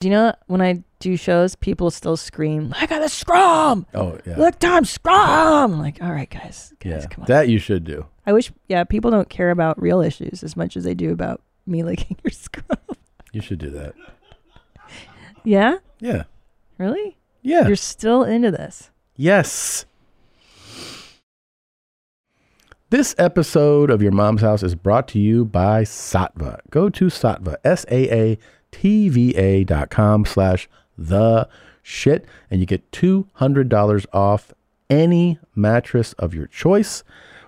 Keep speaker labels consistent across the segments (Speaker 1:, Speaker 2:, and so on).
Speaker 1: Do you know when I do shows, people still scream, "I got a scrum!
Speaker 2: Oh yeah.
Speaker 1: Look, Tom, scrum!" I'm like, all right, guys, guys,
Speaker 2: yeah.
Speaker 1: come on.
Speaker 2: That you should do.
Speaker 1: I wish, yeah, people don't care about real issues as much as they do about me licking your scrum.
Speaker 2: You should do that.
Speaker 1: yeah,
Speaker 2: Yeah.
Speaker 1: really?
Speaker 2: Yeah.
Speaker 1: You're still into this?
Speaker 2: Yes. This episode of Your Mom's House is brought to you by Satva. Go to Satva, S-A-A-T-V-A dot com slash the shit, and you get $200 off any mattress of your choice.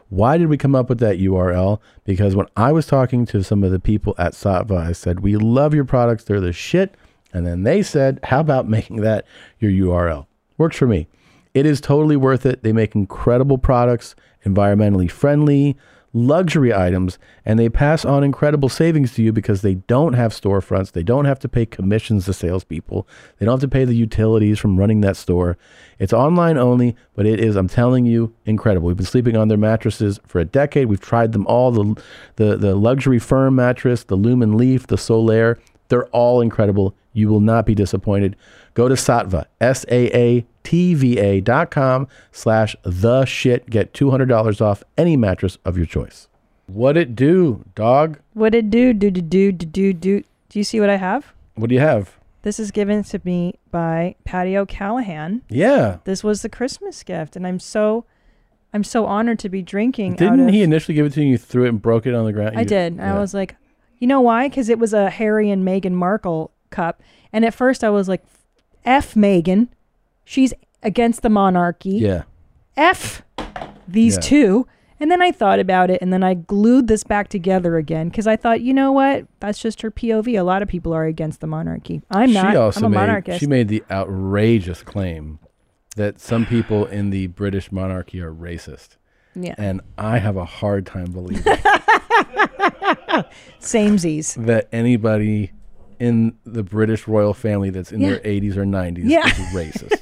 Speaker 2: Why did we come up with that URL? Because when I was talking to some of the people at Satva, I said, We love your products, they're the shit. And then they said, How about making that your URL? Works for me. It is totally worth it. They make incredible products, environmentally friendly, luxury items, and they pass on incredible savings to you because they don't have storefronts. They don't have to pay commissions to salespeople. They don't have to pay the utilities from running that store. It's online only, but it is, I'm telling you, incredible. We've been sleeping on their mattresses for a decade. We've tried them all the, the, the luxury firm mattress, the Lumen Leaf, the Solaire. They're all incredible. You will not be disappointed. Go to Satva, S A A T V A dot com slash the shit. Get $200 off any mattress of your choice. What it do, dog?
Speaker 1: What did do do do do do do do? Do you see what I have?
Speaker 2: What do you have?
Speaker 1: This is given to me by Patty O'Callahan.
Speaker 2: Yeah.
Speaker 1: This was the Christmas gift, and I'm so, I'm so honored to be drinking. out
Speaker 2: Didn't
Speaker 1: of,
Speaker 2: he initially give it to you and you threw it and broke it on the ground?
Speaker 1: I
Speaker 2: You-
Speaker 1: did.
Speaker 2: yeah.
Speaker 1: I was like, you know why? Because it was a Harry and Meghan Markle cup. And at first I was like, F Meghan. She's against the monarchy.
Speaker 2: Yeah.
Speaker 1: F these
Speaker 2: Yeah.
Speaker 1: two. And then I thought about it and then I glued this back together again because I thought, you know what? That's just her POV. A lot of people are against the monarchy. I'm not.
Speaker 2: she also
Speaker 1: I'm a
Speaker 2: made,
Speaker 1: monarchist.
Speaker 2: She made the outrageous claim that some people in the British monarchy are racist.
Speaker 1: yeah.
Speaker 2: And I have a hard time believing
Speaker 1: Samesies.
Speaker 2: that anybody in the British royal family that's in their 80s or 90s
Speaker 1: Yeah.
Speaker 2: is racist.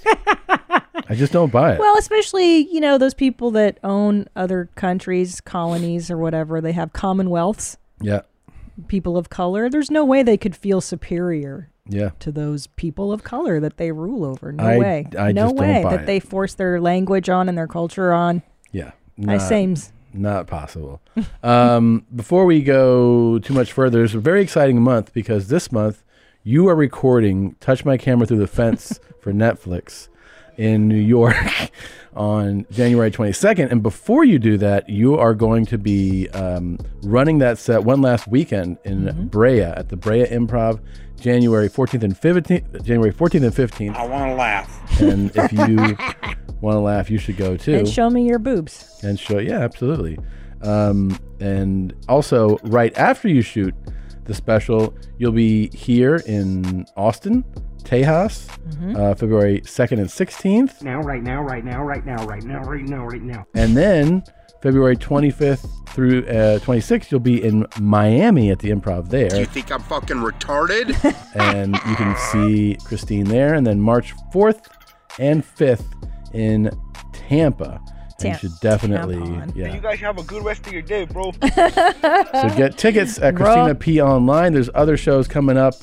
Speaker 2: I just don't buy it.
Speaker 1: Well, especially, you know, those people that own other countries, colonies, or whatever, they have commonwealths.
Speaker 2: yeah,
Speaker 1: people of color, there's no way they could feel superior
Speaker 2: yeah,
Speaker 1: to those people of color that they rule over. No
Speaker 2: I-
Speaker 1: way.
Speaker 2: I
Speaker 1: no
Speaker 2: just don't
Speaker 1: way
Speaker 2: buy
Speaker 1: that
Speaker 2: it.
Speaker 1: they force their language on and their culture on.
Speaker 2: yeah.
Speaker 1: I
Speaker 2: Not,
Speaker 1: seems
Speaker 2: not possible. um, before we go too much further, it's a very exciting month because this month you are recording "Touch My Camera Through the Fence" for Netflix in New York on January 22nd. And before you do that, you are going to be um, running that set one last weekend in Brea at the Brea Improv, January 14th and 15th. January 14th and 15th.
Speaker 3: I want to laugh.
Speaker 2: And if you want to laugh, you should go too
Speaker 1: and show me your boobs.
Speaker 2: and show yeah absolutely um, and also right after you shoot the special you'll be here in austin tejas uh, february 2nd and 16th
Speaker 4: now, right now, right now, right now, right now, right now, right now.
Speaker 2: and then february 25th through uh, 26th you'll be in miami at the improv there
Speaker 3: You think I'm fucking retarded?
Speaker 2: and you can see christine there and then march 4th and 5th in tampa and you
Speaker 1: Tam-
Speaker 2: should definitely
Speaker 1: Tampon.
Speaker 2: yeah
Speaker 5: You guys have a good rest of your day, bro.
Speaker 2: So get tickets at
Speaker 1: Rob-
Speaker 2: Christina P online. There's other shows coming up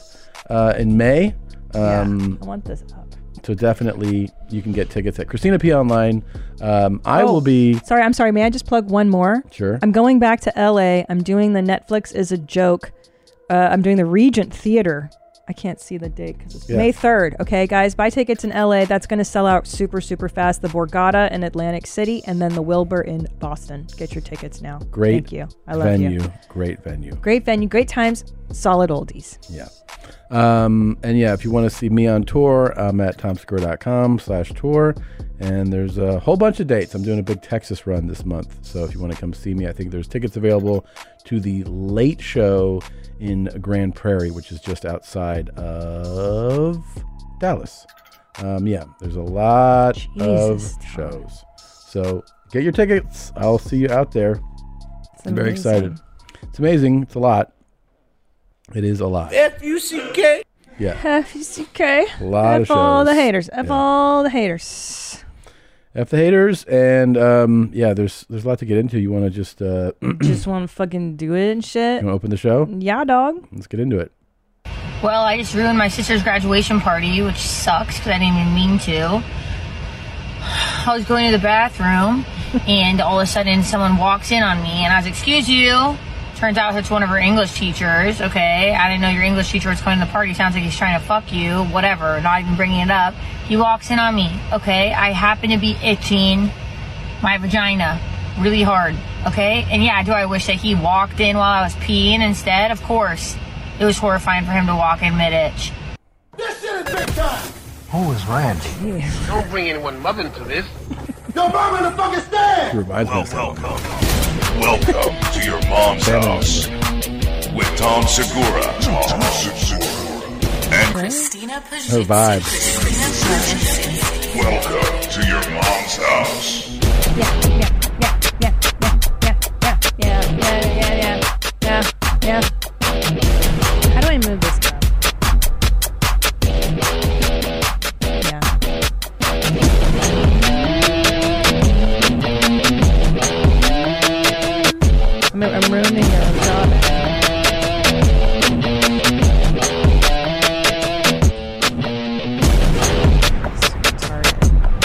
Speaker 2: uh, in May. Um,
Speaker 1: yeah, I want this up.
Speaker 2: So definitely you can get tickets at Christina P online. Um, I
Speaker 1: Oh.
Speaker 2: will be
Speaker 1: Sorry, I'm sorry. May I just plug one more?
Speaker 2: sure.
Speaker 1: I'm going back to LA. I'm doing the Netflix is a joke. Uh, I'm doing the Regent Theater. I can't see the date because it's
Speaker 2: Yeah.
Speaker 1: May 3rd. Okay, guys, buy tickets in LA. That's going to sell out super, super fast. The Borgata in Atlantic City and then the Wilbur in Boston. Get your tickets now.
Speaker 2: Great
Speaker 1: Thank you. I love
Speaker 2: venue.
Speaker 1: you.
Speaker 2: Great venue.
Speaker 1: Great venue, great times, solid oldies.
Speaker 2: Yeah. Um, and yeah, if you want to see me on tour, I'm at tomscore.com slash tour. And there's a whole bunch of dates. I'm doing a big Texas run this month. So if you want to come see me, I think there's tickets available to the late show in Grand Prairie, which is just outside of Dallas. Um, yeah, there's a lot
Speaker 1: Jesus,
Speaker 2: of
Speaker 1: Tom.
Speaker 2: shows. So get your tickets. I'll see you out there.
Speaker 1: It's
Speaker 2: I'm very
Speaker 1: amazing.
Speaker 2: excited. It's amazing. It's a lot. It is a lot.
Speaker 3: F U C K.
Speaker 2: Yeah.
Speaker 1: F is okay.
Speaker 2: A lot
Speaker 1: F
Speaker 2: of
Speaker 1: all the
Speaker 2: shows.
Speaker 1: haters. F
Speaker 2: Yeah.
Speaker 1: all the haters.
Speaker 2: F the haters, and um, yeah, there's there's a lot to get into. You want to just uh, you
Speaker 1: Just want to fucking do it and shit.
Speaker 2: want to open the show?
Speaker 1: Yeah, dog.
Speaker 2: Let's get into it.
Speaker 6: Well, I just ruined my sister's graduation party, which sucks because I didn't even mean to. I was going to the bathroom, and all of a sudden, someone walks in on me, and I was, "Excuse you." Turns out it's one of her English teachers. Okay, I didn't know your English teacher was coming to the party. Sounds like he's trying to fuck you. Whatever. Not even bringing it up. He walks in on me. Okay, I happen to be itching my vagina really hard. Okay? And yeah, do I wish that he walked in while I was peeing instead? Of course. It was horrifying for him to walk in mid itch.
Speaker 4: Who is Randy?
Speaker 7: Don't bring anyone mother into this.
Speaker 2: Reminds me of that.
Speaker 8: Welcome. Welcome to your mom's house with Tom Segura. Tom Segura. And
Speaker 2: Her vibe.
Speaker 8: welcome to your mom's house.
Speaker 1: How do I move this down? Yeah. I'm, I'm ruining your job. Retarded.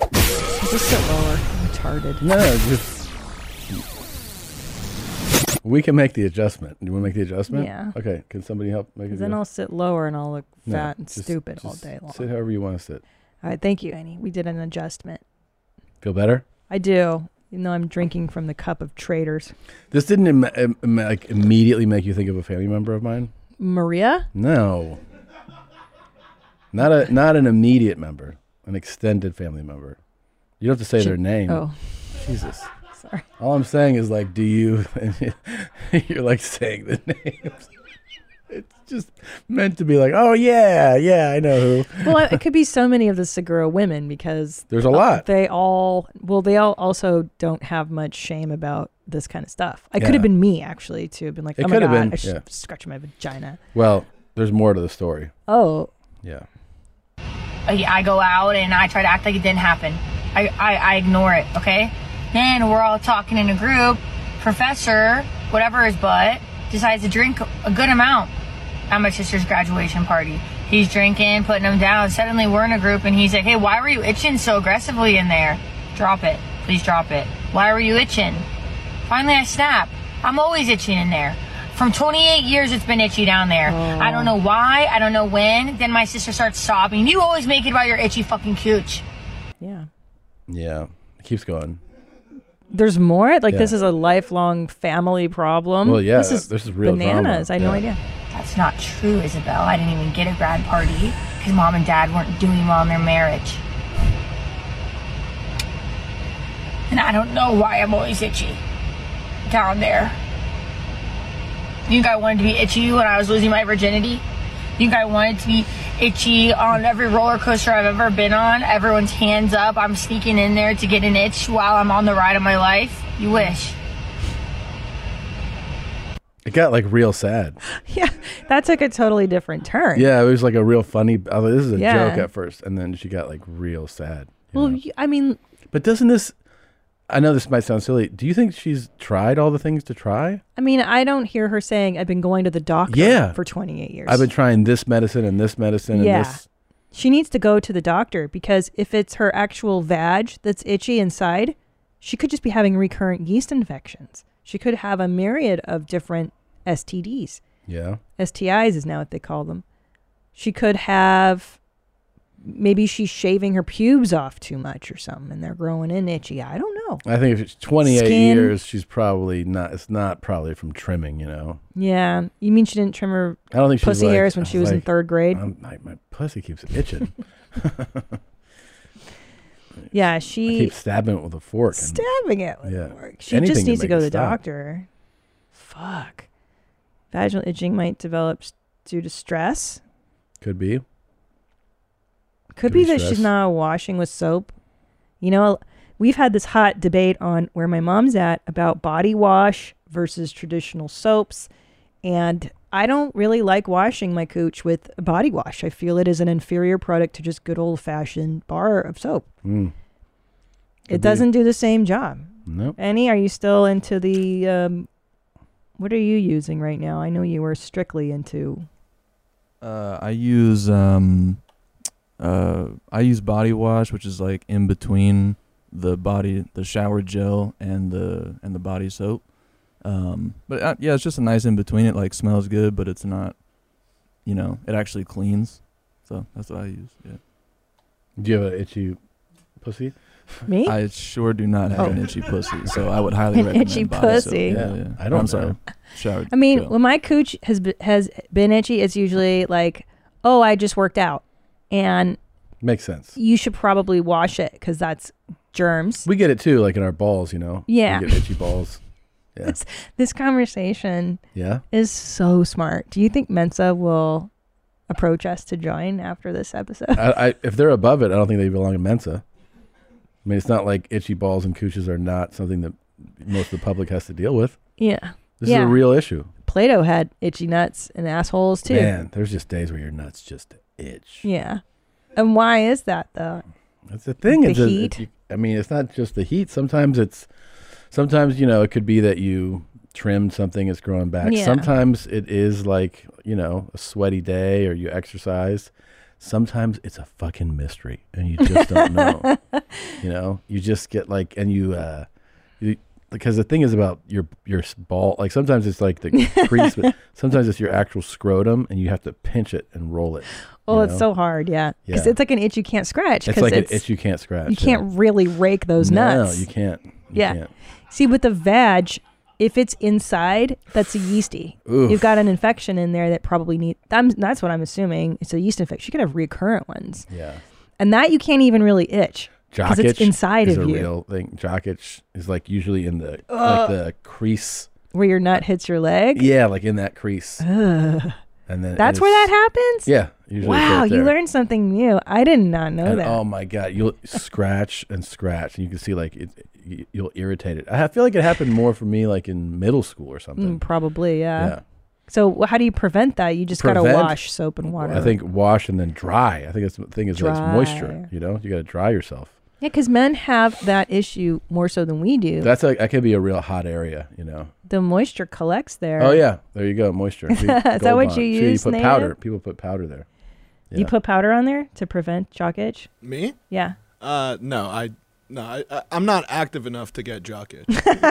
Speaker 1: Retarded. Just sit lower. Retarded.
Speaker 2: No, no, just. We can make the adjustment. Do you want to make the adjustment?
Speaker 1: Yeah.
Speaker 2: Okay. Can somebody help make it?
Speaker 1: Then I'll sit lower and I'll look fat and stupid all day long.
Speaker 2: Sit however you want to sit.
Speaker 1: All right, thank you, Annie. We did an adjustment.
Speaker 2: Feel better?
Speaker 1: I do, even though I'm drinking from the cup of traitors.
Speaker 2: This didn't Im- im- im- like immediately make you think of a family member of mine.
Speaker 1: Maria?
Speaker 2: No. Not a not an immediate member, an extended family member. You don't have to say their name.
Speaker 1: Oh,
Speaker 2: Jesus.
Speaker 1: sorry.
Speaker 2: All I'm saying is like, do you? you're like saying the names. It's just meant to be like, oh yeah, yeah, I know who.
Speaker 1: Well, it could be so many of the Segura women because
Speaker 2: There's a lot.
Speaker 1: they all, well, they all also don't have much shame about this kind of stuff. I could
Speaker 2: Yeah.
Speaker 1: have been me actually to have been like,
Speaker 2: It
Speaker 1: oh my
Speaker 2: could
Speaker 1: god,
Speaker 2: have been,
Speaker 1: I should
Speaker 2: yeah.
Speaker 1: scratch my vagina.
Speaker 2: Well, there's more to the story.
Speaker 1: Oh,
Speaker 2: Yeah.
Speaker 6: I I go out and I try to act like it didn't happen. I, I, I ignore it, okay? Then we're all talking in a group. Professor, whatever his butt, decides to drink a good amount at my sister's graduation party. He's drinking, putting them down. Suddenly we're in a group and he's like, hey, why were you itching so aggressively in there? Drop it. Please drop it. Why were you itching? Finally, I snap. I'm always itching in there. From 28 years, it's been itchy down there. I don't know why. I don't know when. Then my sister starts sobbing. You always make it about your itchy fucking cooch.
Speaker 1: yeah.
Speaker 2: Yeah. It keeps going.
Speaker 1: There's more. Like this
Speaker 2: Yeah.
Speaker 1: is a lifelong family problem.
Speaker 2: Well, yeah,
Speaker 1: This is
Speaker 2: this is real drama.
Speaker 1: bananas. I had no
Speaker 2: Yeah.
Speaker 1: idea.
Speaker 6: That's not true, Isabel. I didn't even get a grad party because mom and dad weren't doing well in their marriage. And I don't know why I'm always itchy down there. You think I wanted to be itchy when I was losing my virginity? You think I wanted to be itchy on every roller coaster I've ever been on? Everyone's hands up. I'm sneaking in there to get an itch while I'm on the ride of my life. You wish.
Speaker 2: It got like real sad.
Speaker 1: Yeah, that took a totally different turn.
Speaker 2: Yeah, it was like a real funny. I was like, this is a
Speaker 1: Yeah.
Speaker 2: joke at first, and then she got like real sad. you
Speaker 1: Well,
Speaker 2: know?
Speaker 1: you- I mean,
Speaker 2: but doesn't this? I know this might sound silly. Do you think she's tried all the things to try?
Speaker 1: I mean, I don't hear her saying I've been going to the doctor
Speaker 2: Yeah.
Speaker 1: for 28 years.
Speaker 2: I've been trying this medicine and this medicine
Speaker 1: Yeah.
Speaker 2: and this.
Speaker 1: she needs to go to the doctor because if it's her actual vag that's itchy inside, she could just be having recurrent yeast infections. She could have a myriad of different STDs.
Speaker 2: Yeah.
Speaker 1: STIs is now what they call them. She could have maybe she's shaving her pubes off too much or something and they're growing in itchy. I don't know.
Speaker 2: I think if it's 28
Speaker 1: Skin.
Speaker 2: years, she's probably not. It's not probably from trimming, you know.
Speaker 1: Yeah. You mean she didn't trim her
Speaker 2: I don't think she's
Speaker 1: pussy
Speaker 2: like-
Speaker 1: hairs when she was in
Speaker 2: like,
Speaker 1: third grade?
Speaker 2: I'm, my, my pussy keeps itching.
Speaker 1: yeah.
Speaker 2: I
Speaker 1: She
Speaker 2: keep stabbing it with a fork. and-
Speaker 1: stabbing it would
Speaker 2: Yeah.
Speaker 1: work. She
Speaker 2: Anything
Speaker 1: just
Speaker 2: to
Speaker 1: needs to
Speaker 2: make
Speaker 1: go
Speaker 2: it
Speaker 1: to the
Speaker 2: stop.
Speaker 1: doctor. Fuck. Vaginal itching might develop s- due to stress.
Speaker 2: could be.
Speaker 1: Could, be
Speaker 2: be
Speaker 1: that
Speaker 2: stress.
Speaker 1: she's not washing with soap. You know, we've had this hot debate on where my mom's at about body wash versus traditional soaps. And I don't really like washing my cooch with a body wash. I feel it is an inferior product to just good old fashioned bar of soap. It doesn't do the same job.
Speaker 2: Nope.
Speaker 1: Annie, are you still into the um what are you using right now? I know you were strictly into
Speaker 9: Uh, I use um, uh, I use body wash, which is like in between the body, the shower gel, and the and the body soap. Um, but uh, yeah, it's just a nice in between. It like smells good, but it's not, you know, it actually cleans. So that's what I use. Yeah,
Speaker 2: Do you have an itchy pussy?
Speaker 1: Me?
Speaker 9: I sure do not have an itchy pussy, so I would highly
Speaker 1: Oh. An
Speaker 9: recommend
Speaker 1: itchy
Speaker 9: body soap.
Speaker 1: pussy.
Speaker 9: Yeah,
Speaker 2: Yeah,
Speaker 9: yeah.
Speaker 2: I don't
Speaker 9: I'm sorry.
Speaker 2: know.
Speaker 9: Shower.
Speaker 1: I mean,
Speaker 9: gel.
Speaker 1: when my cooch has be, has been itchy, it's usually like, oh, I just worked out, and
Speaker 2: Makes sense.
Speaker 1: you should probably wash it because that's germs.
Speaker 2: We get it too, like in our balls, you know.
Speaker 1: Yeah.
Speaker 2: We get itchy balls.
Speaker 1: This, this conversation
Speaker 2: Yeah.
Speaker 1: is so smart. Do you think Mensa will approach us to join after this episode?
Speaker 2: I, I, if they're above it, I don't think they belong in Mensa. I mean, it's not like itchy balls and couches are not something that most of the public has to deal with.
Speaker 1: yeah.
Speaker 2: This is
Speaker 1: Yeah.
Speaker 2: a real issue.
Speaker 1: Plato had itchy nuts and assholes too.
Speaker 2: Man, there's just days where your nuts just itch.
Speaker 1: Yeah. And why is that though?
Speaker 2: That's the thing.
Speaker 1: The
Speaker 2: it's a-
Speaker 1: heat.
Speaker 2: it- you- I mean, it's not just the heat. Sometimes it's, sometimes you know, it could be that you trimmed something that's growing back.
Speaker 1: Yeah.
Speaker 2: Sometimes it is like you know a sweaty day or you exercised. Sometimes it's a fucking mystery and you just don't know. You know, you just get like, and you, uh, you, because the thing is about your your s- ball. Like sometimes it's like the crease, but sometimes it's your actual scrotum, and you have to pinch it and roll it.
Speaker 1: Oh,
Speaker 2: you
Speaker 1: it's
Speaker 2: know?
Speaker 1: so hard. Yeah. Because
Speaker 2: Yeah.
Speaker 1: it's like an itch you can't scratch.
Speaker 2: It's
Speaker 1: 'cause
Speaker 2: like
Speaker 1: it's,
Speaker 2: an itch you can't scratch.
Speaker 1: you
Speaker 2: yeah.
Speaker 1: can't really rake those nuts.
Speaker 2: No, you can't. You
Speaker 1: Yeah.
Speaker 2: can't.
Speaker 1: See, with the vag, if it's inside, that's a yeasty.
Speaker 2: Oof.
Speaker 1: You've got an infection in there that probably need. I'm, that's what I'm assuming. It's a yeast infection. You could have recurrent ones,
Speaker 2: Yeah.
Speaker 1: and that you can't even really itch
Speaker 2: Jock
Speaker 1: because it's
Speaker 2: itch
Speaker 1: inside
Speaker 2: is
Speaker 1: of
Speaker 2: a
Speaker 1: you,
Speaker 2: real thing. Jock itch is like usually in the like the crease.
Speaker 1: where your nut hits your leg.
Speaker 2: Yeah, like in that crease. And then
Speaker 1: that's
Speaker 2: it's-
Speaker 1: where that happens.
Speaker 2: Yeah. Usually it's
Speaker 1: Wow,
Speaker 2: right
Speaker 1: you
Speaker 2: there.
Speaker 1: learned something new. I did not know
Speaker 2: And,
Speaker 1: that.
Speaker 2: oh my god, you'll scratch and scratch, and you can see like it, you- you'll irritate it. I feel like it happened more for me like in middle school or something.
Speaker 1: Mm, Probably, yeah.
Speaker 2: Yeah.
Speaker 1: So wh- how do you prevent that? You just gotta
Speaker 2: Prevent?
Speaker 1: wash soap and water.
Speaker 2: I think wash and then dry. I think that's the thing is that it's moisture.
Speaker 1: Dry.
Speaker 2: You know, you got to dry yourself.
Speaker 1: yeah, because men have that issue more so than we do.
Speaker 2: That's like that could be a real hot area. You know,
Speaker 1: the moisture collects there.
Speaker 2: Oh yeah, there you go, moisture. Is
Speaker 1: that what you use,
Speaker 2: You put
Speaker 1: Nathan?
Speaker 2: powder. People put powder there.
Speaker 1: You
Speaker 2: Yeah.
Speaker 1: put powder on there to prevent chalk itch?
Speaker 10: Me?
Speaker 1: Yeah.
Speaker 10: Uh, no, I no, I, I I'm not active enough to get jock itch.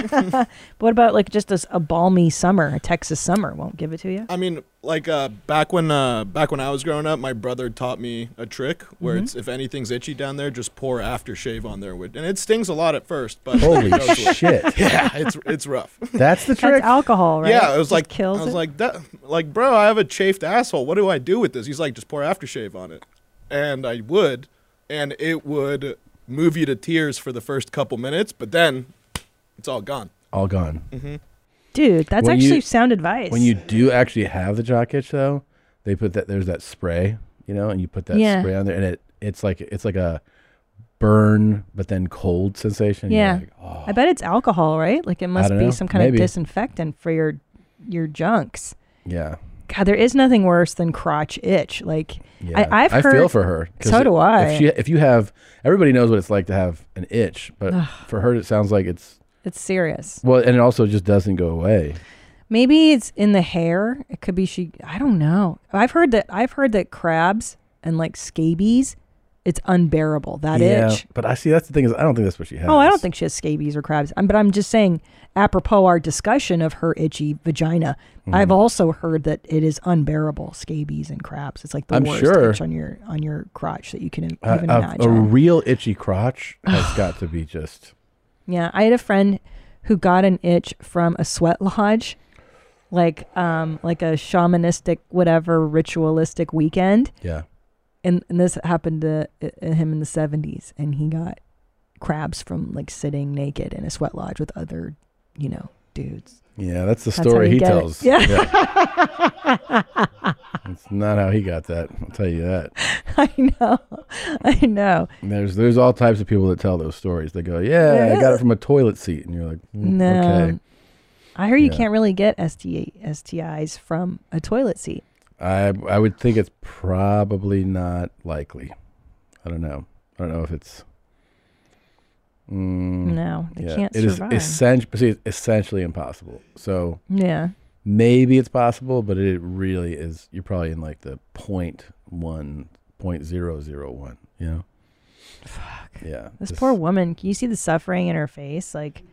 Speaker 1: But what about like just this, a balmy summer, a Texas summer won't give it to you?
Speaker 10: I mean, like uh, back when uh, back when I was growing up, my brother taught me a trick where
Speaker 1: Mm-hmm.
Speaker 10: it's if anything's itchy down there, just pour aftershave on there, and it stings a lot at first, but
Speaker 2: Holy
Speaker 10: it goes away.
Speaker 2: shit,
Speaker 10: yeah, it's it's rough.
Speaker 2: that's the trick.
Speaker 1: That's alcohol, right?
Speaker 10: Yeah, it was
Speaker 1: Just
Speaker 10: like
Speaker 1: kills
Speaker 10: I was
Speaker 1: it?
Speaker 10: like that, like bro, I have a chafed asshole. What do I do with this? He's like, just pour aftershave on it, and I would, and it would move you to tears for the first couple minutes, but then it's all gone.
Speaker 2: All gone.
Speaker 1: Mm-hmm. Dude, that's
Speaker 2: When
Speaker 1: actually
Speaker 2: you-
Speaker 1: sound advice.
Speaker 2: When you do actually have the jock itch, though, they put that. There's that spray, you know, and you put that
Speaker 1: Yeah.
Speaker 2: spray on there, and it it's like it's like a burn, but then cold sensation. You're
Speaker 1: Yeah.
Speaker 2: like, oh,
Speaker 1: I bet it's alcohol, right? Like it must
Speaker 2: don't
Speaker 1: be
Speaker 2: know.
Speaker 1: some kind
Speaker 2: Maybe.
Speaker 1: of disinfectant for your your junks.
Speaker 2: yeah.
Speaker 1: God, there is nothing worse than crotch itch. Like
Speaker 2: Yeah.
Speaker 1: I, I've heard
Speaker 2: feel for her. 'cause
Speaker 1: So
Speaker 2: it-
Speaker 1: do I.
Speaker 2: If, she, if you have, everybody knows what it's like to have an itch, but for her, it sounds like it's
Speaker 1: it's serious.
Speaker 2: well, and it also just doesn't go away.
Speaker 1: Maybe it's in the hair. It could be she. I don't know. I've heard that. I've heard that crabs and like scabies, it's unbearable. That itch.
Speaker 2: but I see that's the thing is I don't think that's what she has.
Speaker 1: Oh, I don't think she has scabies or crabs. Um, but I'm just saying, apropos our discussion of her itchy vagina,
Speaker 2: Mm-hmm.
Speaker 1: I've also heard that it is unbearable scabies and crabs. It's like the
Speaker 2: I'm
Speaker 1: worst
Speaker 2: sure. Uh,
Speaker 1: itch on your on your crotch that you can even
Speaker 2: a, a- a
Speaker 1: imagine.
Speaker 2: real itchy crotch has got to be just
Speaker 1: yeah, I had a friend who got an itch from a sweat lodge, like um like a shamanistic whatever ritualistic weekend,
Speaker 2: yeah.
Speaker 1: and, and this happened to uh, him in the 70s, and he got crabs from like sitting naked in a sweat lodge with other you know dudes.
Speaker 2: Yeah, that's the
Speaker 1: how
Speaker 2: story
Speaker 1: you
Speaker 2: he
Speaker 1: get it.
Speaker 2: tells.
Speaker 1: Yeah.
Speaker 2: It's not how he got that. I'll tell you that.
Speaker 1: I know. I know.
Speaker 2: And There's there's all types of people that tell those stories. They go, "Yeah, I got it from a toilet seat," and you're like, mm,
Speaker 1: No.
Speaker 2: "Okay."
Speaker 1: I hear you
Speaker 2: Yeah.
Speaker 1: can't really get STA, STIs from a toilet seat.
Speaker 2: I I would think it's probably not likely. I don't know. I don't know if it's
Speaker 1: No, they
Speaker 2: yeah.
Speaker 1: can't
Speaker 2: It is
Speaker 1: survive.
Speaker 2: essen- see, it's essentially impossible. So
Speaker 1: yeah.
Speaker 2: Maybe it's possible, but it really is. You're probably in like the point one, point zero zero one. You know. Fuck. Yeah.
Speaker 1: This
Speaker 2: just-
Speaker 1: poor woman, can you see the suffering in her face? Like,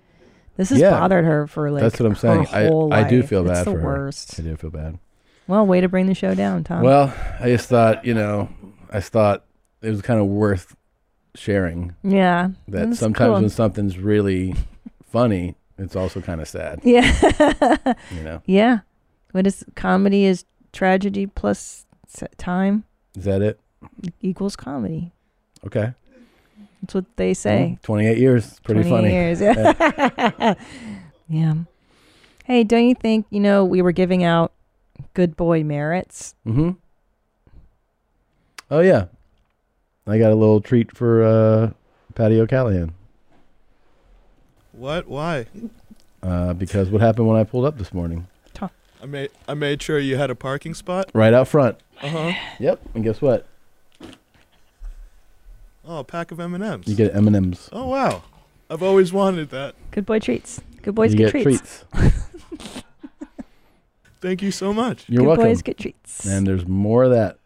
Speaker 1: this has
Speaker 2: Yeah.
Speaker 1: bothered her for like
Speaker 2: That's what I'm
Speaker 1: her
Speaker 2: saying. I,
Speaker 1: whole
Speaker 2: I do
Speaker 1: life.
Speaker 2: feel
Speaker 1: It's
Speaker 2: bad
Speaker 1: the
Speaker 2: for
Speaker 1: worst.
Speaker 2: her. I do feel bad.
Speaker 1: Well, way to bring the show down, Tom.
Speaker 2: Well, I just thought, you know, I thought it was kind of worth sharing.
Speaker 1: Yeah,
Speaker 2: That
Speaker 1: that's
Speaker 2: sometimes
Speaker 1: Mm, cool.
Speaker 2: when something's really funny, it's also kind of sad.
Speaker 1: yeah,
Speaker 2: You know,
Speaker 1: yeah. What is comedy? Is tragedy plus s- time
Speaker 2: is that it?
Speaker 1: equals comedy?
Speaker 2: Okay.
Speaker 1: That's what they say.
Speaker 2: Mm, 28 years. Pretty
Speaker 1: 20
Speaker 2: funny.
Speaker 1: years.
Speaker 2: Yeah.
Speaker 1: Yeah. Hey, don't you think, you know, we were giving out good boy merits?
Speaker 2: Mm-hmm. Oh, yeah. I got a little treat for uh, Patty O'Callahan
Speaker 10: What? Why?
Speaker 2: uh, because what happened when I pulled up this morning?
Speaker 10: I made I made sure you had a parking spot.
Speaker 2: Right out front.
Speaker 10: Uh huh.
Speaker 2: Yep. And guess what?
Speaker 10: Oh, a pack of M and
Speaker 2: You
Speaker 10: M's.
Speaker 2: get M&M's.
Speaker 10: Oh wow, I've always wanted that.
Speaker 1: Good boy treats. Good boys
Speaker 2: you
Speaker 1: get,
Speaker 2: get
Speaker 1: treats.
Speaker 10: Thank you so much.
Speaker 2: You're
Speaker 1: good
Speaker 2: welcome.
Speaker 1: boys get treats.
Speaker 2: And there's more of that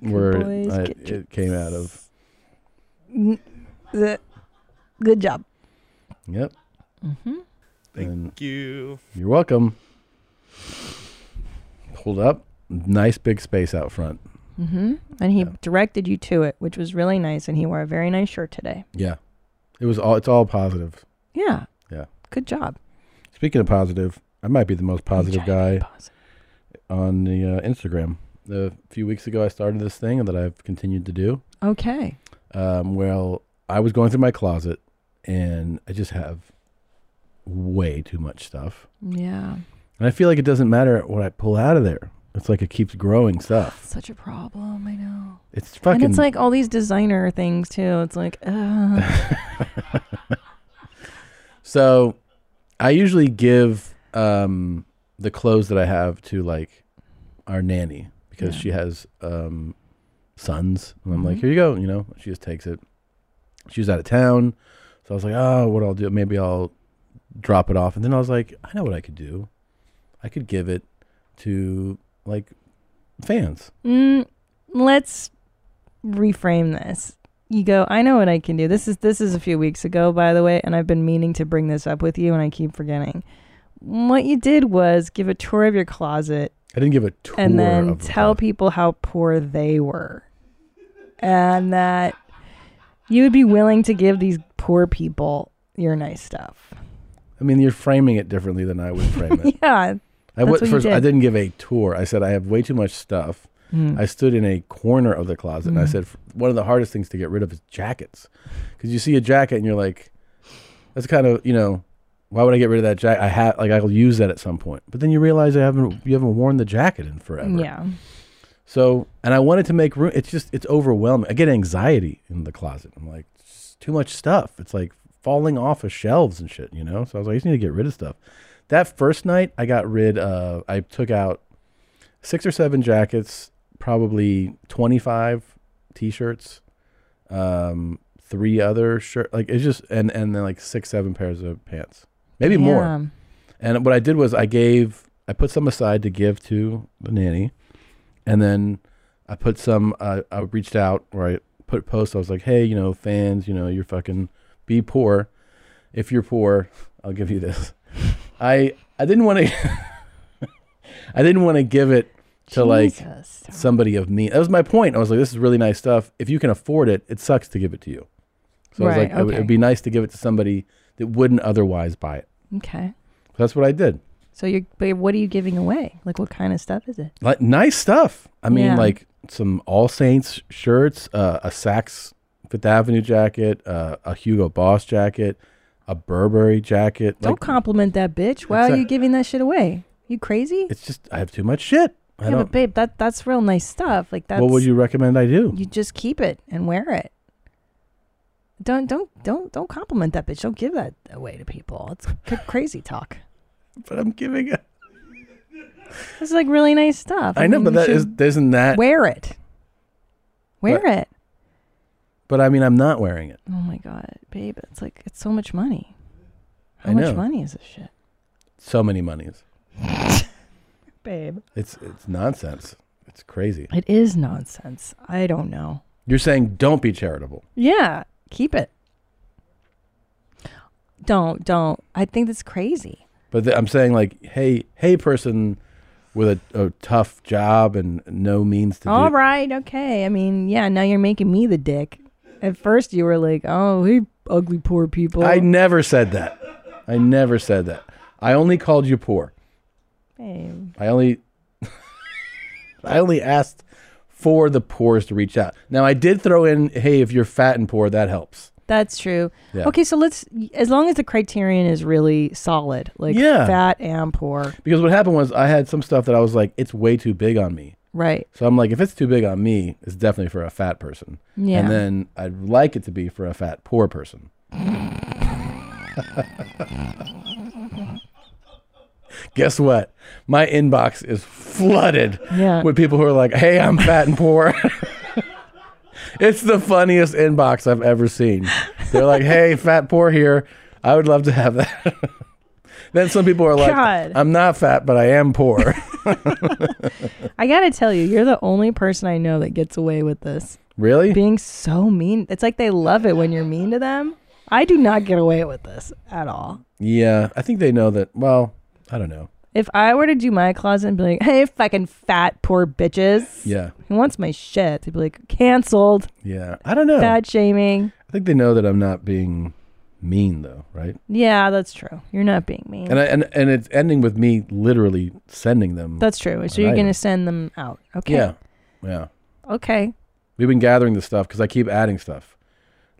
Speaker 2: where
Speaker 1: boys
Speaker 2: I,
Speaker 1: get
Speaker 2: it came out of.
Speaker 1: The- good job.
Speaker 2: Yep.
Speaker 1: Mm-hmm.
Speaker 10: Thank
Speaker 2: And
Speaker 10: you.
Speaker 2: you're welcome. Pulled up. Nice big space out front.
Speaker 1: And he directed you to it, which was really nice. And he wore a very nice shirt today.
Speaker 2: Yeah. It was all. It's all positive.
Speaker 1: Yeah.
Speaker 2: Yeah.
Speaker 1: Good job.
Speaker 2: Speaking of positive, I might be the most positive guy
Speaker 1: Positive.
Speaker 2: on the uh, Instagram. A few weeks ago, I started this thing that I've continued to do.
Speaker 1: Okay.
Speaker 2: Um, well, I was going through my closet, and I just have way too much stuff,
Speaker 1: Yeah.
Speaker 2: and I feel like it doesn't matter what I pull out of there. It's like it keeps growing stuff.
Speaker 1: Such a problem. I know.
Speaker 2: It's fucking.
Speaker 1: and it's like all these designer things, too. It's like, uh,
Speaker 2: so. I usually give um, the clothes that I have to like our nanny because she has um, sons, and I'm
Speaker 1: Mm-hmm.
Speaker 2: like, here you go, you know. She just takes it. She was out of town, so I was like, oh, what I'll do? Maybe I'll drop it off, and then I was like, I know what I could do. I could give it to like fans.
Speaker 1: mm, let's reframe this. You go, I know what I can do. This is this is a few weeks ago, by the way, and I've been meaning to bring this up with you and I keep forgetting. What you did was give a tour of your closet
Speaker 2: I didn't give a tour
Speaker 1: and then
Speaker 2: of the
Speaker 1: tell
Speaker 2: closet.
Speaker 1: people how poor they were. And that you would be willing to give these poor people your nice stuff.
Speaker 2: I mean, you're framing it differently than I would frame it.
Speaker 1: Yeah.
Speaker 2: I
Speaker 1: That's what
Speaker 2: would,
Speaker 1: you
Speaker 2: first, I
Speaker 1: did. Hmm.
Speaker 2: didn't give a tour. I said I have way too much stuff. I stood in a corner of the closet and I said "F- one of the hardest things to get rid of is jackets, because you see a jacket and you're like, that's kind of you know, why would I get rid of that jacket? I have like I'll use that at some point, but then you realize I haven't you haven't worn the jacket in forever.
Speaker 1: Yeah.
Speaker 2: So and I wanted to make room. It's just it's overwhelming. I get anxiety in the closet. I'm like it's just too much stuff. It's like falling off of shelves and shit. You know. So I was like, I just need to get rid of stuff. That first night, I got rid of. I took out six or seven jackets, probably twenty five t-shirts, um, three other shirt. Like it's just and and then like six seven pairs of pants, maybe more.
Speaker 1: Damn.
Speaker 2: And what I did was I gave, I put some aside to give to the nanny, and then I put some. Uh, I reached out or I put posts. I was like, hey, you know, fans, you know, you're fucking be poor. If you're poor, I'll give you this. I I didn't want to. I didn't want to give it to like
Speaker 1: Jesus.
Speaker 2: somebody of me. That was my point. I was like, this is really nice stuff. If you can afford it, it sucks to give it to you. So I was
Speaker 1: Right,
Speaker 2: like, it would-
Speaker 1: okay.
Speaker 2: it'd be nice to give it to somebody that wouldn't otherwise buy it.
Speaker 1: Okay.
Speaker 2: So that's what I did.
Speaker 1: So you're but what are you giving away? Like what kind of stuff is it?
Speaker 2: like nice stuff. I mean,
Speaker 1: Yeah.
Speaker 2: like some All Saints shirts, uh, a Saks Fifth Avenue jacket, uh, a Hugo Boss jacket, a Burberry jacket.
Speaker 1: Don't
Speaker 2: Like,
Speaker 1: compliment that bitch. Why are
Speaker 2: Exact-
Speaker 1: you giving that shit away? You crazy?
Speaker 2: it's just I have too much shit. I
Speaker 1: Yeah, but
Speaker 2: don't.
Speaker 1: babe, that that's real nice stuff. Like that's
Speaker 2: What would you recommend I do?
Speaker 1: you just keep it and wear it. Don't don't don't don't compliment that bitch. Don't give that away to people. It's c- crazy talk.
Speaker 2: But I'm giving. A,
Speaker 1: This is like really nice stuff.
Speaker 2: I know,
Speaker 1: mean,
Speaker 2: but
Speaker 1: you
Speaker 2: that is
Speaker 1: should
Speaker 2: isn't that.
Speaker 1: wear it. Wear
Speaker 2: But-
Speaker 1: it.
Speaker 2: But I mean, I'm not wearing it.
Speaker 1: Oh my god, babe, it's like it's so much money. How
Speaker 2: I
Speaker 1: much
Speaker 2: know.
Speaker 1: money is this shit?
Speaker 2: So many monies.
Speaker 1: babe.
Speaker 2: It's it's nonsense. It's crazy.
Speaker 1: It is nonsense. I don't know.
Speaker 2: You're saying don't be charitable.
Speaker 1: Yeah, keep it. Don't, don't. I think that's crazy.
Speaker 2: But th- I'm saying like, hey, hey, person with a, a tough job and no means to
Speaker 1: All
Speaker 2: do.
Speaker 1: right, okay. I mean, yeah, now you're making me the dick. At first, you were like, oh, hey, ugly poor people.
Speaker 2: I never said that. I never said that. I only called you poor.
Speaker 1: Babe.
Speaker 2: I only I only asked for the poorest to reach out. Now I did throw in, hey, if you're fat and poor, that helps.
Speaker 1: That's true.
Speaker 2: Yeah.
Speaker 1: Okay, so let's, as long as the criterion is really solid, like
Speaker 2: Yeah.
Speaker 1: fat and poor,
Speaker 2: Because what happened was I had some stuff that I was like, it's way too big on me.
Speaker 1: right?
Speaker 2: So I'm like, if it's too big on me, it's definitely for a fat person.
Speaker 1: Yeah.
Speaker 2: And then I'd like it to be for a fat poor person. Guess what? My inbox is flooded
Speaker 1: Yeah.
Speaker 2: with people who are like, hey, I'm fat and poor. it's the funniest inbox I've ever seen. They're like, hey, fat poor here. I would love to have that. then some people are like,
Speaker 1: God.
Speaker 2: I'm not fat, but I am poor.
Speaker 1: I gotta tell you, you're the only person I know that gets away with this.
Speaker 2: really?
Speaker 1: Being so mean. It's like they love it when you're mean to them. I do not get away with this at all.
Speaker 2: Yeah, I think they know that. Well, I don't know.
Speaker 1: If I were to do my closet and be like, hey, fucking fat, poor bitches,
Speaker 2: Yeah,
Speaker 1: who wants my shit? They'd be like, canceled,
Speaker 2: yeah. I don't know.
Speaker 1: fat shaming.
Speaker 2: I think they know that I'm not being mean, though, right?
Speaker 1: Yeah, that's true. You're not being mean.
Speaker 2: And I, and and it's ending with me literally sending them.
Speaker 1: that's true. So
Speaker 2: an
Speaker 1: you're
Speaker 2: item.
Speaker 1: gonna send them out. Okay.
Speaker 2: yeah, yeah.
Speaker 1: Okay.
Speaker 2: We've been gathering this stuff because I keep adding stuff.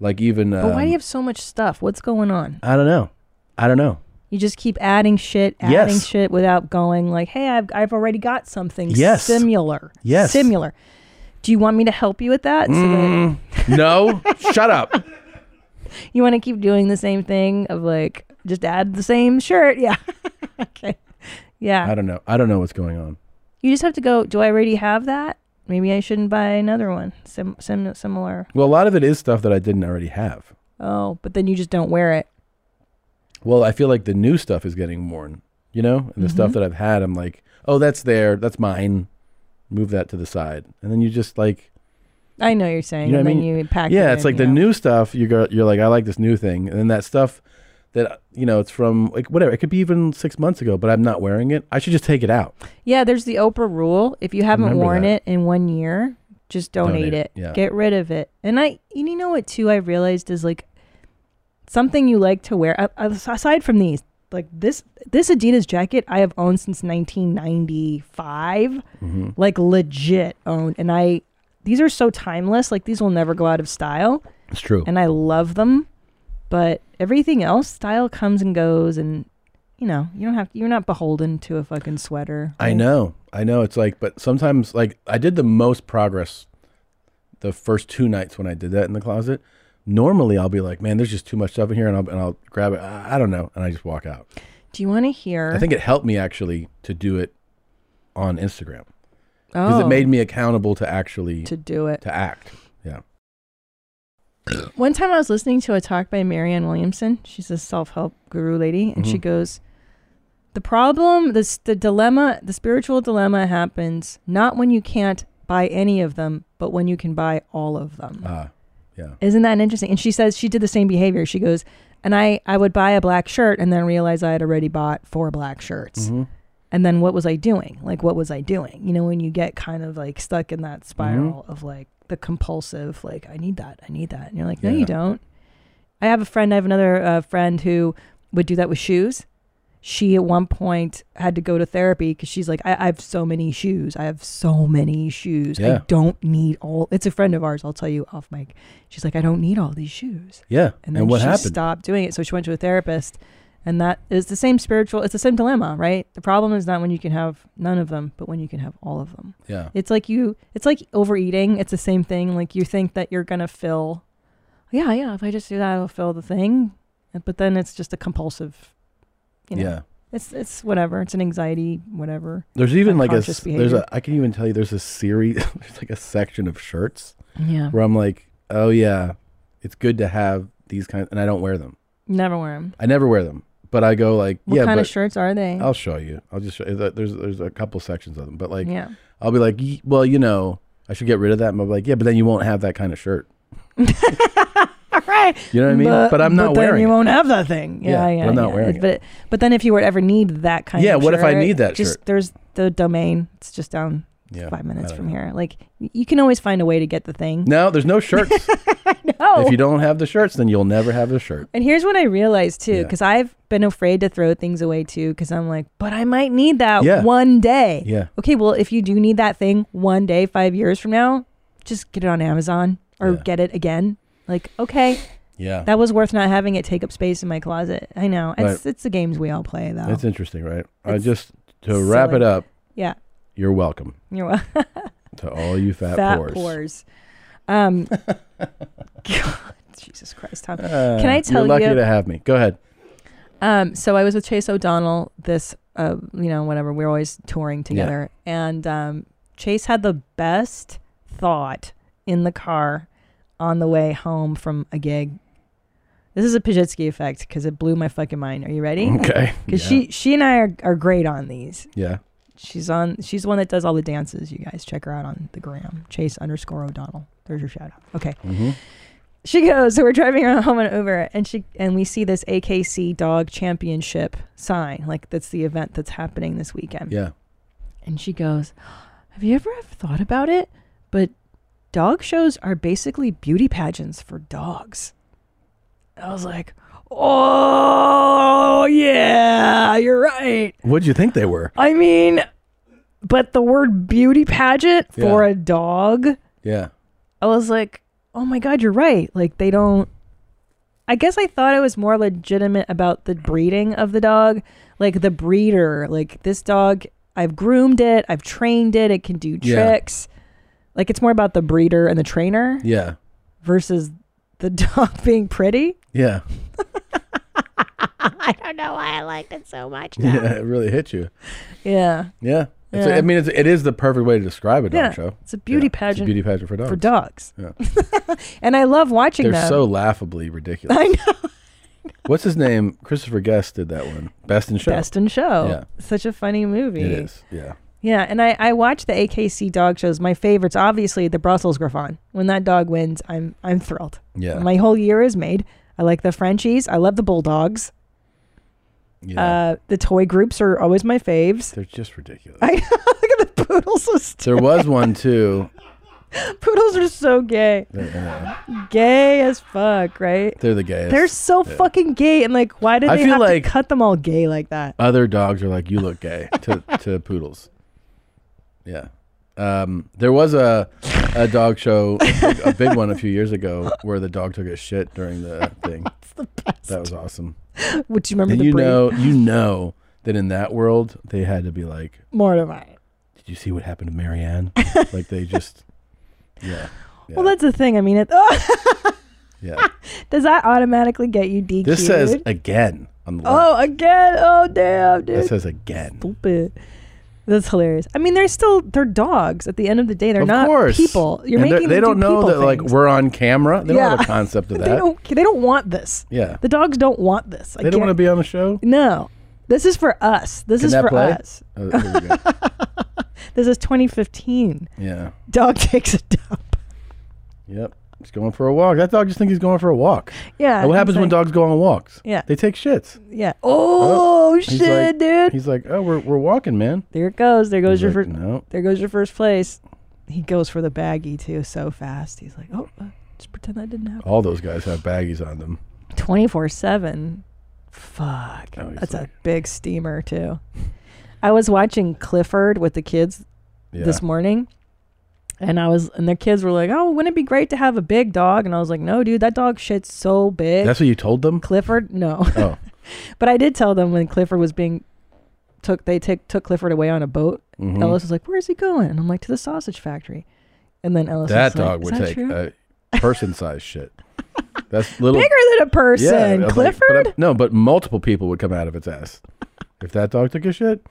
Speaker 2: Like even.
Speaker 1: But why do
Speaker 2: um,
Speaker 1: you have so much stuff? What's going on?
Speaker 2: I don't know. I don't know.
Speaker 1: You just keep adding shit, adding
Speaker 2: Yes.
Speaker 1: shit without going like, "Hey, I've I've already got something
Speaker 2: Yes.
Speaker 1: similar."
Speaker 2: Yes. Mm.
Speaker 1: Similar. Do you want me to help you with that? So
Speaker 2: No, shut up.
Speaker 1: that you want to keep doing the same thing of like just add the same shirt. Yeah. okay. Yeah.
Speaker 2: I don't know. I don't know what's going on.
Speaker 1: You just have to go, "Do I already have that? Maybe I shouldn't buy another one." Sim, sim similar.
Speaker 2: Well, a lot of it is stuff that I didn't already have.
Speaker 1: Oh, but then you just don't wear it.
Speaker 2: Well, I feel like the new stuff is getting worn, you know? And the
Speaker 1: Mm-hmm.
Speaker 2: stuff that I've had, I'm like, oh, that's there. That's mine. Move that to the side. And then you just like,
Speaker 1: I know you're saying,
Speaker 2: you know
Speaker 1: and
Speaker 2: what I
Speaker 1: then
Speaker 2: mean?
Speaker 1: you pack.
Speaker 2: yeah,
Speaker 1: it
Speaker 2: it's
Speaker 1: in,
Speaker 2: like the
Speaker 1: yeah.
Speaker 2: new stuff, you go, you're like, I like this new thing. And then that stuff that, you know, it's from like whatever. It could be even six months ago, but I'm not wearing it. I should just take it out.
Speaker 1: Yeah, there's the Oprah rule. If you haven't
Speaker 2: remember
Speaker 1: worn
Speaker 2: that.
Speaker 1: it in one year, just donate,
Speaker 2: Donate it,
Speaker 1: it.
Speaker 2: yeah.
Speaker 1: Get rid of it. And I, and you know what too? I realized is like something you like to wear. a- a- Aside from these, like this, this Adidas jacket I have owned since 1995,
Speaker 2: Mm-hmm.
Speaker 1: like legit owned. And I, these are so timeless. Like these will never go out of style,
Speaker 2: It's true.
Speaker 1: and I love them. But everything else, style comes and goes, and you know you don't have you're not beholden to a fucking sweater.
Speaker 2: I know. I know. It's like, but sometimes, like, I did the most progress the first two nights when I did that in the closet. Normally, I'll be like, man, there's just too much stuff in here, and I'll, and I'll grab it. I, I don't know. And I just walk out.
Speaker 1: Do you want to hear?
Speaker 2: I think it helped me actually to do it on Instagram because
Speaker 1: oh,
Speaker 2: it made me accountable to actually
Speaker 1: to
Speaker 2: to,
Speaker 1: do it.
Speaker 2: act. Yeah.
Speaker 1: One time I was listening to a talk by Marianne Williamson. She's a self-help guru lady, and
Speaker 2: Mm-hmm.
Speaker 1: she goes, "The problem, this the dilemma, the spiritual dilemma happens not when you can't buy any of them, but when you can buy all of them."
Speaker 2: Ah, yeah.
Speaker 1: Isn't that interesting? And she says she did the same behavior. She goes, and I, I would buy a black shirt and then realize I had already bought four black shirts. And then what was I doing? Like, what was I doing? You know, when you get kind of like stuck in that spiral of like the compulsive, like, I need that, I need that. And you're like, no,
Speaker 2: Yeah.
Speaker 1: you don't. I have a friend, I have another uh, friend who would do that with shoes. She at one point had to go to therapy because she's like, I, I have so many shoes. I have so many shoes.
Speaker 2: Yeah.
Speaker 1: I don't need all. It's a friend of ours. I'll tell you off mic. She's like, I don't need all these shoes.
Speaker 2: Yeah. And,
Speaker 1: And then
Speaker 2: what
Speaker 1: she
Speaker 2: happened?
Speaker 1: stopped doing it. So she went to a therapist. And that is the same spiritual, it's the same dilemma, right? The problem is not when you can have none of them, but when you can have all of them.
Speaker 2: Yeah.
Speaker 1: It's like you, it's like overeating. It's the same thing. Like you think that you're going to fill, yeah, yeah, if I just do that, I'll fill the thing. But then it's just a compulsive, you know,
Speaker 2: Yeah.
Speaker 1: it's, it's whatever. It's an anxiety, whatever.
Speaker 2: There's even like a
Speaker 1: Unconscious
Speaker 2: s- there's
Speaker 1: behavior.
Speaker 2: a I can even tell you there's a series there's like a section of shirts
Speaker 1: Yeah.
Speaker 2: where I'm like, oh yeah, it's good to have these kinds, and I don't wear them.
Speaker 1: Never wear them.
Speaker 2: I never wear them. But I go like,
Speaker 1: What
Speaker 2: yeah,
Speaker 1: kind of
Speaker 2: but- Oh.
Speaker 1: shirts are they?
Speaker 2: I'll show you. I'll just show you. There's there's a couple sections of them, but like,
Speaker 1: Yeah.
Speaker 2: I'll be like, "Ye- well, you know, I should get rid of that. And I'll be like, yeah, but then you won't have that kind of shirt.
Speaker 1: All right.
Speaker 2: You know what I mean? But I'm not
Speaker 1: then
Speaker 2: wearing
Speaker 1: You
Speaker 2: it.
Speaker 1: won't have that thing. Yeah,
Speaker 2: Yeah,
Speaker 1: yeah.
Speaker 2: but I'm not
Speaker 1: yeah.
Speaker 2: wearing it.
Speaker 1: But but then if you would ever need that kind
Speaker 2: Yeah,
Speaker 1: of
Speaker 2: what if I
Speaker 1: shirt,
Speaker 2: need that
Speaker 1: just,
Speaker 2: shirt?
Speaker 1: There's the domain. It's just down it's
Speaker 2: Yeah,
Speaker 1: five minutes
Speaker 2: I
Speaker 1: from here. Like y- you can always find a way to get the thing.
Speaker 2: No, there's no shirts.
Speaker 1: No.
Speaker 2: If you don't have the shirts, then you'll never have the shirt.
Speaker 1: And here's what I realized too,
Speaker 2: Yeah.
Speaker 1: because I've been afraid to throw things away too, because I'm like, but I might need that
Speaker 2: Yeah.
Speaker 1: one day.
Speaker 2: Yeah.
Speaker 1: Okay, well, if you do need that thing one day, five years from now, just get it on Amazon or get it again. Like, okay,
Speaker 2: Yeah.
Speaker 1: that was worth not having it take up space in my closet. I know it's
Speaker 2: Right.
Speaker 1: it's the games we all play though.
Speaker 2: That's interesting, right? I
Speaker 1: It's
Speaker 2: just to wrap
Speaker 1: silly.
Speaker 2: it up.
Speaker 1: Yeah.
Speaker 2: You're welcome
Speaker 1: You're wel-
Speaker 2: to all you fat,
Speaker 1: fat
Speaker 2: pores.
Speaker 1: pores. Um, God, Jesus Christ, Tom.
Speaker 2: Uh,
Speaker 1: Can I tell
Speaker 2: You're lucky
Speaker 1: you?
Speaker 2: to have me. Go ahead.
Speaker 1: Um, so I was with Chase O'Donnell this, uh, you know, whatever. We are always touring together, and um, Chase had the best thought in the car on the way home from a gig. This is a Pajitsky effect because it blew my fucking mind. Are you ready?
Speaker 2: Okay.
Speaker 1: Because
Speaker 2: Yeah.
Speaker 1: she she and I are, are great on these.
Speaker 2: Yeah.
Speaker 1: She's on. She's the one that does all the dances. You guys check her out on the gram. Chase underscore O'Donnell. There's your shout out. Okay
Speaker 2: Mm-hmm.
Speaker 1: she goes so we're driving around home and over and she and we see this akc dog championship sign like that's the event that's happening this weekend
Speaker 2: Yeah.
Speaker 1: and she goes have you ever have thought about it but dog shows are basically beauty pageants for dogs i was like oh yeah you're right
Speaker 2: What'd you think they were?
Speaker 1: i mean but the word beauty pageant for
Speaker 2: Yeah.
Speaker 1: a dog
Speaker 2: Yeah.
Speaker 1: I was like, oh my God, you're right. Like, they don't. I guess I thought it was more legitimate about the breeding of the dog, like the breeder. Like, this dog, I've groomed it, I've trained it, it can do
Speaker 2: Yeah.
Speaker 1: tricks. Like, it's more about the breeder and the trainer
Speaker 2: Yeah.
Speaker 1: versus the dog being pretty.
Speaker 2: Yeah.
Speaker 1: I don't know why I liked it so much.
Speaker 2: Yeah. It really hit you.
Speaker 1: Yeah.
Speaker 2: Yeah. It's a-
Speaker 1: Yeah.
Speaker 2: I mean, it's, it is the perfect way to describe a dog
Speaker 1: Yeah.
Speaker 2: show.
Speaker 1: It's a beauty
Speaker 2: Yeah. It's a
Speaker 1: pageant
Speaker 2: beauty pageant for dogs.
Speaker 1: for dogs.
Speaker 2: Yeah.
Speaker 1: and I love watching
Speaker 2: They're
Speaker 1: them.
Speaker 2: so laughably ridiculous.
Speaker 1: I know.
Speaker 2: What's his name? Christopher Guest did that one. Best in Show.
Speaker 1: Best in show.
Speaker 2: Yeah.
Speaker 1: Such a funny movie.
Speaker 2: It is. Yeah.
Speaker 1: Yeah, and I, I watch the AKC dog shows. My favorites, obviously, the Brussels Griffon. When that dog wins, I'm I'm thrilled.
Speaker 2: Yeah.
Speaker 1: My whole year is made. I like the Frenchies. I love the Bulldogs.
Speaker 2: Yeah.
Speaker 1: Uh, the toy groups are always my faves.
Speaker 2: They're just ridiculous.
Speaker 1: I look at the poodles. are st-
Speaker 2: there was one too.
Speaker 1: poodles are so gay,
Speaker 2: They're, they're-
Speaker 1: gay as fuck, right?
Speaker 2: they're the gayest.
Speaker 1: They're so fucking gay, and like, why did
Speaker 2: I
Speaker 1: they
Speaker 2: feel
Speaker 1: have
Speaker 2: like-
Speaker 1: to cut them all gay like that?
Speaker 2: Other dogs are like, you look gay to, to poodles. Yeah. Um, there was a a dog show, a big, a big one a few years ago, where the dog took a shit during the thing. That's the best. That was awesome.
Speaker 1: Would you remember
Speaker 2: And
Speaker 1: the
Speaker 2: you
Speaker 1: breed?
Speaker 2: know, you know that in that world, they had to be like,
Speaker 1: Mortimer.
Speaker 2: "Did you see what happened to Marianne?" like they just, yeah,
Speaker 1: Well,
Speaker 2: Yeah.
Speaker 1: that's the thing. I mean, it,
Speaker 2: yeah.
Speaker 1: does that automatically get you DQ'd?
Speaker 2: This says again on the left.
Speaker 1: Oh, again. Oh, damn, dude.
Speaker 2: That says again.
Speaker 1: Stupid. That's hilarious. I mean, they're still they're dogs. At the end of the day, they're
Speaker 2: of
Speaker 1: not
Speaker 2: course.
Speaker 1: people. You're
Speaker 2: And they're-
Speaker 1: making
Speaker 2: they
Speaker 1: them
Speaker 2: don't
Speaker 1: do
Speaker 2: know
Speaker 1: people
Speaker 2: that like
Speaker 1: things.
Speaker 2: we're on camera. They don't have
Speaker 1: Yeah.
Speaker 2: a concept of that.
Speaker 1: they don't they don't want this.
Speaker 2: yeah,
Speaker 1: The dogs don't want this. I
Speaker 2: they don't want to
Speaker 1: can't-
Speaker 2: be on the show.
Speaker 1: No, this is for us. This
Speaker 2: Can
Speaker 1: is
Speaker 2: that
Speaker 1: for
Speaker 2: play?
Speaker 1: us.
Speaker 2: Oh, there we go.
Speaker 1: This is 2015.
Speaker 2: yeah.
Speaker 1: Dog takes a dump.
Speaker 2: Yep. He's going for a walk. That dog just thinks he's going for a walk.
Speaker 1: Yeah.
Speaker 2: And what
Speaker 1: he's
Speaker 2: happens when
Speaker 1: like-
Speaker 2: dogs go on walks?
Speaker 1: Yeah.
Speaker 2: They take shits.
Speaker 1: Yeah. Oh,
Speaker 2: He's
Speaker 1: shit,
Speaker 2: like-
Speaker 1: dude.
Speaker 2: He's like, oh, we're, we're walking, man.
Speaker 1: There it goes. There goes
Speaker 2: He's
Speaker 1: your
Speaker 2: like,
Speaker 1: first.
Speaker 2: no.
Speaker 1: There goes your first place. He goes for the baggie too, so fast. He's like, oh, uh, just pretend that didn't happen.
Speaker 2: All those guys have baggies on them.
Speaker 1: 24 7 fuck
Speaker 2: Oh, he's
Speaker 1: that's
Speaker 2: like-
Speaker 1: a big steamer too i was watching clifford with the kids
Speaker 2: Yeah.
Speaker 1: this morning and i was and their kids were like oh wouldn't it be great to have a big dog and i was like no dude that dog shit's so big
Speaker 2: That's what you told them?
Speaker 1: clifford no
Speaker 2: Oh.
Speaker 1: but i did tell them when clifford was being took they took took clifford away on a boat
Speaker 2: Mhm.
Speaker 1: ellis was like where's he going and i'm like to the sausage factory and then ellis
Speaker 2: That
Speaker 1: was like,
Speaker 2: dog
Speaker 1: "Is
Speaker 2: would
Speaker 1: that
Speaker 2: take
Speaker 1: true?
Speaker 2: a person sized shit. That's little.
Speaker 1: bigger than a
Speaker 2: Yeah, I
Speaker 1: person
Speaker 2: was like,
Speaker 1: clifford
Speaker 2: but I- no, but multiple people would come out of its ass. If that dog took a shit,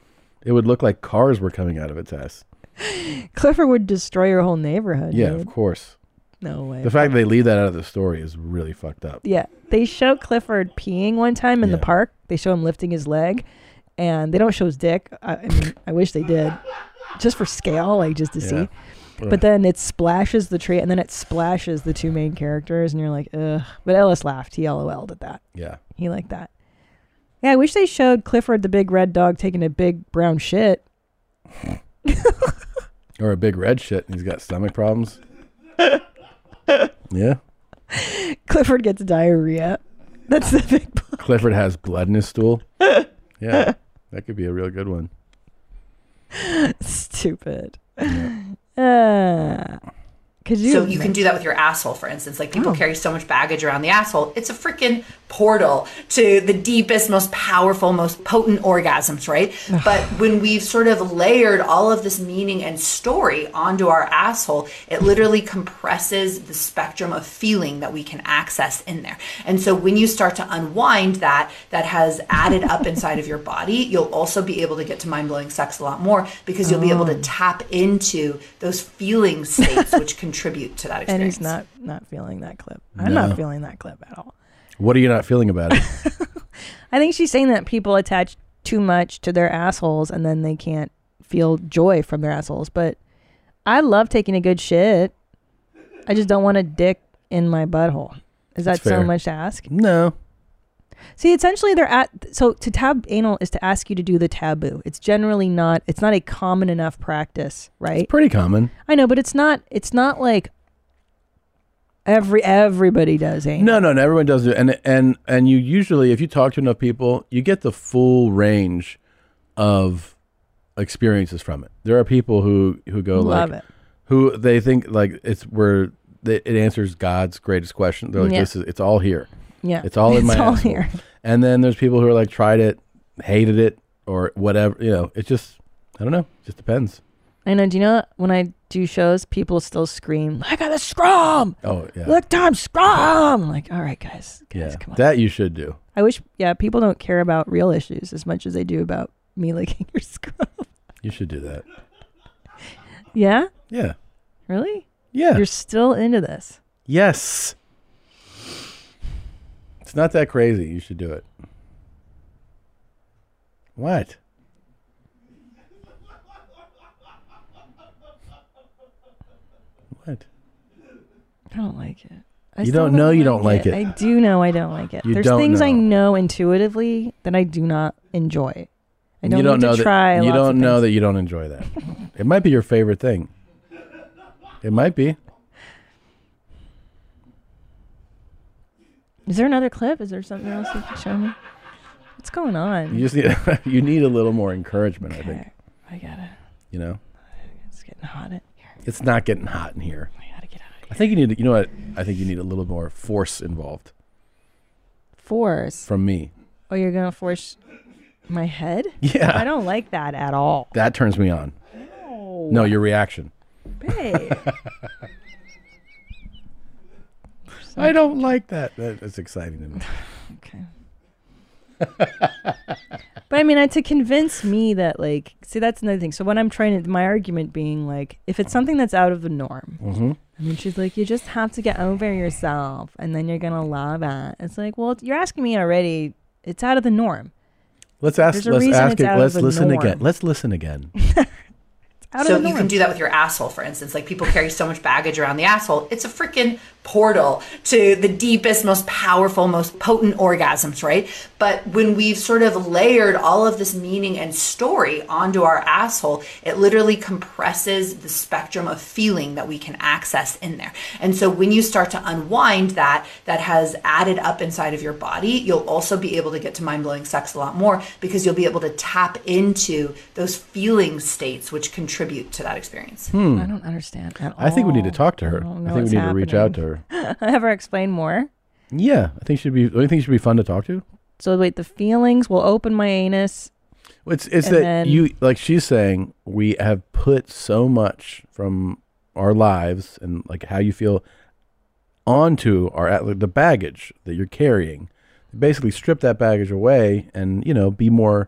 Speaker 2: it would look like cars were coming out of its ass.
Speaker 1: clifford would destroy your whole neighborhood
Speaker 2: Yeah,
Speaker 1: dude.
Speaker 2: of course.
Speaker 1: No way.
Speaker 2: The fact that they leave that out of the story is really fucked up.
Speaker 1: Yeah, they show Clifford peeing one time in the park. They show him lifting his leg, and they don't show his dick. I, I mean, I wish they did, just for scale, like just to
Speaker 2: Yeah.
Speaker 1: see. But then it splashes the tree, and then it splashes the two main characters, and you're like, ugh. But Ellis laughed. He LOL'd at that.
Speaker 2: Yeah.
Speaker 1: He liked that. Yeah, I wish they showed Clifford the big red dog taking a big brown shit.
Speaker 2: Or a big red shit and he's got stomach problems. yeah.
Speaker 1: Clifford gets diarrhea. That's the big
Speaker 2: Clifford has blood in his stool. Yeah. That could be a real good one.
Speaker 1: Stupid. Uh, could you?
Speaker 11: So you can do that with your asshole, for instance. Like
Speaker 10: Oh.
Speaker 11: people carry so much baggage around the asshole. It's a freaking portal to the deepest, most powerful, most potent orgasms, right? but when we've sort of layered all of this meaning and story onto our asshole, it literally compresses the spectrum of feeling that we can access in there. And so when you start to unwind that, that has added up inside of your body, you'll also be able to get to mind blowing sex a lot more because you'll be able to
Speaker 1: Oh.
Speaker 11: tap into those feeling states which contribute to that
Speaker 1: and
Speaker 11: experience.
Speaker 1: he's not not feeling that clip. I'm not
Speaker 2: No.
Speaker 1: feeling that clip at all.
Speaker 2: What are you not feeling about it?
Speaker 1: I think she's saying that people attach too much to their assholes and then they can't feel joy from their assholes. But I love taking a good shit. I just don't want a dick in my butthole. Is that
Speaker 2: That's
Speaker 1: so
Speaker 2: fair.
Speaker 1: much to ask?
Speaker 2: No.
Speaker 1: See, essentially, they're at so to tab anal is to ask you to do the taboo. It's generally not. It's not a common enough practice, right?
Speaker 2: It's pretty common.
Speaker 1: I know, but it's not. It's not like every everybody does anal.
Speaker 2: No, no, no. Everyone does it, and and and you usually, if you talk to enough people, you get the full range of experiences from it. There are people who who go
Speaker 1: Love
Speaker 2: like,
Speaker 1: it.
Speaker 2: who they think like it's where they, it answers God's greatest question. They're like,
Speaker 1: Yeah.
Speaker 2: this is it's all here.
Speaker 1: Yeah.
Speaker 2: it's all in
Speaker 1: It's
Speaker 2: my
Speaker 1: all
Speaker 2: asshole.
Speaker 1: here.
Speaker 2: And then there's people who are like tried it, hated it, or whatever. You know, it just I don't know. It just depends.
Speaker 1: I know. Do you know when I do shows, people still scream, "I got a scrum!"
Speaker 2: Oh, yeah.
Speaker 1: Look, Tom, scrum! I'm like, all right, guys.
Speaker 2: yeah, that you should do.
Speaker 1: I wish. Yeah, people don't care about real issues as much as they do about me licking your scrum.
Speaker 2: You should do that.
Speaker 1: yeah.
Speaker 2: Yeah.
Speaker 1: Really?
Speaker 2: Yeah.
Speaker 1: You're still into this.
Speaker 2: Yes. It's not that crazy. You should do it. What? What?
Speaker 1: I don't like it. I
Speaker 2: You
Speaker 1: still
Speaker 2: don't know you don't like
Speaker 1: I
Speaker 2: it.
Speaker 1: do know I don't like it.
Speaker 2: You
Speaker 1: There's
Speaker 2: don't
Speaker 1: things I
Speaker 2: know.
Speaker 1: know intuitively that I do not enjoy. I don't,
Speaker 2: you don't
Speaker 1: need
Speaker 2: know
Speaker 1: to
Speaker 2: that,
Speaker 1: try.
Speaker 2: You
Speaker 1: lots of
Speaker 2: don't know
Speaker 1: things.
Speaker 2: that you don't enjoy that. it might be your favorite thing. It might be.
Speaker 1: Is there another clip? Is there something else you can show me? What's going on?
Speaker 2: You just need you need a little more encouragement, I think.
Speaker 1: I gotta.
Speaker 2: You know?
Speaker 1: It's getting hot. in-
Speaker 2: It's not getting hot in here. I think you need to- you know what? I think you need a little more force involved
Speaker 1: Force.
Speaker 2: from me.
Speaker 1: Oh, you're gonna force my head?
Speaker 2: Yeah.
Speaker 1: I don't like that at all.
Speaker 2: That turns me on. No, your reaction.
Speaker 1: Babe.
Speaker 2: I don't like that. That- That's exciting to me.
Speaker 1: okay. But I mean, I- to convince me that, like, see, that's another thing. So when I'm trying to, my argument being like, if it's something that's out of the norm,
Speaker 2: Mhm.
Speaker 1: I mean, she's like, you just have to get over yourself, and then you're gonna love it. It's like, well, you're asking me already. It's out of the norm.
Speaker 2: Let's ask.
Speaker 1: There's a
Speaker 2: let's
Speaker 1: reason
Speaker 2: ask
Speaker 1: it's
Speaker 2: it.
Speaker 1: out of
Speaker 2: Let's
Speaker 1: the
Speaker 2: listen again.
Speaker 1: norm.
Speaker 2: Let's listen again.
Speaker 1: out
Speaker 11: so
Speaker 1: of the
Speaker 11: you
Speaker 1: norm.
Speaker 11: can do that with your asshole, for instance. Like people carry so much baggage around the asshole. It's a freaking portal to the deepest, most powerful, most potent orgasms, right? But when we've sort of layered all of this meaning and story onto our asshole, it literally compresses the spectrum of feeling that we can access in there. And so when you start to unwind that, that has added up inside of your body, you'll also be able to get to mind blowing sex a lot more because you'll be able to tap into those feeling states which contribute to that experience.
Speaker 2: Hmm.
Speaker 1: I don't understand at all.
Speaker 2: I think we need to talk to her.
Speaker 1: Oh, don't know
Speaker 2: I, think we
Speaker 1: what's
Speaker 2: need to reach out to her.
Speaker 1: happening. Ever explain more?
Speaker 2: Yeah, I think she'd be. Don't you think she'd be fun to talk to?
Speaker 1: So wait, the feelings will open my anus.
Speaker 2: It's it's
Speaker 1: and
Speaker 2: that
Speaker 1: then-
Speaker 2: you like she's saying we have put so much from our lives and like how you feel onto our at- like, the baggage that you're carrying. Basically, strip that baggage away and you know be more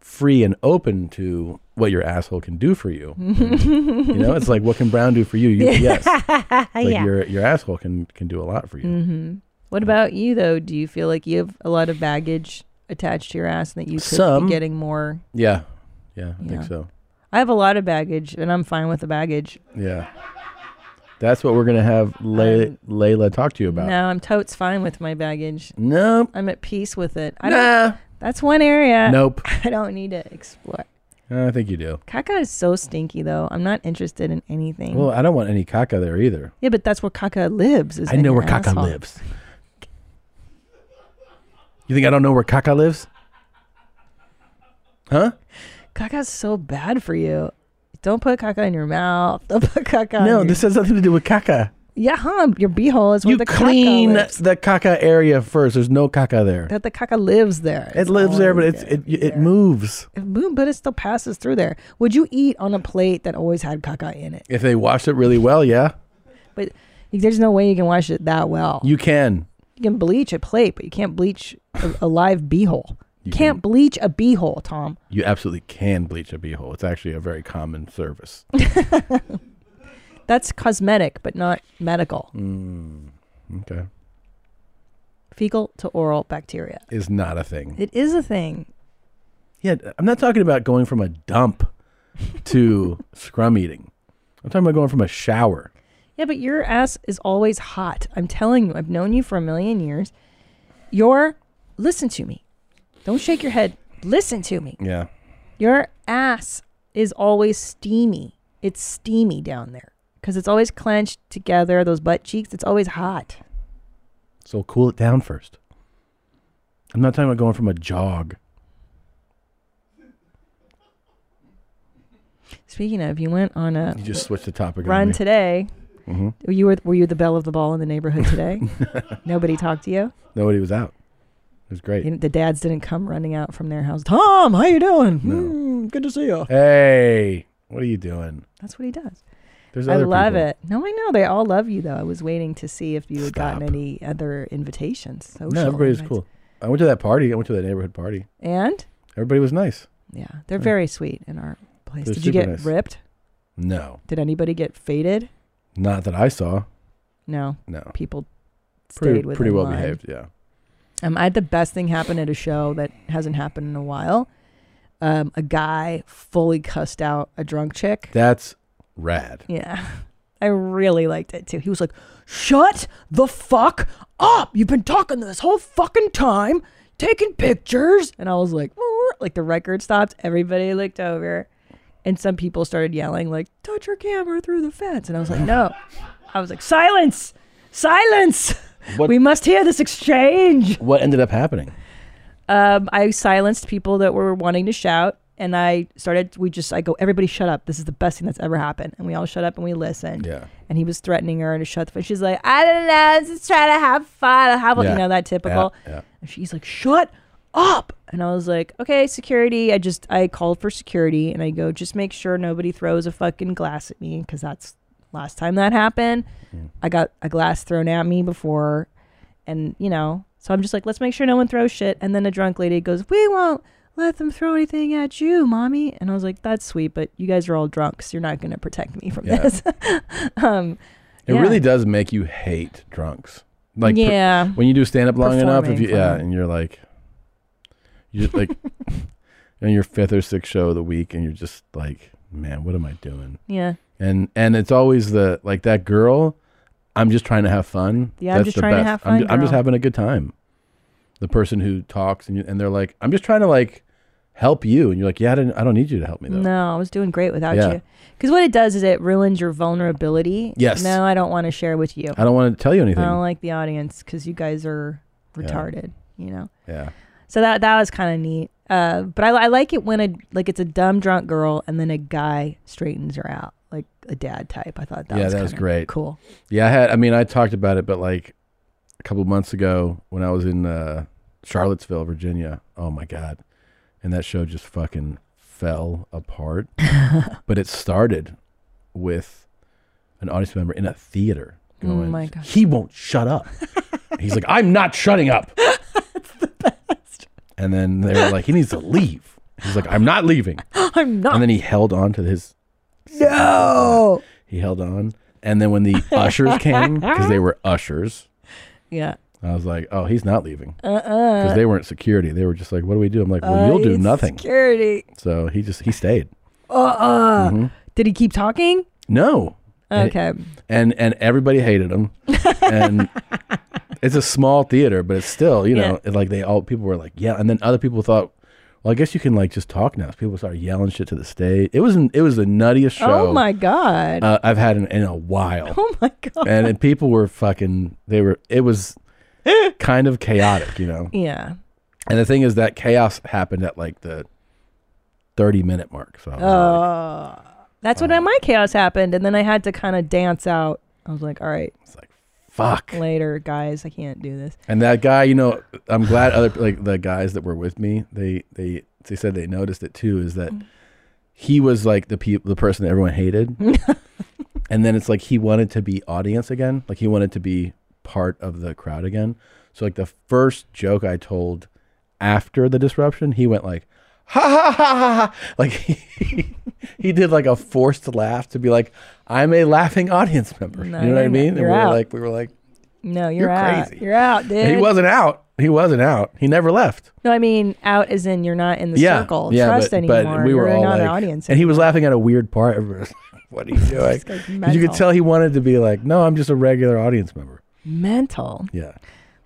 Speaker 2: free and open to what your asshole can do for you. you know, it's like what can Brown do for you? You- yes, It's like
Speaker 1: Yeah.
Speaker 2: your your asshole can can do a lot for you.
Speaker 1: hmm
Speaker 2: Mm.
Speaker 1: What about you though? Do you feel like you have a lot of baggage attached to your ass and that you could
Speaker 2: Some.
Speaker 1: be getting more?
Speaker 2: Yeah, yeah, I
Speaker 1: Yeah.
Speaker 2: think so.
Speaker 1: I have a lot of baggage, and I'm fine with the baggage.
Speaker 2: Yeah, that's what we're gonna have Le-
Speaker 1: Um,
Speaker 2: Layla talk to you about.
Speaker 1: No, I'm totes fine with my baggage.
Speaker 2: Nope.
Speaker 1: I'm at peace with it. I Uh, nah. That's one area.
Speaker 2: Nope.
Speaker 1: I don't need to explore.
Speaker 2: Uh, I think you do.
Speaker 1: Caca is so stinky, though. I'm not interested in anything.
Speaker 2: Well, I don't want any caca there either.
Speaker 1: yeah, but that's where caca lives. Is
Speaker 2: I
Speaker 1: in
Speaker 2: know
Speaker 1: your
Speaker 2: where caca
Speaker 1: asshole.
Speaker 2: lives. You think I don't know where caca lives? Huh?
Speaker 1: Caca's so bad for you. Don't put caca in your mouth. Don't put caca.
Speaker 2: no,
Speaker 1: in your,
Speaker 2: this has nothing to do with caca.
Speaker 1: Yeah, huh? Your beehole is where
Speaker 2: You
Speaker 1: the
Speaker 2: clean
Speaker 1: caca lives.
Speaker 2: the caca area first. There's no caca there.
Speaker 1: That the caca lives there.
Speaker 2: It lives there, but it's it, it moves.
Speaker 1: Boom, but it still passes through there. Would you eat on a plate that always had caca in it?
Speaker 2: If they wash it really well, yeah,
Speaker 1: But there's no way you can wash it that well.
Speaker 2: you can.
Speaker 1: You can bleach a plate, but you can't bleach a, a live beehole. You can't bleach a beehole, Tom.
Speaker 2: You absolutely can bleach a beehole. It's actually a very common service.
Speaker 1: That's cosmetic, but not medical.
Speaker 2: Mm, okay,
Speaker 1: Fecal to oral bacteria.
Speaker 2: is not a thing.
Speaker 1: It is a thing.
Speaker 2: Yeah, I'm not talking about going from a dump to scrum eating. I'm talking about going from a shower.
Speaker 1: Yeah, but your ass is always hot. I'm telling you, I've known you for a million years. Your, listen to me. Don't shake your head. Listen to me.
Speaker 2: Yeah.
Speaker 1: Your ass is always steamy. It's steamy down there because it's always clenched together, those butt cheeks. It's always hot.
Speaker 2: So cool it down first. I'm not talking about going from a jog.
Speaker 1: Speaking of, you went on a
Speaker 2: You just switched the topic. on
Speaker 1: run
Speaker 2: me.
Speaker 1: today.
Speaker 2: Mhm.
Speaker 1: Were You were were you the belle of the ball in the neighborhood today? Nobody talked to you?
Speaker 2: Nobody was out. It was great.
Speaker 1: You didn't- The dads didn't come running out from their house. Tom, how you doing? Hmm, good to see you.
Speaker 2: Hey, what are you doing?
Speaker 1: That's what he does.
Speaker 2: There's
Speaker 1: I
Speaker 2: other
Speaker 1: love
Speaker 2: people.
Speaker 1: it. No, I know they all love you though. I was waiting to see if you had gotten any other invitations. Social
Speaker 2: no, everybody's
Speaker 1: invites.
Speaker 2: cool. I went to that party. I went to that neighborhood party.
Speaker 1: And
Speaker 2: Everybody was nice.
Speaker 1: yeah, they're very sweet in our place.
Speaker 2: They're
Speaker 1: Did you
Speaker 2: super
Speaker 1: get
Speaker 2: nice.
Speaker 1: ripped?
Speaker 2: No,
Speaker 1: Did anybody get faded?
Speaker 2: not that I saw.
Speaker 1: No.
Speaker 2: No.
Speaker 1: People stayed
Speaker 2: Pretty,
Speaker 1: with
Speaker 2: pretty well
Speaker 1: line.
Speaker 2: behaved. Yeah.
Speaker 1: Um, I had the best thing happen at a show that hasn't happened in a while. Um, a guy fully cussed out a drunk chick.
Speaker 2: That's rad.
Speaker 1: Yeah. I really liked it too. He was like, Shut the fuck up. You've been talking this whole fucking time, taking pictures. And I was like, "Roar." like the record stopped. Everybody looked over. And some people started yelling, like, touch your camera through the fence. And I was like, no. I was like, silence, silence.
Speaker 2: What-
Speaker 1: We must hear this exchange.
Speaker 2: What ended up happening?
Speaker 1: um, I silenced people that were wanting to shout, and I started. We just, I go, everybody, shut up. This is the best thing that's ever happened, and we all shut up and we listened.
Speaker 2: Yeah.
Speaker 1: And he was threatening her to shut the. fuck. She's like, I don't know, I was just trying to have fun. How about
Speaker 2: Yeah.
Speaker 1: you know that typical?
Speaker 2: Yeah, yeah.
Speaker 1: And she's like, shut up. And I was like, okay, security. I just, I called for security, and I go, just make sure nobody throws a fucking glass at me, because that's last time that happened.
Speaker 2: Hmm.
Speaker 1: I got a glass thrown at me before and you know so i'm just like let's make sure no one throws shit and then a drunk lady goes we won't let them throw anything at you mommy and i was like that's sweet but you guys are all drunk so you're not going to protect me from
Speaker 2: Yeah.
Speaker 1: this um
Speaker 2: It
Speaker 1: yeah.
Speaker 2: really does make you hate drunks. Like per-
Speaker 1: Yeah.
Speaker 2: when you do stand up long enough, if
Speaker 1: Performing
Speaker 2: you
Speaker 1: for
Speaker 2: yeah,
Speaker 1: them.
Speaker 2: and you're like, you just like, on your fifth or sixth show of the week, and you're just like, man, what am I doing?
Speaker 1: Yeah.
Speaker 2: And and it's always the like that girl. I'm just trying to have fun.
Speaker 1: Yeah, I'm just
Speaker 2: the
Speaker 1: trying to have fun,
Speaker 2: I'm, ju- I'm just
Speaker 1: girl.
Speaker 2: having a good time. The person who talks and you, and they're like, I'm just trying to like help you, and you're like, yeah, I, didn't, I don't need you to help me though.
Speaker 1: no i was doing great without
Speaker 2: Yeah.
Speaker 1: you because what it does is it ruins your vulnerability
Speaker 2: Yes.
Speaker 1: no i don't want to share with you
Speaker 2: I don't want to tell you
Speaker 1: i
Speaker 2: anything.
Speaker 1: don't like the audience because you guys are retarded you know
Speaker 2: yeah.
Speaker 1: So that that was kind of neat. Uh, but I, I like it when a like it's a dumb drunk girl and then a guy straightens her out, like a dad type. I thought that
Speaker 2: yeah,
Speaker 1: was
Speaker 2: that was
Speaker 1: kinda
Speaker 2: great.
Speaker 1: cool.
Speaker 2: Yeah, I had. I mean, I talked about it, but like a couple months ago when I was in uh, Charlottesville, Virginia. Oh my god! And that show just fucking fell apart. but it started with an audience member in a theater
Speaker 1: Oh
Speaker 2: going,
Speaker 1: my God.
Speaker 2: "He won't shut up." He's like, "I'm not shutting up." That's the best. And then they were like, "He needs to leave." He's like, I'm not leaving.
Speaker 1: I'm not.
Speaker 2: And then he held on to his.
Speaker 1: No.
Speaker 2: He held on, and then when the ushers came, because they were ushers,
Speaker 1: Yeah.
Speaker 2: I was like, oh, he's not leaving.
Speaker 1: Uh-uh.
Speaker 2: Because they weren't security. They were just like, what do we do? I'm like, well,
Speaker 1: Uh,
Speaker 2: you'll do
Speaker 1: it's
Speaker 2: nothing.
Speaker 1: Security.
Speaker 2: So he just he stayed.
Speaker 1: Uh-uh.
Speaker 2: Mhm.
Speaker 1: Did he keep talking?
Speaker 2: No. And-
Speaker 1: Okay.
Speaker 2: And and everybody hated him. and it's a small theater, but it's still, you know,
Speaker 1: Yeah.
Speaker 2: it- like they all people were like, yeah, and then other people thought, well, I guess you can like just talk now. So people started yelling shit to the stage. It was an, it was the nuttiest show.
Speaker 1: Oh my god.
Speaker 2: Uh, I've had in, in a while.
Speaker 1: oh my god.
Speaker 2: and, and people were fucking they were it was kind of chaotic, you know.
Speaker 1: yeah.
Speaker 2: And the thing is that chaos happened at like the 30 minute mark. So I was like,
Speaker 1: Uh, that's when my chaos happened, and then I had to kind of dance out. I was like, all right. It's
Speaker 2: like, fuck.
Speaker 1: Later, guys, I can't do this.
Speaker 2: and that guy, you know, I'm glad other like the guys that were with me, they they they said they noticed it too is that he was like the pe- the person that everyone hated. and then it's like he wanted to be audience again. Like he wanted to be part of the crowd again. So like the first joke I told after the disruption, he went like ha ha ha ha ha like he, he did like a forced laugh to be like I'm a laughing audience member.
Speaker 1: No,
Speaker 2: you know what I
Speaker 1: you're not.
Speaker 2: mean? And we
Speaker 1: You're
Speaker 2: were
Speaker 1: out.
Speaker 2: like we were like
Speaker 1: No, you're,
Speaker 2: You're
Speaker 1: out.
Speaker 2: crazy.
Speaker 1: You're out, dude.
Speaker 2: he wasn't out. He wasn't out. He never left.
Speaker 1: No, I mean out as in you're not in the
Speaker 2: yeah,
Speaker 1: circle of
Speaker 2: yeah,
Speaker 1: trust
Speaker 2: but,
Speaker 1: anymore.
Speaker 2: But we were
Speaker 1: you're
Speaker 2: all
Speaker 1: not
Speaker 2: like,
Speaker 1: an audience.
Speaker 2: and he was laughing at a weird part. Everybody was like, "What are you doing?"
Speaker 1: This guy's
Speaker 2: 'Cause you could
Speaker 1: mental.
Speaker 2: tell he wanted to be like, "No, I'm just a regular audience member."
Speaker 1: mental.
Speaker 2: Yeah,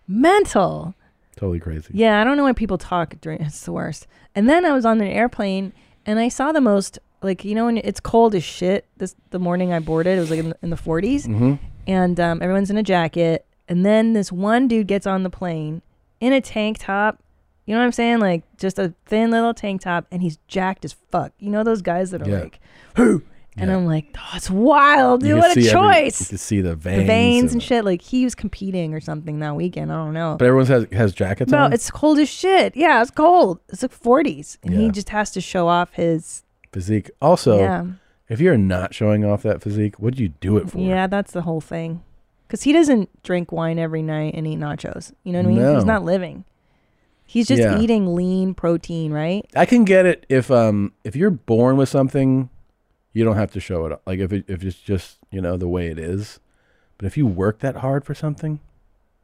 Speaker 1: Mental.
Speaker 2: totally crazy.
Speaker 1: Yeah, I don't know why people talk during it's the worst. And then I was on an airplane and I saw the most like you know when it's cold as shit. This the morning I boarded, it was like in the, in the 40s.
Speaker 2: Mm-hmm.
Speaker 12: Mhm.
Speaker 1: And um, everyone's in a jacket and then this one dude gets on the plane in a tank top. You know what I'm saying? Like just a thin little tank top and he's jacked as fuck. You know those guys that are
Speaker 2: Yeah.
Speaker 1: like who? And I'm like, "Oh, it's wild. Dude,
Speaker 2: You could
Speaker 1: what a
Speaker 2: see every-
Speaker 1: choice."
Speaker 2: you could see the veins,
Speaker 1: the veins
Speaker 2: and-
Speaker 1: and shit like he was competing or something that weekend. I don't know.
Speaker 2: but everyone has has jackets
Speaker 1: No,
Speaker 2: on.
Speaker 1: it's cold as shit. Yeah, it's cold. It's like forties, and he
Speaker 2: Yeah.
Speaker 1: just has to show off his.
Speaker 2: physique. Also,
Speaker 1: Yeah.
Speaker 2: if you're not showing off that physique, what do you do it for?
Speaker 1: Yeah, that's the whole thing. Because he doesn't drink wine every night and eat nachos. You know what I mean? He's
Speaker 2: No.
Speaker 1: not living. He's just
Speaker 2: Yeah.
Speaker 1: eating lean protein, right?
Speaker 2: I can get it if um if you're born with something, you don't have to show it. Like if it, if it's just you know the way it is, but if you work that hard for something,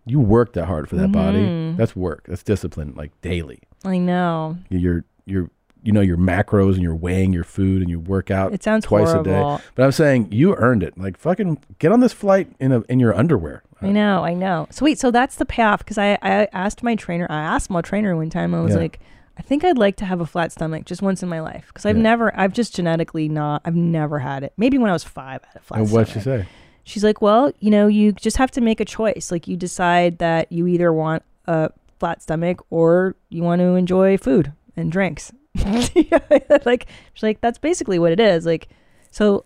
Speaker 2: you work that hard for that body.
Speaker 1: Mhm.
Speaker 2: That's work. That's discipline. Like daily,
Speaker 1: I know.
Speaker 2: you're you're you know your macros and you're weighing your food and you work out.
Speaker 1: It sounds
Speaker 2: twice a
Speaker 1: horrible.
Speaker 2: day. But I'm saying you earned it. Like fucking get on this flight in a in your underwear.
Speaker 1: I know, I know. So wait, so that's the payoff because I, I asked my trainer, I asked my trainer one time, I was
Speaker 2: Yeah.
Speaker 1: like, I think I'd like to have a flat stomach just once in my life because I've
Speaker 2: Yeah.
Speaker 1: never, I've just genetically not, I've never had it. Maybe when I was five, I had a flat
Speaker 2: And
Speaker 1: stomach.
Speaker 2: what'd she say?
Speaker 1: She's like, well, you know, you just have to make a choice. Like you decide that you either want a flat stomach or you want to enjoy food and drinks. like she's like, that's basically what it is. Like, so,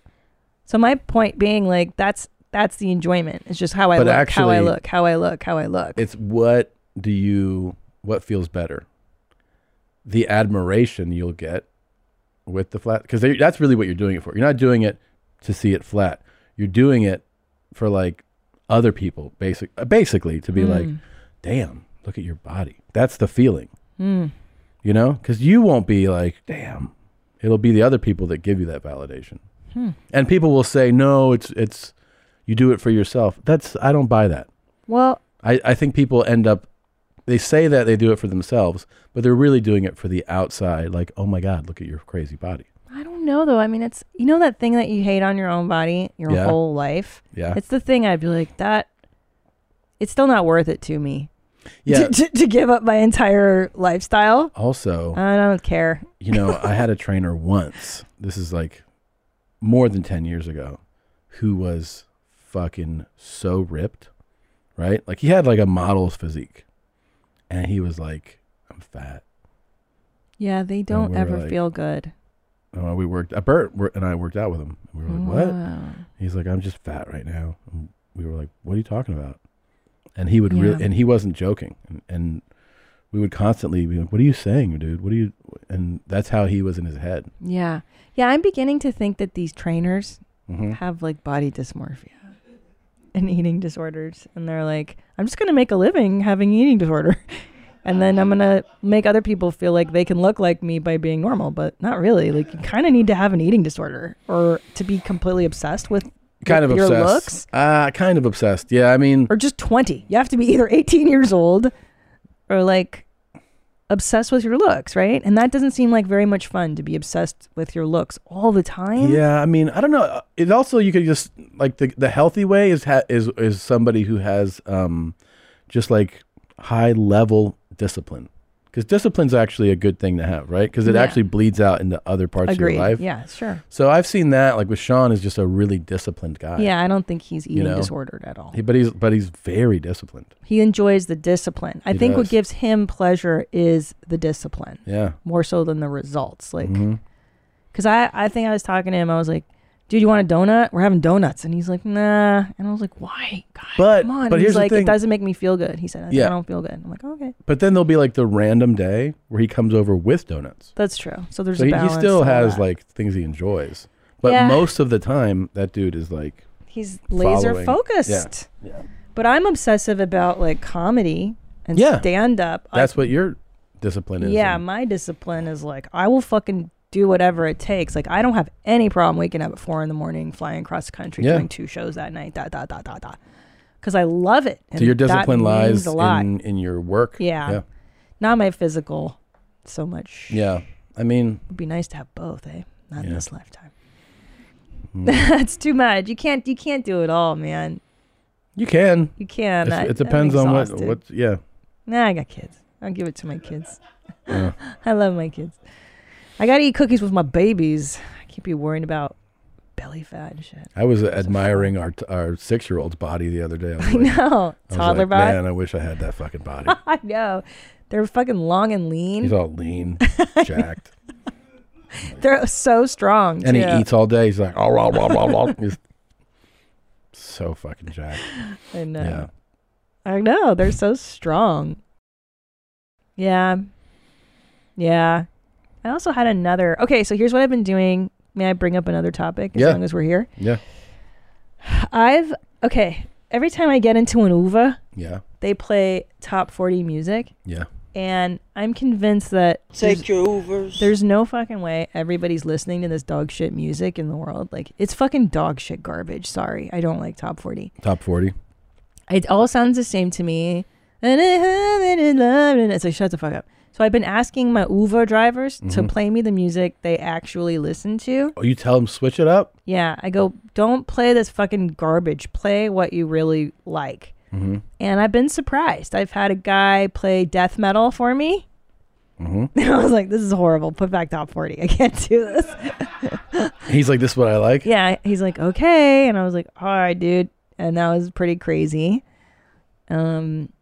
Speaker 1: so my point being, like, that's that's the enjoyment. It's just how I
Speaker 2: But
Speaker 1: look, how I
Speaker 2: actually-
Speaker 1: look, how I look, how I look.
Speaker 2: It's what do you what feels better? The admiration you'll get with the flat because that's really what you're doing it for. You're not doing it to see it flat. You're doing it for like other people, basic uh, basically to be like,
Speaker 1: Mm.
Speaker 2: damn, look at your body. That's the feeling,
Speaker 1: Mm.
Speaker 2: you know, because you won't be like, damn. It'll be the other people that give you that validation.
Speaker 1: Hmm.
Speaker 2: And people will say, no, it's it's you do it for yourself. That's I don't buy that.
Speaker 1: Well,
Speaker 2: I, I think people end up they say that they do it for themselves, but they're really doing it for the outside, like, oh my God, look at your crazy body.
Speaker 1: I don't know though. I mean, it's you know that thing that you hate on your own body your
Speaker 2: Yeah.
Speaker 1: whole life.
Speaker 2: Yeah.
Speaker 1: it's the thing I'd be like that. It's still not worth it to me. to,
Speaker 2: Yeah.
Speaker 1: to, to give up my entire lifestyle.
Speaker 2: Also,
Speaker 1: I don't care.
Speaker 2: you know, I had a trainer once, this is like more than ten years ago, who was fucking so ripped, right? Like he had like a model's physique. And he was like, I'm fat.
Speaker 1: Yeah, they
Speaker 2: we
Speaker 1: don't
Speaker 2: were
Speaker 1: ever
Speaker 2: like-
Speaker 1: feel good.
Speaker 2: Uh, we worked. Uh, Bert wor- and I worked out with him. And we were like,
Speaker 1: Wow.
Speaker 2: "What?" He's like, "I'm just fat right now." And we were like, "What are you talking about?" And he would
Speaker 1: Yeah.
Speaker 2: really, and he wasn't joking. And, and we would constantly be like, "What are you saying, dude? What are you?" And that's how he was in his head.
Speaker 1: Yeah, yeah. I'm beginning to think that these trainers
Speaker 2: Mhm.
Speaker 1: have like body dysmorphia and eating disorders, and they're like, "I'm just gonna make a living having eating disorder." and then I'm gonna make other people feel like they can look like me by being normal, but not really. Like you kind of need to have an eating disorder or to be completely obsessed with
Speaker 2: Kind of
Speaker 1: your
Speaker 2: obsessed.
Speaker 1: looks,
Speaker 2: Uh, kind of obsessed. Yeah, I mean,
Speaker 1: or just 20. You have to be either 18 years old or like obsessed with your looks, right? And that doesn't seem like very much fun to be obsessed with your looks all the time.
Speaker 2: Yeah, I mean, I don't know. Uh, It also you could just like the the healthy way is ha- is is somebody who has um just like high level discipline. Cuz discipline's actually a good thing to have, right? Cuz it
Speaker 1: Yeah.
Speaker 2: actually bleeds out into other parts
Speaker 1: Agreed.
Speaker 2: of your life.
Speaker 1: Yeah, sure.
Speaker 2: So I've seen that like with Sean is just a really disciplined guy.
Speaker 1: Yeah, I don't think he's
Speaker 2: you
Speaker 1: eating
Speaker 2: know?
Speaker 1: disordered at all.
Speaker 2: He, but he's but he's very disciplined.
Speaker 1: He enjoys the discipline. I
Speaker 2: He
Speaker 1: think what
Speaker 2: does.
Speaker 1: gives him pleasure is the discipline.
Speaker 2: Yeah.
Speaker 1: More so than the results. Like
Speaker 2: Mhm.
Speaker 1: Cause I, I think I was talking to him. I was like, "Dude, you want a donut? We're having donuts." And he's like, "Nah." And I was like, "Why? God,
Speaker 2: But
Speaker 1: come on."
Speaker 2: but
Speaker 1: And
Speaker 2: here's
Speaker 1: he's like,
Speaker 2: the thing.
Speaker 1: "It doesn't make me feel good." He said, I,
Speaker 2: Yeah.
Speaker 1: "I don't feel good." I'm like, "Okay,
Speaker 2: But then there'll be like the random day where he comes over with donuts.
Speaker 1: that's true." So there's
Speaker 2: so
Speaker 1: a
Speaker 2: he, he
Speaker 1: balance.
Speaker 2: still
Speaker 1: and all
Speaker 2: has
Speaker 1: that.
Speaker 2: like things he enjoys. But
Speaker 1: Yeah.
Speaker 2: most of the time that dude is like
Speaker 1: he's laser
Speaker 2: following-
Speaker 1: focused.
Speaker 2: Yeah. yeah.
Speaker 1: But I'm obsessive about like comedy and
Speaker 2: Yeah.
Speaker 1: stand up.
Speaker 2: That's what your discipline is.
Speaker 1: Yeah, my discipline is like I will fucking do whatever it takes. Like I don't have any problem waking up at four in the morning, flying across the country,
Speaker 2: Yeah.
Speaker 1: doing two shows that night. Da da da da da. Because I love it.
Speaker 2: So your
Speaker 1: and that
Speaker 2: discipline
Speaker 1: means
Speaker 2: lies
Speaker 1: a lot.
Speaker 2: in, in your work.
Speaker 1: Yeah.
Speaker 2: yeah.
Speaker 1: Not my physical so much.
Speaker 2: Yeah. I mean,
Speaker 1: It'd be nice to have both, eh? Not in
Speaker 2: Yeah. Mm.
Speaker 1: this lifetime. That's too much. You can't you can't do it all, man.
Speaker 2: you can.
Speaker 1: You can.
Speaker 2: It's-
Speaker 1: I-
Speaker 2: it
Speaker 1: I'm
Speaker 2: depends on what
Speaker 1: exhausted.
Speaker 2: what. Yeah.
Speaker 1: Nah, I got kids. I'll give it to my kids.
Speaker 2: Yeah.
Speaker 1: I love my kids. I gotta eat cookies with my babies. I can't be worrying about belly fat and shit.
Speaker 2: I was admiring our our six year old's body the other day. I, was
Speaker 1: I
Speaker 2: like-
Speaker 1: know.
Speaker 2: I was
Speaker 1: Oh, Toddler
Speaker 2: like,
Speaker 1: body.
Speaker 2: Man, I wish I had that fucking body.
Speaker 1: I know. They're fucking long and lean.
Speaker 2: He's all lean, jacked,
Speaker 1: They're so strong.
Speaker 2: and he
Speaker 1: too.
Speaker 2: eats all day. He's like, oh, rah, rah, rah, rah." He's so fucking jacked.
Speaker 1: I know.
Speaker 2: Yeah.
Speaker 1: I know. They're so strong. Yeah. Yeah. I also had another. Okay, so here's what I've been doing. May I bring up another topic as
Speaker 2: Yeah.
Speaker 1: long as we're here?
Speaker 2: Yeah.
Speaker 1: I've. Okay. Every time I get into an UVA,
Speaker 2: Yeah.
Speaker 1: they play top 40 music.
Speaker 2: Yeah.
Speaker 1: And I'm convinced that
Speaker 12: Take
Speaker 1: there's-
Speaker 12: your Ubers.
Speaker 1: There's no fucking way everybody's listening to this dog shit music in the world. Like it's fucking dog shit garbage. Sorry. I don't like top 40.
Speaker 2: Top forty.
Speaker 1: It all sounds the same to me. And I haven't in love. And it's like, shut the fuck up. So I've been asking my Uber drivers to
Speaker 2: Mhm.
Speaker 1: play me the music they actually listen to.
Speaker 2: Oh, you tell him switch it up.
Speaker 1: Yeah. I go, don't play this fucking garbage. Play what you really like.
Speaker 2: Mm-hmm.
Speaker 1: And I've been surprised. I've had a guy play death metal for me.
Speaker 2: Mm-hmm.
Speaker 1: And I was like, this is horrible. Put back top 40. I can't do this.
Speaker 2: He's like, this is what I like.
Speaker 1: yeah. He's like, okay. And I was like, all right, dude. And that was pretty crazy. Um,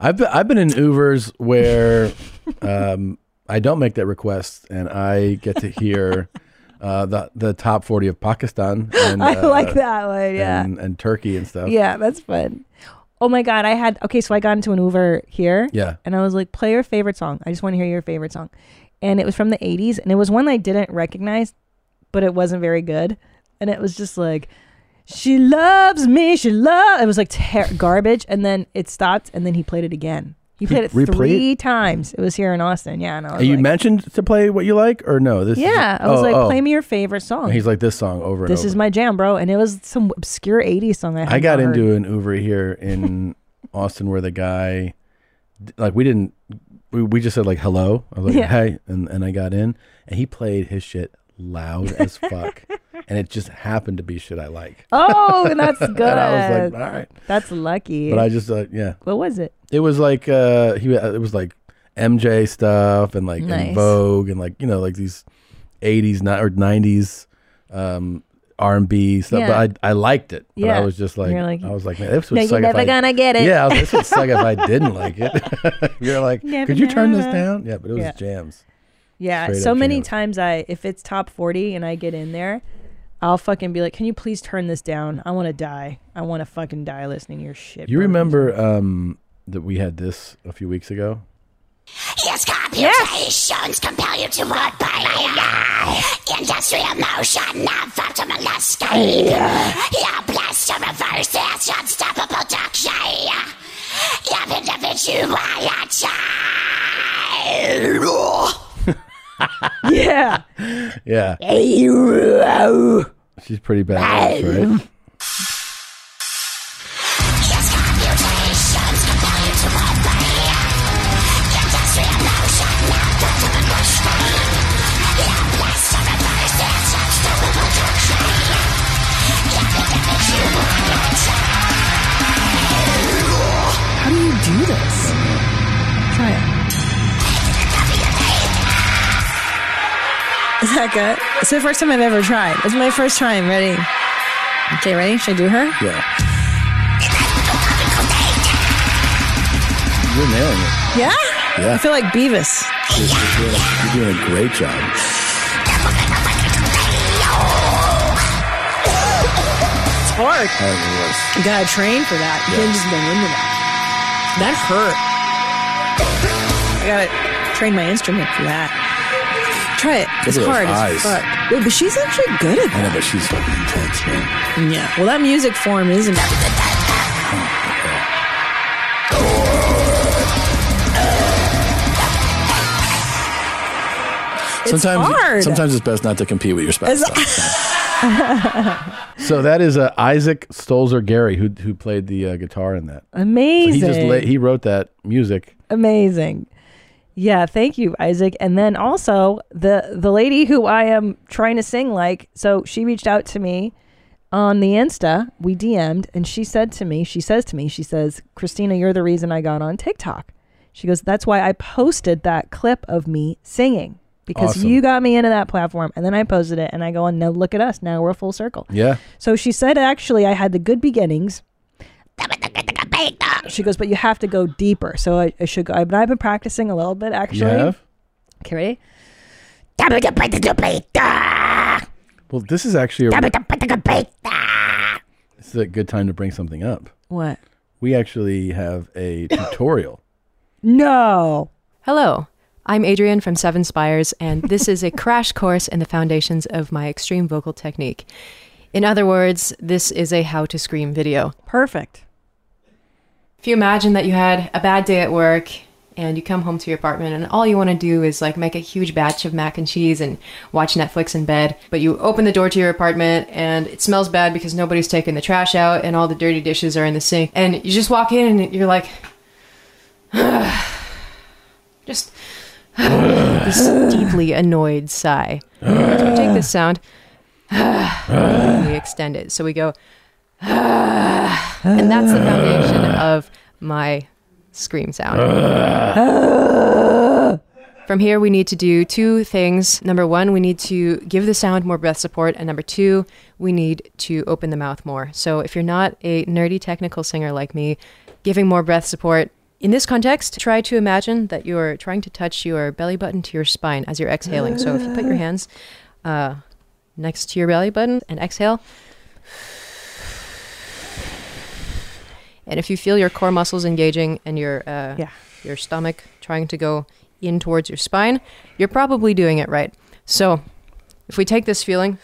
Speaker 2: I've been, I've been in Ubers where um, I don't make that request, and I get to hear uh, the the top forty of Pakistan. And,
Speaker 1: I
Speaker 2: uh,
Speaker 1: like that one. Yeah.
Speaker 2: and, and Turkey and stuff.
Speaker 1: yeah. That's fun. Oh my God. I had, okay. So I got into an Uber here.
Speaker 2: Yeah.
Speaker 1: And I was like, play your favorite song. I just want to hear your favorite song. And it was from the 80s. And it was one I didn't recognize, but it wasn't very good. And it was just like, she loves me. She loves. It was like ter- garbage. And then it stopped. And then he played it again. He played it
Speaker 2: replayed
Speaker 1: three times. It was here in Austin. Yeah. And I was
Speaker 2: And you
Speaker 1: like,
Speaker 2: mentioned to play what you like, or no? This is-
Speaker 1: yeah. I was
Speaker 2: oh,
Speaker 1: like,
Speaker 2: oh.
Speaker 1: play me your favorite song.
Speaker 2: And he's like this song over and
Speaker 1: this
Speaker 2: over.
Speaker 1: is my jam, bro. And it was some obscure 80s song I had.
Speaker 2: I got into an Uber here in Austin where the guy, like, we didn't, we, we just said, like, hello. I was like,
Speaker 1: Yeah.
Speaker 2: hey. And, and I got in, and he played his shit loud as fuck. And it just happened to be shit I like.
Speaker 1: Oh, that's good.
Speaker 2: And I was like, all right.
Speaker 1: That's lucky.
Speaker 2: But I just, uh, yeah.
Speaker 1: What was it?
Speaker 2: It was like, uh, he, it was like MJ stuff and like and
Speaker 1: Nice.
Speaker 2: Vogue and like, you know, like these 80s ni- or 90s, um, R&B stuff,
Speaker 1: Yeah.
Speaker 2: but I I liked it. But I
Speaker 1: Yeah.
Speaker 2: was just like,
Speaker 1: You're like,
Speaker 2: I was like, man, this would
Speaker 1: "No, you're
Speaker 2: suck if
Speaker 1: never
Speaker 2: I-
Speaker 1: gonna get it."
Speaker 2: Yeah, I was like, this would suck if I didn't like it. You're like,
Speaker 1: Never
Speaker 2: could you turn this
Speaker 1: know."
Speaker 2: down? Yeah, but it was
Speaker 1: Yeah.
Speaker 2: jams.
Speaker 1: Yeah,
Speaker 2: Straight
Speaker 1: so
Speaker 2: up
Speaker 1: many
Speaker 2: jams.
Speaker 1: times I if it's top 40 and I get in there, I'll fucking be like, "Can you please turn this down? I want to die. I want to fucking die listening to your shit."
Speaker 2: You
Speaker 1: bro."
Speaker 2: remember um, that we had this a few weeks ago?
Speaker 13: Yes, computations compel you to vote by AI. Industrial motion of optimal escape. You're blessed to reverse this unstoppable decay. Your individual you are a child.
Speaker 1: yeah.
Speaker 2: Yeah. She's pretty bad, right?
Speaker 13: Computations compel you to obey. Give us the emotion, not the typical strain. Your best of advice that such the little direction. Give me the things you want to
Speaker 1: How do you do this? Try it.
Speaker 12: Is that good? It's the first time I've ever tried. It's my first time. Ready? Okay, ready? Should I do her?
Speaker 2: Yeah. You're nailing it.
Speaker 12: Yeah?
Speaker 2: Yeah.
Speaker 12: I feel like Beavis.
Speaker 2: You're, you're doing a- you're doing a great job.
Speaker 12: It's hard.
Speaker 2: That
Speaker 12: You gotta train for that. You can't just go into that. That hurt. I gotta train my instrument for that. Try it.
Speaker 2: Look
Speaker 12: It's
Speaker 2: at those
Speaker 12: hard
Speaker 2: eyes.
Speaker 12: as fuck. Yo, but she's actually good at
Speaker 2: I know,
Speaker 12: that.
Speaker 2: but she's fucking intense, man.
Speaker 12: Yeah. Well, that music form isn't it?
Speaker 2: It's sometimes,
Speaker 12: hard.
Speaker 2: sometimes it's best not to compete with your spouse.
Speaker 1: It's-
Speaker 2: so that is uh, Isaac Stolzer Gary, who who played the uh, guitar in that. So
Speaker 1: Amazing.
Speaker 2: he just la- he wrote that music.
Speaker 1: Amazing. Yeah, thank you, Isaac. And then also the the lady who I am trying to sing like, so she reached out to me on the Insta. We DM'd and she said to me, she says to me, she says, Christina, you're the reason I got on TikTok. She goes, That's why I posted that clip of me singing. Because
Speaker 2: Awesome.
Speaker 1: you got me into that platform and then I posted it and I go on, now look at us. Now we're full circle.
Speaker 2: Yeah.
Speaker 1: So she said, actually, I had the good beginnings. She goes, but you have to go deeper. So I, I should go. I've, I've been practicing a little bit, actually.
Speaker 2: You have?
Speaker 1: Okay, ready?
Speaker 2: Well, this is actually a. This is a good time to bring something up.
Speaker 1: What?
Speaker 2: We actually have a tutorial.
Speaker 1: No.
Speaker 14: Hello. I'm Adrian from Seven Spires, and this is a crash course in the foundations of my extreme vocal technique. In other words, this is a how to scream video.
Speaker 1: Perfect.
Speaker 14: If you imagine that you had a bad day at work and you come home to your apartment and all you want to do is like make a huge batch of mac and cheese and watch Netflix in bed, but you open the door to your apartment and it smells bad because nobody's taken the trash out and all the dirty dishes are in the sink, and you just walk in and you're like, just this deeply annoyed sigh. so we take this sound and we extend it. So we go, and that's the foundation of my scream sound. From here, we need to do two things. Number one, we need to give the sound more breath support. And number two, we need to open the mouth more. So if you're not a nerdy technical singer like me, giving more breath support. In this context, try to imagine that you're trying to touch your belly button to your spine as you're exhaling. So if you put your hands uh, next to your belly button and exhale, And if you feel your core muscles engaging and your uh, your stomach trying to go in towards your spine, you're probably doing it right. So, if we take this feeling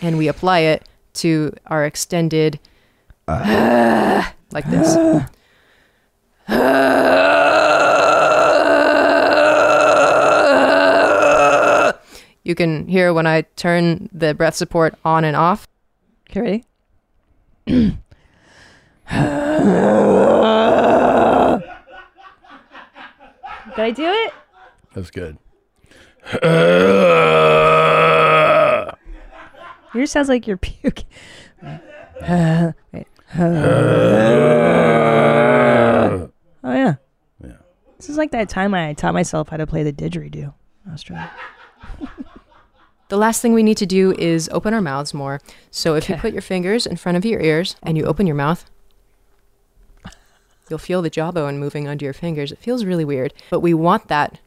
Speaker 14: and we apply it to our extended like this. You can hear when I turn the breath support on and off.
Speaker 1: Okay, ready? Did I do it?
Speaker 2: That's good.
Speaker 1: Yours sounds like you're puking. Wait. oh, yeah. Yeah. This is like that time I taught myself how to play the didgeridoo. I was trying.
Speaker 14: The last thing we need to do is open our mouths more. So if you put your fingers in front of your ears and you open your mouth, you'll feel the jawbone moving under your fingers. It feels really weird, but we want that.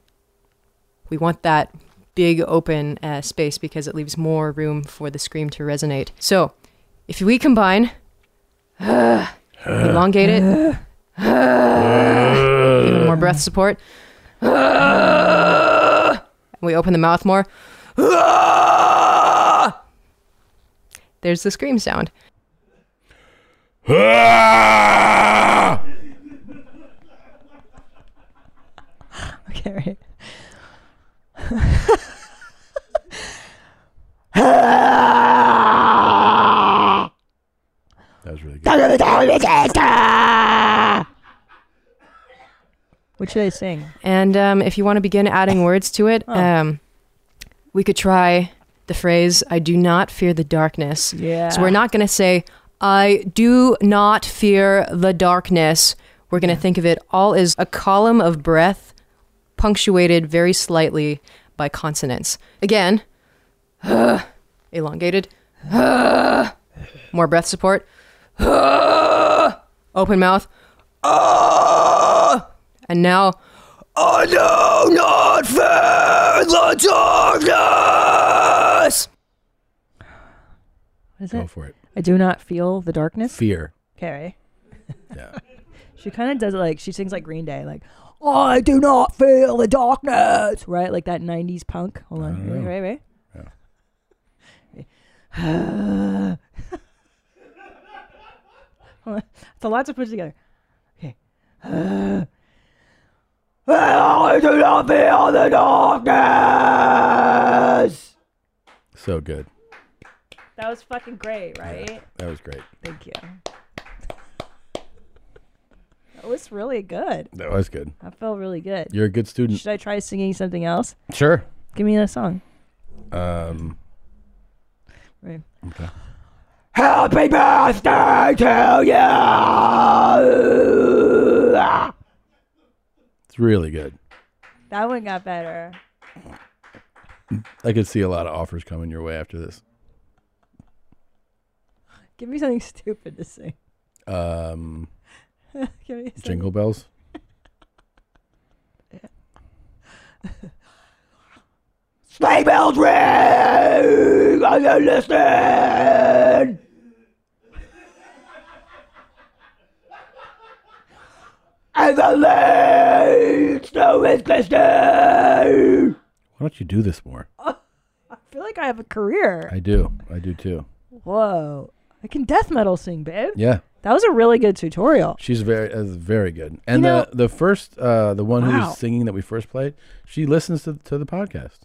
Speaker 14: We want that big open uh, space because it leaves more room for the scream to resonate. So if we combine, elongate it, even more breath support. We open the mouth more. There's the scream sound.
Speaker 1: What should I sing?
Speaker 14: And um, if you want to begin adding words to it, um, we could try the phrase, I do not fear the darkness.
Speaker 1: Yeah.
Speaker 14: So we're not going to say, I do not fear the darkness. We're going to think of it all as a column of breath punctuated very slightly by consonants. Again, elongated, more breath support, open mouth, and now, I do not fear the darkness.
Speaker 1: What is it?
Speaker 2: Go for it.
Speaker 1: I do not feel the darkness.
Speaker 2: Fear.
Speaker 1: Okay.
Speaker 2: Yeah.
Speaker 1: she kind of does it like she sings like Green Day, like I do not feel the darkness, right? Like that '90s punk. Hold on,
Speaker 13: don't know.
Speaker 1: right, right.
Speaker 13: Yeah.
Speaker 1: Hold on. It's a lot to put together. Okay.
Speaker 13: I do not feel the darkness.
Speaker 2: So good.
Speaker 1: That was fucking great, right?
Speaker 2: That was great.
Speaker 1: Thank you. That was really good.
Speaker 2: That was good.
Speaker 1: I felt really good.
Speaker 2: You're a good student.
Speaker 1: Should I try singing something else?
Speaker 2: Sure.
Speaker 1: Give me a song.
Speaker 2: Um,
Speaker 1: Right.
Speaker 13: Happy birthday to you.
Speaker 2: it's really good.
Speaker 1: That one got better.
Speaker 2: I could see a lot of offers coming your way after this.
Speaker 1: Give me something stupid to sing.
Speaker 2: Um,
Speaker 1: Give me something.
Speaker 2: jingle bells.
Speaker 13: Sleigh bells ring. Are you listening? And the late snow is glistening.
Speaker 2: Why don't you do this more?
Speaker 1: I feel like I have a career.
Speaker 2: I do. I do too.
Speaker 1: Whoa. I can death metal sing, babe.
Speaker 2: Yeah.
Speaker 1: That was a really good tutorial.
Speaker 2: She's very uh, very good. And
Speaker 1: know-
Speaker 2: the the first uh the one
Speaker 1: Wow.
Speaker 2: who's singing that we first played, she listens to to the podcast.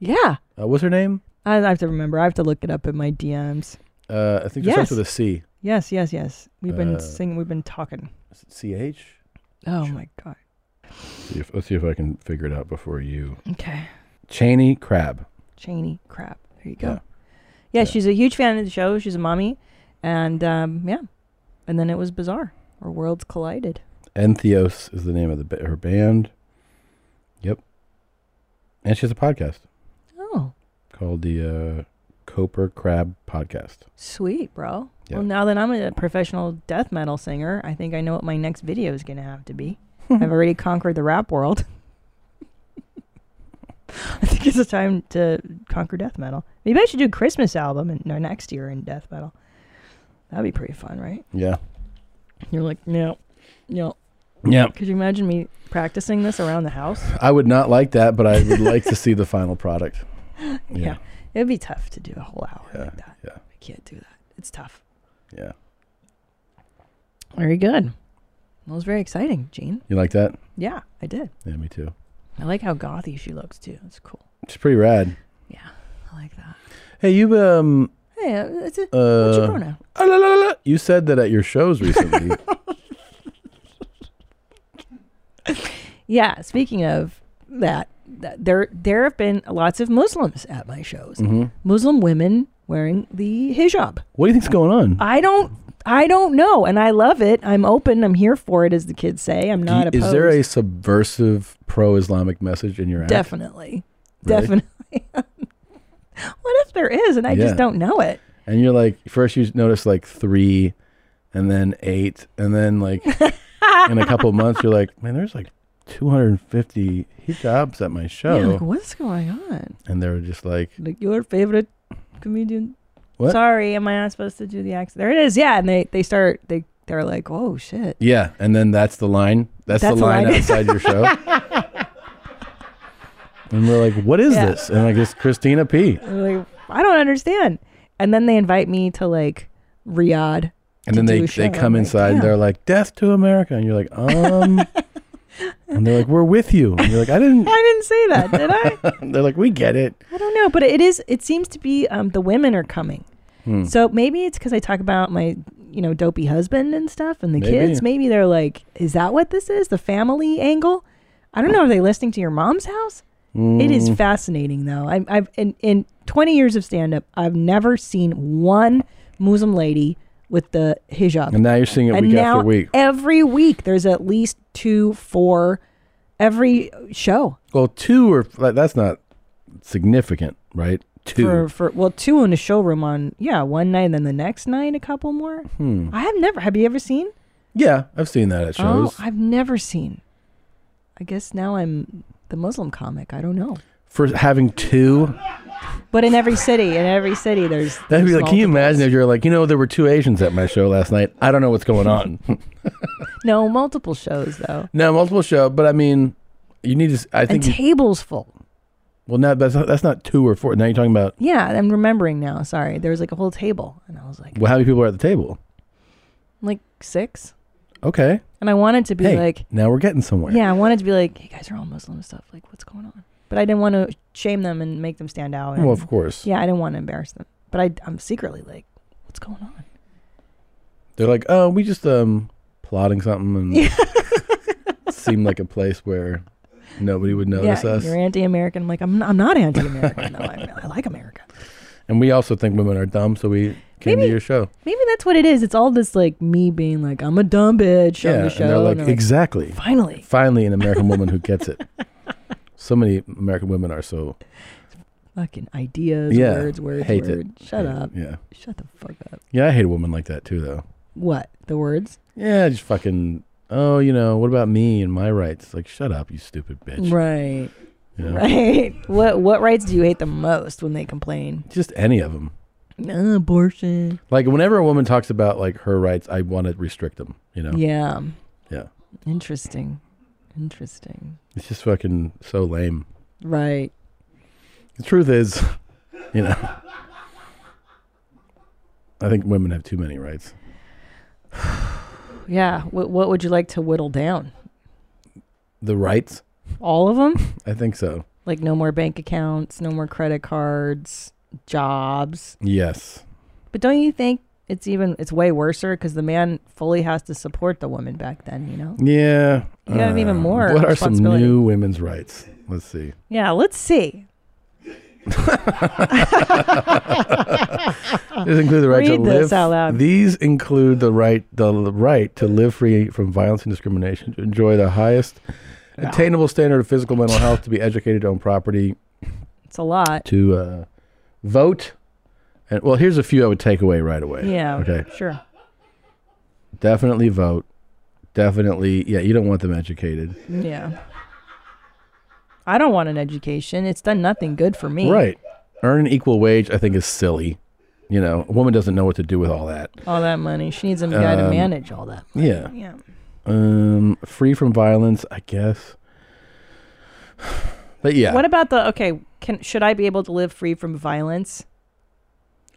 Speaker 1: Yeah.
Speaker 2: Uh, what's her name?
Speaker 1: I I have to remember. I have to look it up in my DMs.
Speaker 2: Uh I think it starts with a C.
Speaker 1: Yes, yes, yes. We've been
Speaker 2: Uh,
Speaker 1: singing. We've been talking.
Speaker 2: C H.
Speaker 1: Oh my god.
Speaker 2: See if, let's see if I can figure it out before you.
Speaker 1: Okay.
Speaker 2: Cheney Crab.
Speaker 1: Cheney crap. There you go. Yeah. she's a huge fan of the show. She's a mommy, and um, yeah, and then it was bizarre. Our worlds collided.
Speaker 2: Entheos is the name of the ba- her band. Yep. And she has a podcast
Speaker 1: Oh,
Speaker 2: called the uh Coper Crab Podcast.
Speaker 1: sweet, bro.
Speaker 2: Yeah.
Speaker 1: Well, now that I'm a professional death metal singer, I think I know what my next video is gonna have to be. I've already conquered the rap world. I think it's time to conquer death metal. Maybe I should do a Christmas album in, no, next year in death metal. That'd be pretty fun, right?
Speaker 2: Yeah.
Speaker 1: You're like, no, no.
Speaker 2: Yeah.
Speaker 1: Could you imagine me practicing this around the house?
Speaker 2: I would not like that, but I would like to see the final product.
Speaker 1: yeah.
Speaker 2: Yeah.
Speaker 1: It would be tough to do a whole hour like that.
Speaker 2: Yeah.
Speaker 1: I can't do that. It's tough.
Speaker 2: Yeah.
Speaker 1: Very good. That was very exciting, Gene.
Speaker 2: You like that?
Speaker 1: Yeah, I did.
Speaker 2: Yeah, me too.
Speaker 1: I like how gothy she looks too. It's cool.
Speaker 2: It's pretty rad. Yeah, I like that. Hey, you um
Speaker 1: Hey, uh, it's a, what's
Speaker 2: Uh,
Speaker 1: your pronoun?
Speaker 2: ah, la, la, la, la. You said that at your shows recently.
Speaker 1: Yeah. Speaking of that, th- there there have been lots of Muslims at my shows.
Speaker 2: Mhm.
Speaker 1: Muslim women wearing the hijab.
Speaker 2: what do you think's going on?
Speaker 1: I don't. I don't know, and I love it. I'm open. I'm here for it, as the kids say. I'm
Speaker 2: Do you-
Speaker 1: not opposed.
Speaker 2: is there a subversive pro-Islamic message in your act?
Speaker 1: Definitely.
Speaker 2: Really?
Speaker 1: Definitely. what if there is and I
Speaker 2: Yeah.
Speaker 1: just don't know it?
Speaker 2: And you're like, first you notice like three, and then eight, and then like in a couple months you're like, man, there's like 250 hijabs at my show,
Speaker 1: Yeah, like, what's going on?
Speaker 2: and they're just like,
Speaker 1: Like your favorite comedian.
Speaker 2: What?
Speaker 1: Sorry, am I not supposed to do the accent? There it is. Yeah, and they they start they they're like, "Oh shit."
Speaker 2: yeah, and then that's the line. That's, the
Speaker 1: That's the
Speaker 2: line,
Speaker 1: line.
Speaker 2: outside your show. And we're like, what is
Speaker 1: Yeah.
Speaker 2: this? And like, it's Christina P.
Speaker 1: They're like, I don't understand. And then they invite me to like Riyadh.
Speaker 2: And
Speaker 1: to do
Speaker 2: then they,
Speaker 1: a
Speaker 2: they
Speaker 1: show.
Speaker 2: come
Speaker 1: I'm like,
Speaker 2: inside and
Speaker 1: "Damn."
Speaker 2: they're like, Death to America. And you're like, um. and they're like, We're with you. And you're like, I didn't.
Speaker 1: I didn't say that, did I?
Speaker 2: they're like, We get it.
Speaker 1: I don't know, but it is. It seems to be um, the women are coming.
Speaker 2: Hmm.
Speaker 1: So maybe it's because I talk about my, you know, dopey husband and stuff and the
Speaker 2: Maybe.
Speaker 1: kids. Maybe they're like, is that what this is? The family angle? I don't know. Are they listening to your mom's house? It is
Speaker 2: Mm.
Speaker 1: fascinating, though. I, I've in, in 20 years of stand up, I've never seen one Muslim lady with the hijab.
Speaker 2: And now you're seeing it
Speaker 1: And
Speaker 2: week
Speaker 1: now
Speaker 2: after week.
Speaker 1: Every week, there's at least two, four, every show
Speaker 2: Well, two or that's not significant, right? Two.
Speaker 1: for for well, two in a showroom on yeah one night, and then the next night a couple more.
Speaker 2: Hmm.
Speaker 1: I have never. Have you ever seen?
Speaker 2: Yeah, I've seen that at shows.
Speaker 1: Oh, I've never seen. I guess now I'm the Muslim comic. I don't know.
Speaker 2: for having two,
Speaker 1: Oh, But in every city, in every city, there's.
Speaker 2: that'd be
Speaker 1: there's
Speaker 2: like. Can you
Speaker 1: multiple-
Speaker 2: imagine if you're like, you know, there were two Asians at my show last night. I don't know what's going on.
Speaker 1: No, multiple shows though.
Speaker 2: no, multiple show, but I mean, you need to. s- I
Speaker 1: And
Speaker 2: think.
Speaker 1: tables full.
Speaker 2: well, now that's not, that's not two or four. Now you're talking about
Speaker 1: Yeah, I'm remembering now. Sorry, there was like a whole table, and I was like,
Speaker 2: well, how many people are at the table?
Speaker 1: like six,
Speaker 2: Okay.
Speaker 1: and I wanted to be
Speaker 2: hey,
Speaker 1: like,
Speaker 2: now we're getting somewhere.
Speaker 1: yeah, I wanted to be like, you guys are all Muslim and stuff. Like, what's going on? But I didn't want to shame them and make them stand out.
Speaker 2: Well,
Speaker 1: and-
Speaker 2: of course.
Speaker 1: Yeah, I didn't want to embarrass them. But I, I'm secretly like, what's going on?
Speaker 2: They're like, oh, we just um plotting something and it seemed like a place where nobody would notice
Speaker 1: yeah,
Speaker 2: us.
Speaker 1: you're anti-American. I'm like, I'm, I'm not anti-American though. I, I like America.
Speaker 2: And we also think women are dumb, so we came to
Speaker 1: Maybe-
Speaker 2: your show.
Speaker 1: Maybe that's what it is. It's all this like me being like, I'm a dumb bitch on
Speaker 2: yeah,
Speaker 1: the
Speaker 2: and
Speaker 1: show.
Speaker 2: they're like,
Speaker 1: and I'm
Speaker 2: exactly.
Speaker 1: Finally.
Speaker 2: finally, an American woman who gets it. So many American women are so
Speaker 1: Fucking ideas,
Speaker 2: yeah.
Speaker 1: words, words,
Speaker 2: hate it.
Speaker 1: words. Shut
Speaker 2: Hate it,
Speaker 1: up.
Speaker 2: Yeah,
Speaker 1: Shut the fuck up.
Speaker 2: yeah, I hate a woman like that too, though.
Speaker 1: What? The words?
Speaker 2: Yeah, just fucking. Oh, you know, what about me and my rights? Like, shut up, you stupid bitch.
Speaker 1: Right.
Speaker 2: You know?
Speaker 1: Right. What what rights do you hate the most when they complain?
Speaker 2: Just any of them.
Speaker 1: Uh, abortion.
Speaker 2: Like, whenever a woman talks about like her rights, I want to restrict them. You know.
Speaker 1: Yeah.
Speaker 2: Yeah.
Speaker 1: Interesting. Interesting.
Speaker 2: It's just fucking so lame.
Speaker 1: Right.
Speaker 2: The truth is, you know, I think women have too many rights.
Speaker 1: Yeah. What what would you like to whittle down?
Speaker 2: The rights?
Speaker 1: All of them?
Speaker 2: I think so.
Speaker 1: like no more bank accounts, no more credit cards, jobs.
Speaker 2: Yes.
Speaker 1: But don't you think it's even it's way worser because the man fully has to support the woman back then, you know?
Speaker 2: Yeah.
Speaker 1: You
Speaker 2: Um,
Speaker 1: gotta have even more
Speaker 2: What are some
Speaker 1: responsibility.
Speaker 2: new women's rights? Let's see.
Speaker 1: Yeah, let's see.
Speaker 2: These include the right
Speaker 1: Ah, Read
Speaker 2: to
Speaker 1: this
Speaker 2: live.
Speaker 1: out loud.
Speaker 2: These include the right the right to live free from violence and discrimination, to enjoy the highest attainable standard of physical mental health, to be educated, to own property,
Speaker 1: It's a lot.
Speaker 2: to uh, vote. And well, here's a few I would take away right away.
Speaker 1: Yeah.
Speaker 2: Okay.
Speaker 1: Sure.
Speaker 2: Definitely vote. Definitely. Yeah, you don't want them educated.
Speaker 1: Yeah. I don't want an education. It's done nothing good for me.
Speaker 2: Right. Earn an equal wage, I think, is silly. You know, a woman doesn't know what to do with all that.
Speaker 1: All that money. She needs a guy to
Speaker 2: Um,
Speaker 1: manage all that.
Speaker 2: Yeah.
Speaker 1: Yeah.
Speaker 2: Um, free from violence, I guess. But yeah,
Speaker 1: What about the okay, can should I be able to live free from violence?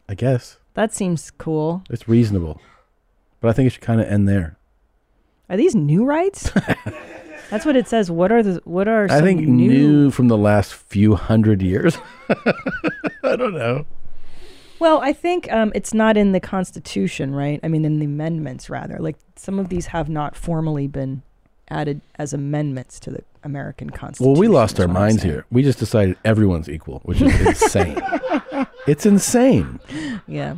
Speaker 2: I guess
Speaker 1: That seems cool.
Speaker 2: it's reasonable. But I think it should kind of end there.
Speaker 1: Are these new rights? That's what it says. What are the what are
Speaker 2: I
Speaker 1: some
Speaker 2: think new, from the last few hundred years. I don't know.
Speaker 1: Well, I think um, it's not in the Constitution, right? I mean, in the amendments, rather. Like some of these have not formally been added as amendments to the American Constitution.
Speaker 2: Well, we lost
Speaker 1: is
Speaker 2: our
Speaker 1: what I'm
Speaker 2: minds
Speaker 1: saying.
Speaker 2: here. We just decided everyone's equal, which is insane. it's insane.
Speaker 1: Yeah.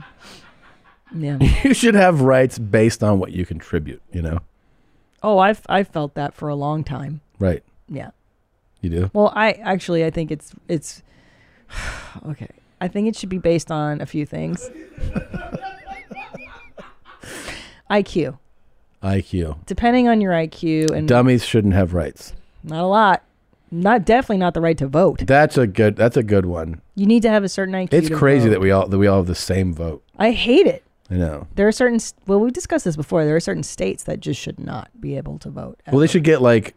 Speaker 1: Yeah.
Speaker 2: You should have rights based on what you contribute, you know?
Speaker 1: Oh, I've I felt that for a long time.
Speaker 2: Right.
Speaker 1: Yeah.
Speaker 2: You do?
Speaker 1: Well, I actually I think it's it's okay. I think it should be based on a few things. IQ.
Speaker 2: IQ.
Speaker 1: Depending on your IQ and
Speaker 2: Dummies shouldn't have rights.
Speaker 1: not a lot. Not definitely not the right to vote.
Speaker 2: That's a good that's a good one.
Speaker 1: You need to have a certain IQ.
Speaker 2: It's
Speaker 1: to
Speaker 2: crazy
Speaker 1: vote.
Speaker 2: that we all that we all have the same vote.
Speaker 1: I hate it.
Speaker 2: I know.
Speaker 1: There are certain s- well, we've discussed this before. There are certain states that just should not be able to vote.
Speaker 2: Well, they should get like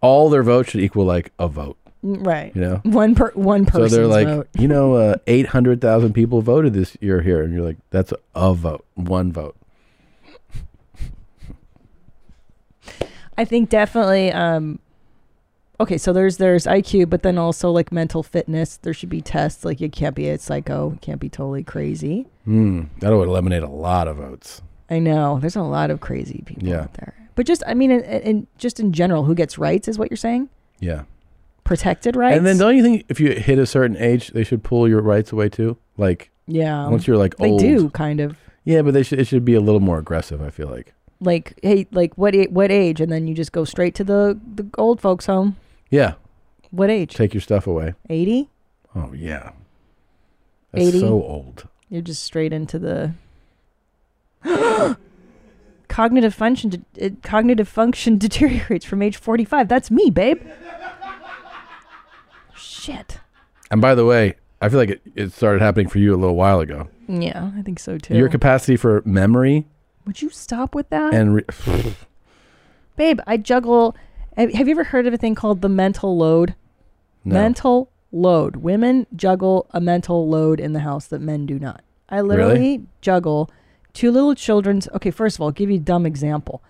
Speaker 2: all their votes should equal like a vote.
Speaker 1: Mm, Right.
Speaker 2: You know?
Speaker 1: One per one
Speaker 2: So
Speaker 1: person's
Speaker 2: they're like,
Speaker 1: vote.
Speaker 2: you know, uh, eight hundred thousand people voted this year here, and you're like, that's a vote, one vote.
Speaker 1: I think definitely. Um, okay, so there's there's IQ, but then also like mental fitness. There should be tests. Like you can't be a psycho. You can't be totally crazy.
Speaker 2: Hmm, that would eliminate a lot of votes.
Speaker 1: I know there's a lot of crazy people,
Speaker 2: Yeah,
Speaker 1: but just I mean, in, in just in general, who gets rights is what you're saying.
Speaker 2: Yeah.
Speaker 1: protected rights.
Speaker 2: And then don't you think if you hit a certain age, they should pull your rights away too? Like,
Speaker 1: yeah,
Speaker 2: once you're like
Speaker 1: Um, they
Speaker 2: old,
Speaker 1: do kind of
Speaker 2: Yeah, but they should it should be a little more aggressive. I feel like.
Speaker 1: like hey like what a- what age and then you just go straight to the the old folks home.
Speaker 2: Yeah.
Speaker 1: What age?
Speaker 2: Take your stuff away.
Speaker 1: Eighty.
Speaker 2: Oh yeah. That's
Speaker 1: Eighty.
Speaker 2: so old.
Speaker 1: You're just straight into the. cognitive function de- it, cognitive function deteriorates from age 45 that's me babe shit
Speaker 2: And by the way, I feel like it, it started happening for you a little while ago.
Speaker 1: yeah i think so too
Speaker 2: Your capacity for memory
Speaker 1: would you stop with that
Speaker 2: and re-
Speaker 1: babe i juggle have have you ever heard of a thing called the mental load
Speaker 2: No.
Speaker 1: mental load women juggle a mental load in the house that men do not i literally juggle two little children's okay first of all give you a dumb example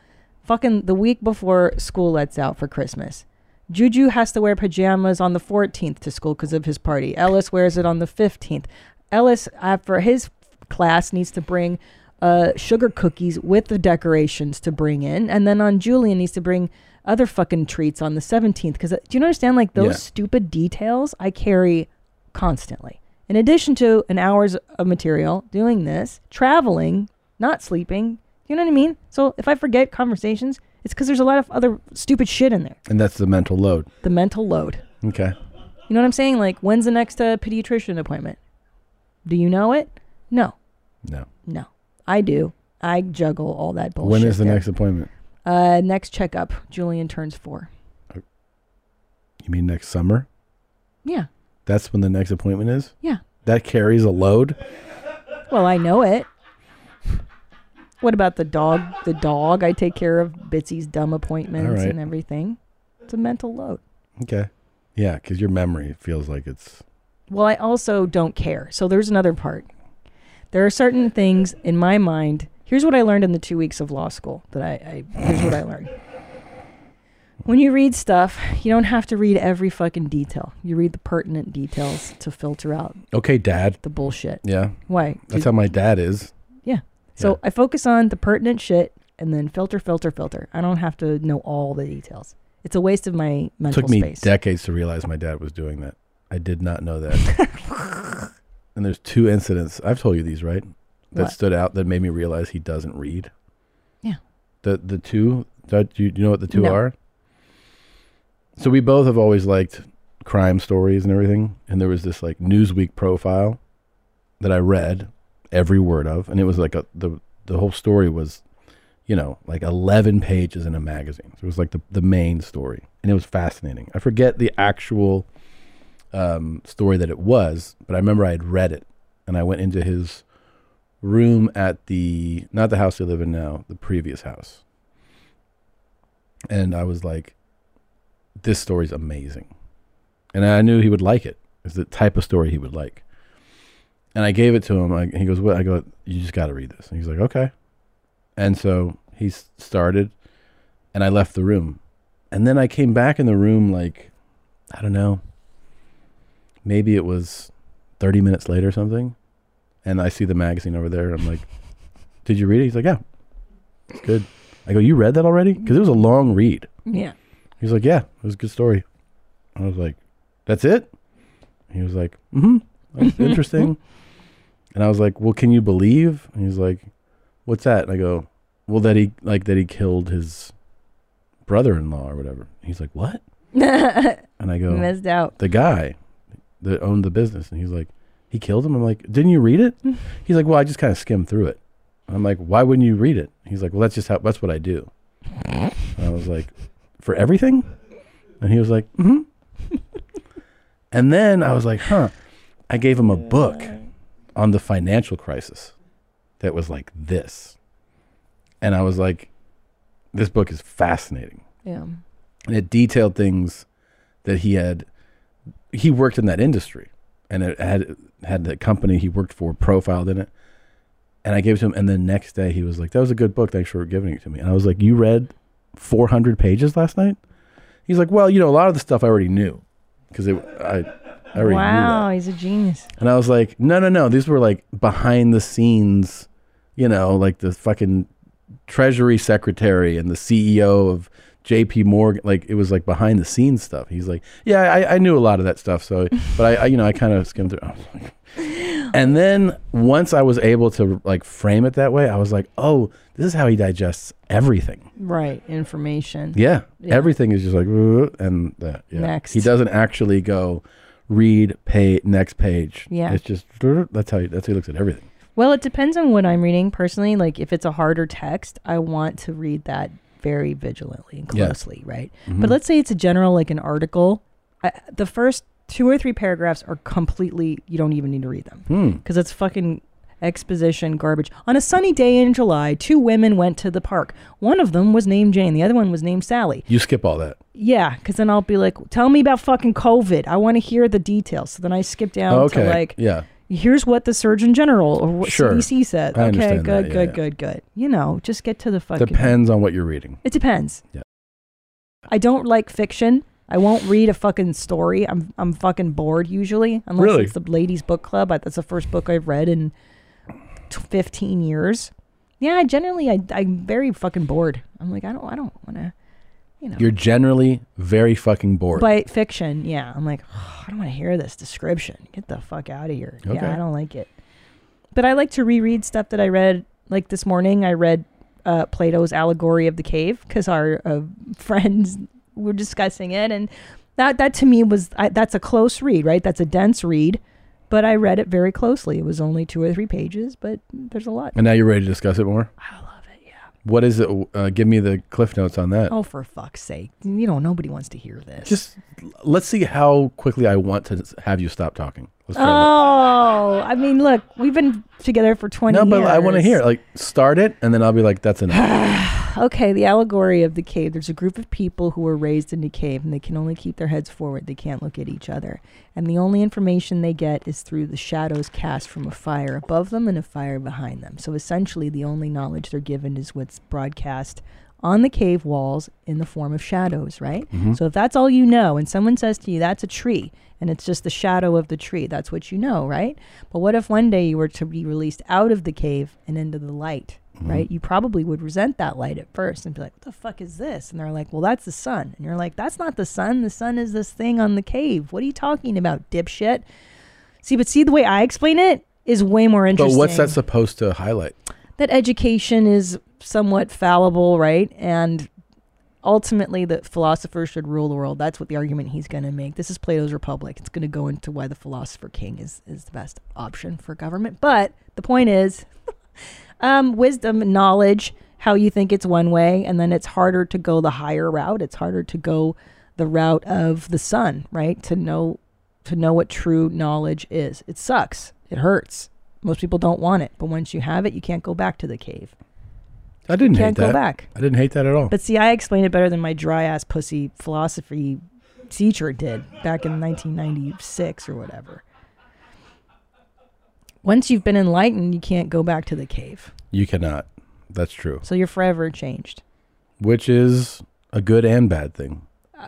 Speaker 1: fucking the week before school lets out for christmas juju has to wear pajamas on the 14th to school because of his party ellis wears it on the 15th ellis uh, for his class needs to bring uh, sugar cookies with the decorations to bring in and then on julian needs to bring other fucking treats on the 17th because do you understand like those
Speaker 12: Yeah.
Speaker 1: stupid details i carry constantly in addition to an hours of material doing this traveling not sleeping you know what i mean so if i forget conversations it's because there's a lot of other stupid shit in there
Speaker 2: and that's the mental load.
Speaker 1: the mental load
Speaker 2: Okay.
Speaker 1: you know what i'm saying like when's the next uh, pediatrician appointment do you know it no
Speaker 2: No.
Speaker 1: no i do i juggle all that bullshit
Speaker 2: when is the
Speaker 1: there.
Speaker 2: next appointment?
Speaker 1: uh next checkup julian turns four
Speaker 2: You mean next summer?
Speaker 1: yeah
Speaker 2: That's when the next appointment is?
Speaker 1: Yeah.
Speaker 2: That carries a load?
Speaker 1: Well, I know it. What about the dog? The dog I take care of Bitsy's dumb appointments
Speaker 2: right.
Speaker 1: and everything. It's a mental load.
Speaker 2: Okay. Yeah, because your memory feels like it's
Speaker 1: Well, I also don't care. So there's another part. There are certain things in my mind. Here's what I learned in the two weeks of law school that I, I here's what I learned. When you read stuff, you don't have to read every fucking detail. You read the pertinent details to filter out
Speaker 2: okay, dad.
Speaker 1: The bullshit.
Speaker 2: Yeah.
Speaker 1: Why?
Speaker 2: That's how my dad is.
Speaker 1: Yeah. So I focus on the pertinent shit and then filter, filter, filter. I don't have to know all the details. It's a waste of my mental
Speaker 2: Took me
Speaker 1: space.
Speaker 2: decades to realize my dad was doing that. I did not know that. and there's two incidents. I've told you these, right? That
Speaker 1: What?
Speaker 2: stood out that made me realize he doesn't read.
Speaker 1: Yeah.
Speaker 2: The the two that do you, do you know what the two
Speaker 1: No.
Speaker 2: are? So we both have always liked crime stories and everything, and there was this like Newsweek profile that I read every word of, and it was like a the the whole story was, you know, like eleven pages in a magazine. So it was like the the main story, and it was fascinating. I forget the actual um, story that it was, but I remember I had read it, and I went into his room at the not the house we live in now, the previous house, and I was like, "This story's amazing," and I knew he would like it. It's the type of story he would like. And I gave it to him. I, he goes, "What?" I go, "You just got to read this." And he's like, "Okay." And so he s- started, and I left the room, and then I came back in the room like, I don't know, maybe it was thirty minutes later or something, and I see the magazine over there, and I'm like, "Did you read it?" He's like, "Yeah, it's good." I go, "You read that already?" Because it was a long read.
Speaker 1: Yeah.
Speaker 2: He's like, "Yeah, it was a good story." I was like, "That's it." He was like, "Mm-hmm, that's interesting." And I was like, "Well, can you believe?" And he's like, "What's that?" And I go, "Well, that he like that he killed his brother-in-law or whatever." He's like, "What?" And I go,
Speaker 1: Missed out.
Speaker 2: The guy that owned the business, and he's like, he killed him. I'm like, didn't you read it? he's like, well, I just kind of skimmed through it. I'm like, why wouldn't you read it? He's like, well, that's just how that's what I do. And I was like, for everything, and he was like, hmm. and then I was like, huh. I gave him a book on the financial crisis that was like this, and I was like, this book is fascinating
Speaker 1: Yeah.
Speaker 2: and it detailed things that he had he worked in that industry and it had had the company he worked for profiled in it and i gave it to him and the next day he was like that was a good book thanks for giving it to me and i was like you read 400 pages last night he's like well you know a lot of the stuff i already knew because it i i already knew that
Speaker 1: Wow, he's a genius.
Speaker 2: and I was like, no, no, no. These were like behind the scenes, you know, like the fucking treasury secretary and the CEO E of J.P. Morgan. Like it was like behind the scenes stuff. He's like, yeah, I, I knew a lot of that stuff. So, but I, I you know, I kind of skimmed through. I was like- and then once I was able to like frame it that way, I was like, oh, this is how he digests everything.
Speaker 1: Right. Information.
Speaker 2: Yeah, everything is just like "Uh," and that. Yeah.
Speaker 1: Next.
Speaker 2: He doesn't actually go read pay next page.
Speaker 1: Yeah.
Speaker 2: it's just "Uh," that's how he, that's how he looks at everything.
Speaker 1: Well, it depends on what I'm reading personally. Like if it's a harder text, I want to read that very vigilantly and
Speaker 2: Yeah.
Speaker 1: closely, right?
Speaker 2: Mhm.
Speaker 1: But let's say it's a general like an article. I, the first two or three paragraphs are completely you don't even need to read them
Speaker 13: Hmm.
Speaker 1: because it's fucking exposition garbage. On a sunny day in July, two women went to the park. One of them was named Jane, the other one was named Sally.
Speaker 2: You skip all that.
Speaker 1: Yeah, because then I'll be like, tell me about fucking COVID. I want to hear the details. So then I skip down
Speaker 2: okay.
Speaker 1: to like,
Speaker 2: yeah.
Speaker 1: here's what the Surgeon General or what
Speaker 2: Sure.
Speaker 1: CDC said.
Speaker 2: I
Speaker 1: okay,
Speaker 2: understand
Speaker 1: good,
Speaker 2: that, yeah,
Speaker 1: good,
Speaker 2: yeah.
Speaker 1: good, good. You know, just get to the fucking.
Speaker 2: Depends on what you're reading.
Speaker 1: It depends.
Speaker 2: Yeah.
Speaker 1: I don't like fiction. I won't read a fucking story. I'm I'm fucking bored usually, unless
Speaker 2: Really?
Speaker 1: it's the ladies' book club. I, that's the first book I've read in t- fifteen years. Yeah, generally I I'm very fucking bored. I'm like I don't I don't want to.
Speaker 2: You're generally very fucking bored.
Speaker 1: By fiction, yeah. I'm like, "Ugh, I don't want to hear this description. Get the fuck out of here.
Speaker 2: Okay.
Speaker 1: Yeah, I don't like it. But I like to reread stuff that I read. Like this morning, I read uh, Plato's Allegory of the Cave because our uh, friends were discussing it, and that that to me was I, that's a close read, right? That's a dense read, but I read it very closely. It was only two or three pages, but there's a lot.
Speaker 2: and now you're ready to discuss it more. I love it. Yeah. What is it? Uh, give me the cliff notes on that.
Speaker 1: oh, for fuck's sake! You know, nobody wants to hear this.
Speaker 2: Just let's see how quickly I want to s- have you stop talking. Let's try that.
Speaker 1: Oh, I mean, look, we've been together for 20
Speaker 2: No,
Speaker 1: years.
Speaker 2: but I want to hear. it. Like, start it, and then I'll be like, "That's enough."
Speaker 1: Okay, the allegory of the cave. There's a group of people who were raised in a cave and they can only keep their heads forward. They can't look at each other. And the only information they get is through the shadows cast from a fire above them and a fire behind them. So essentially, the only knowledge they're given is what's broadcast on the cave walls in the form of shadows, right?
Speaker 2: Mm-hmm.
Speaker 13: Mhm.
Speaker 1: So if that's all you know and someone says to you, that's a tree, and it's just the shadow of the tree, that's what you know, right? But what if one day you were to be released out of the cave and into the light,
Speaker 2: Mm-hmm.
Speaker 13: Mhm.
Speaker 1: right? You probably would resent that light at first and be like, what the fuck is this? And they're like, well, that's the sun. And you're like, that's not the sun. The sun is this thing on the cave. What are you talking about, dipshit? See, but see, the way I explain it is way more
Speaker 2: but
Speaker 1: interesting
Speaker 2: what's that supposed to highlight?
Speaker 1: that education is somewhat fallible, right? And ultimately, the philosopher should rule the world. That's what the argument he's going to make. This is Plato's Republic. It's going to go into why the philosopher king is, is the best option for government. But the point is um, wisdom, and knowledge, how you think it's one way, and then it's harder to go the higher route. It's harder to go the route of the sun, right? To know to know what true knowledge is. It sucks. It hurts. Most people don't want it, but once you have it, you can't go back to the cave.
Speaker 2: I didn't
Speaker 1: Can't
Speaker 2: hate
Speaker 1: go
Speaker 2: that.
Speaker 1: back.
Speaker 2: I didn't hate that at all.
Speaker 1: But see, I explained it better than my dry ass pussy philosophy teacher did back in 1996 or whatever. Once you've been enlightened, you can't go back to the cave.
Speaker 2: you cannot. That's true.
Speaker 1: So you're forever changed.
Speaker 2: Which is a good and bad thing.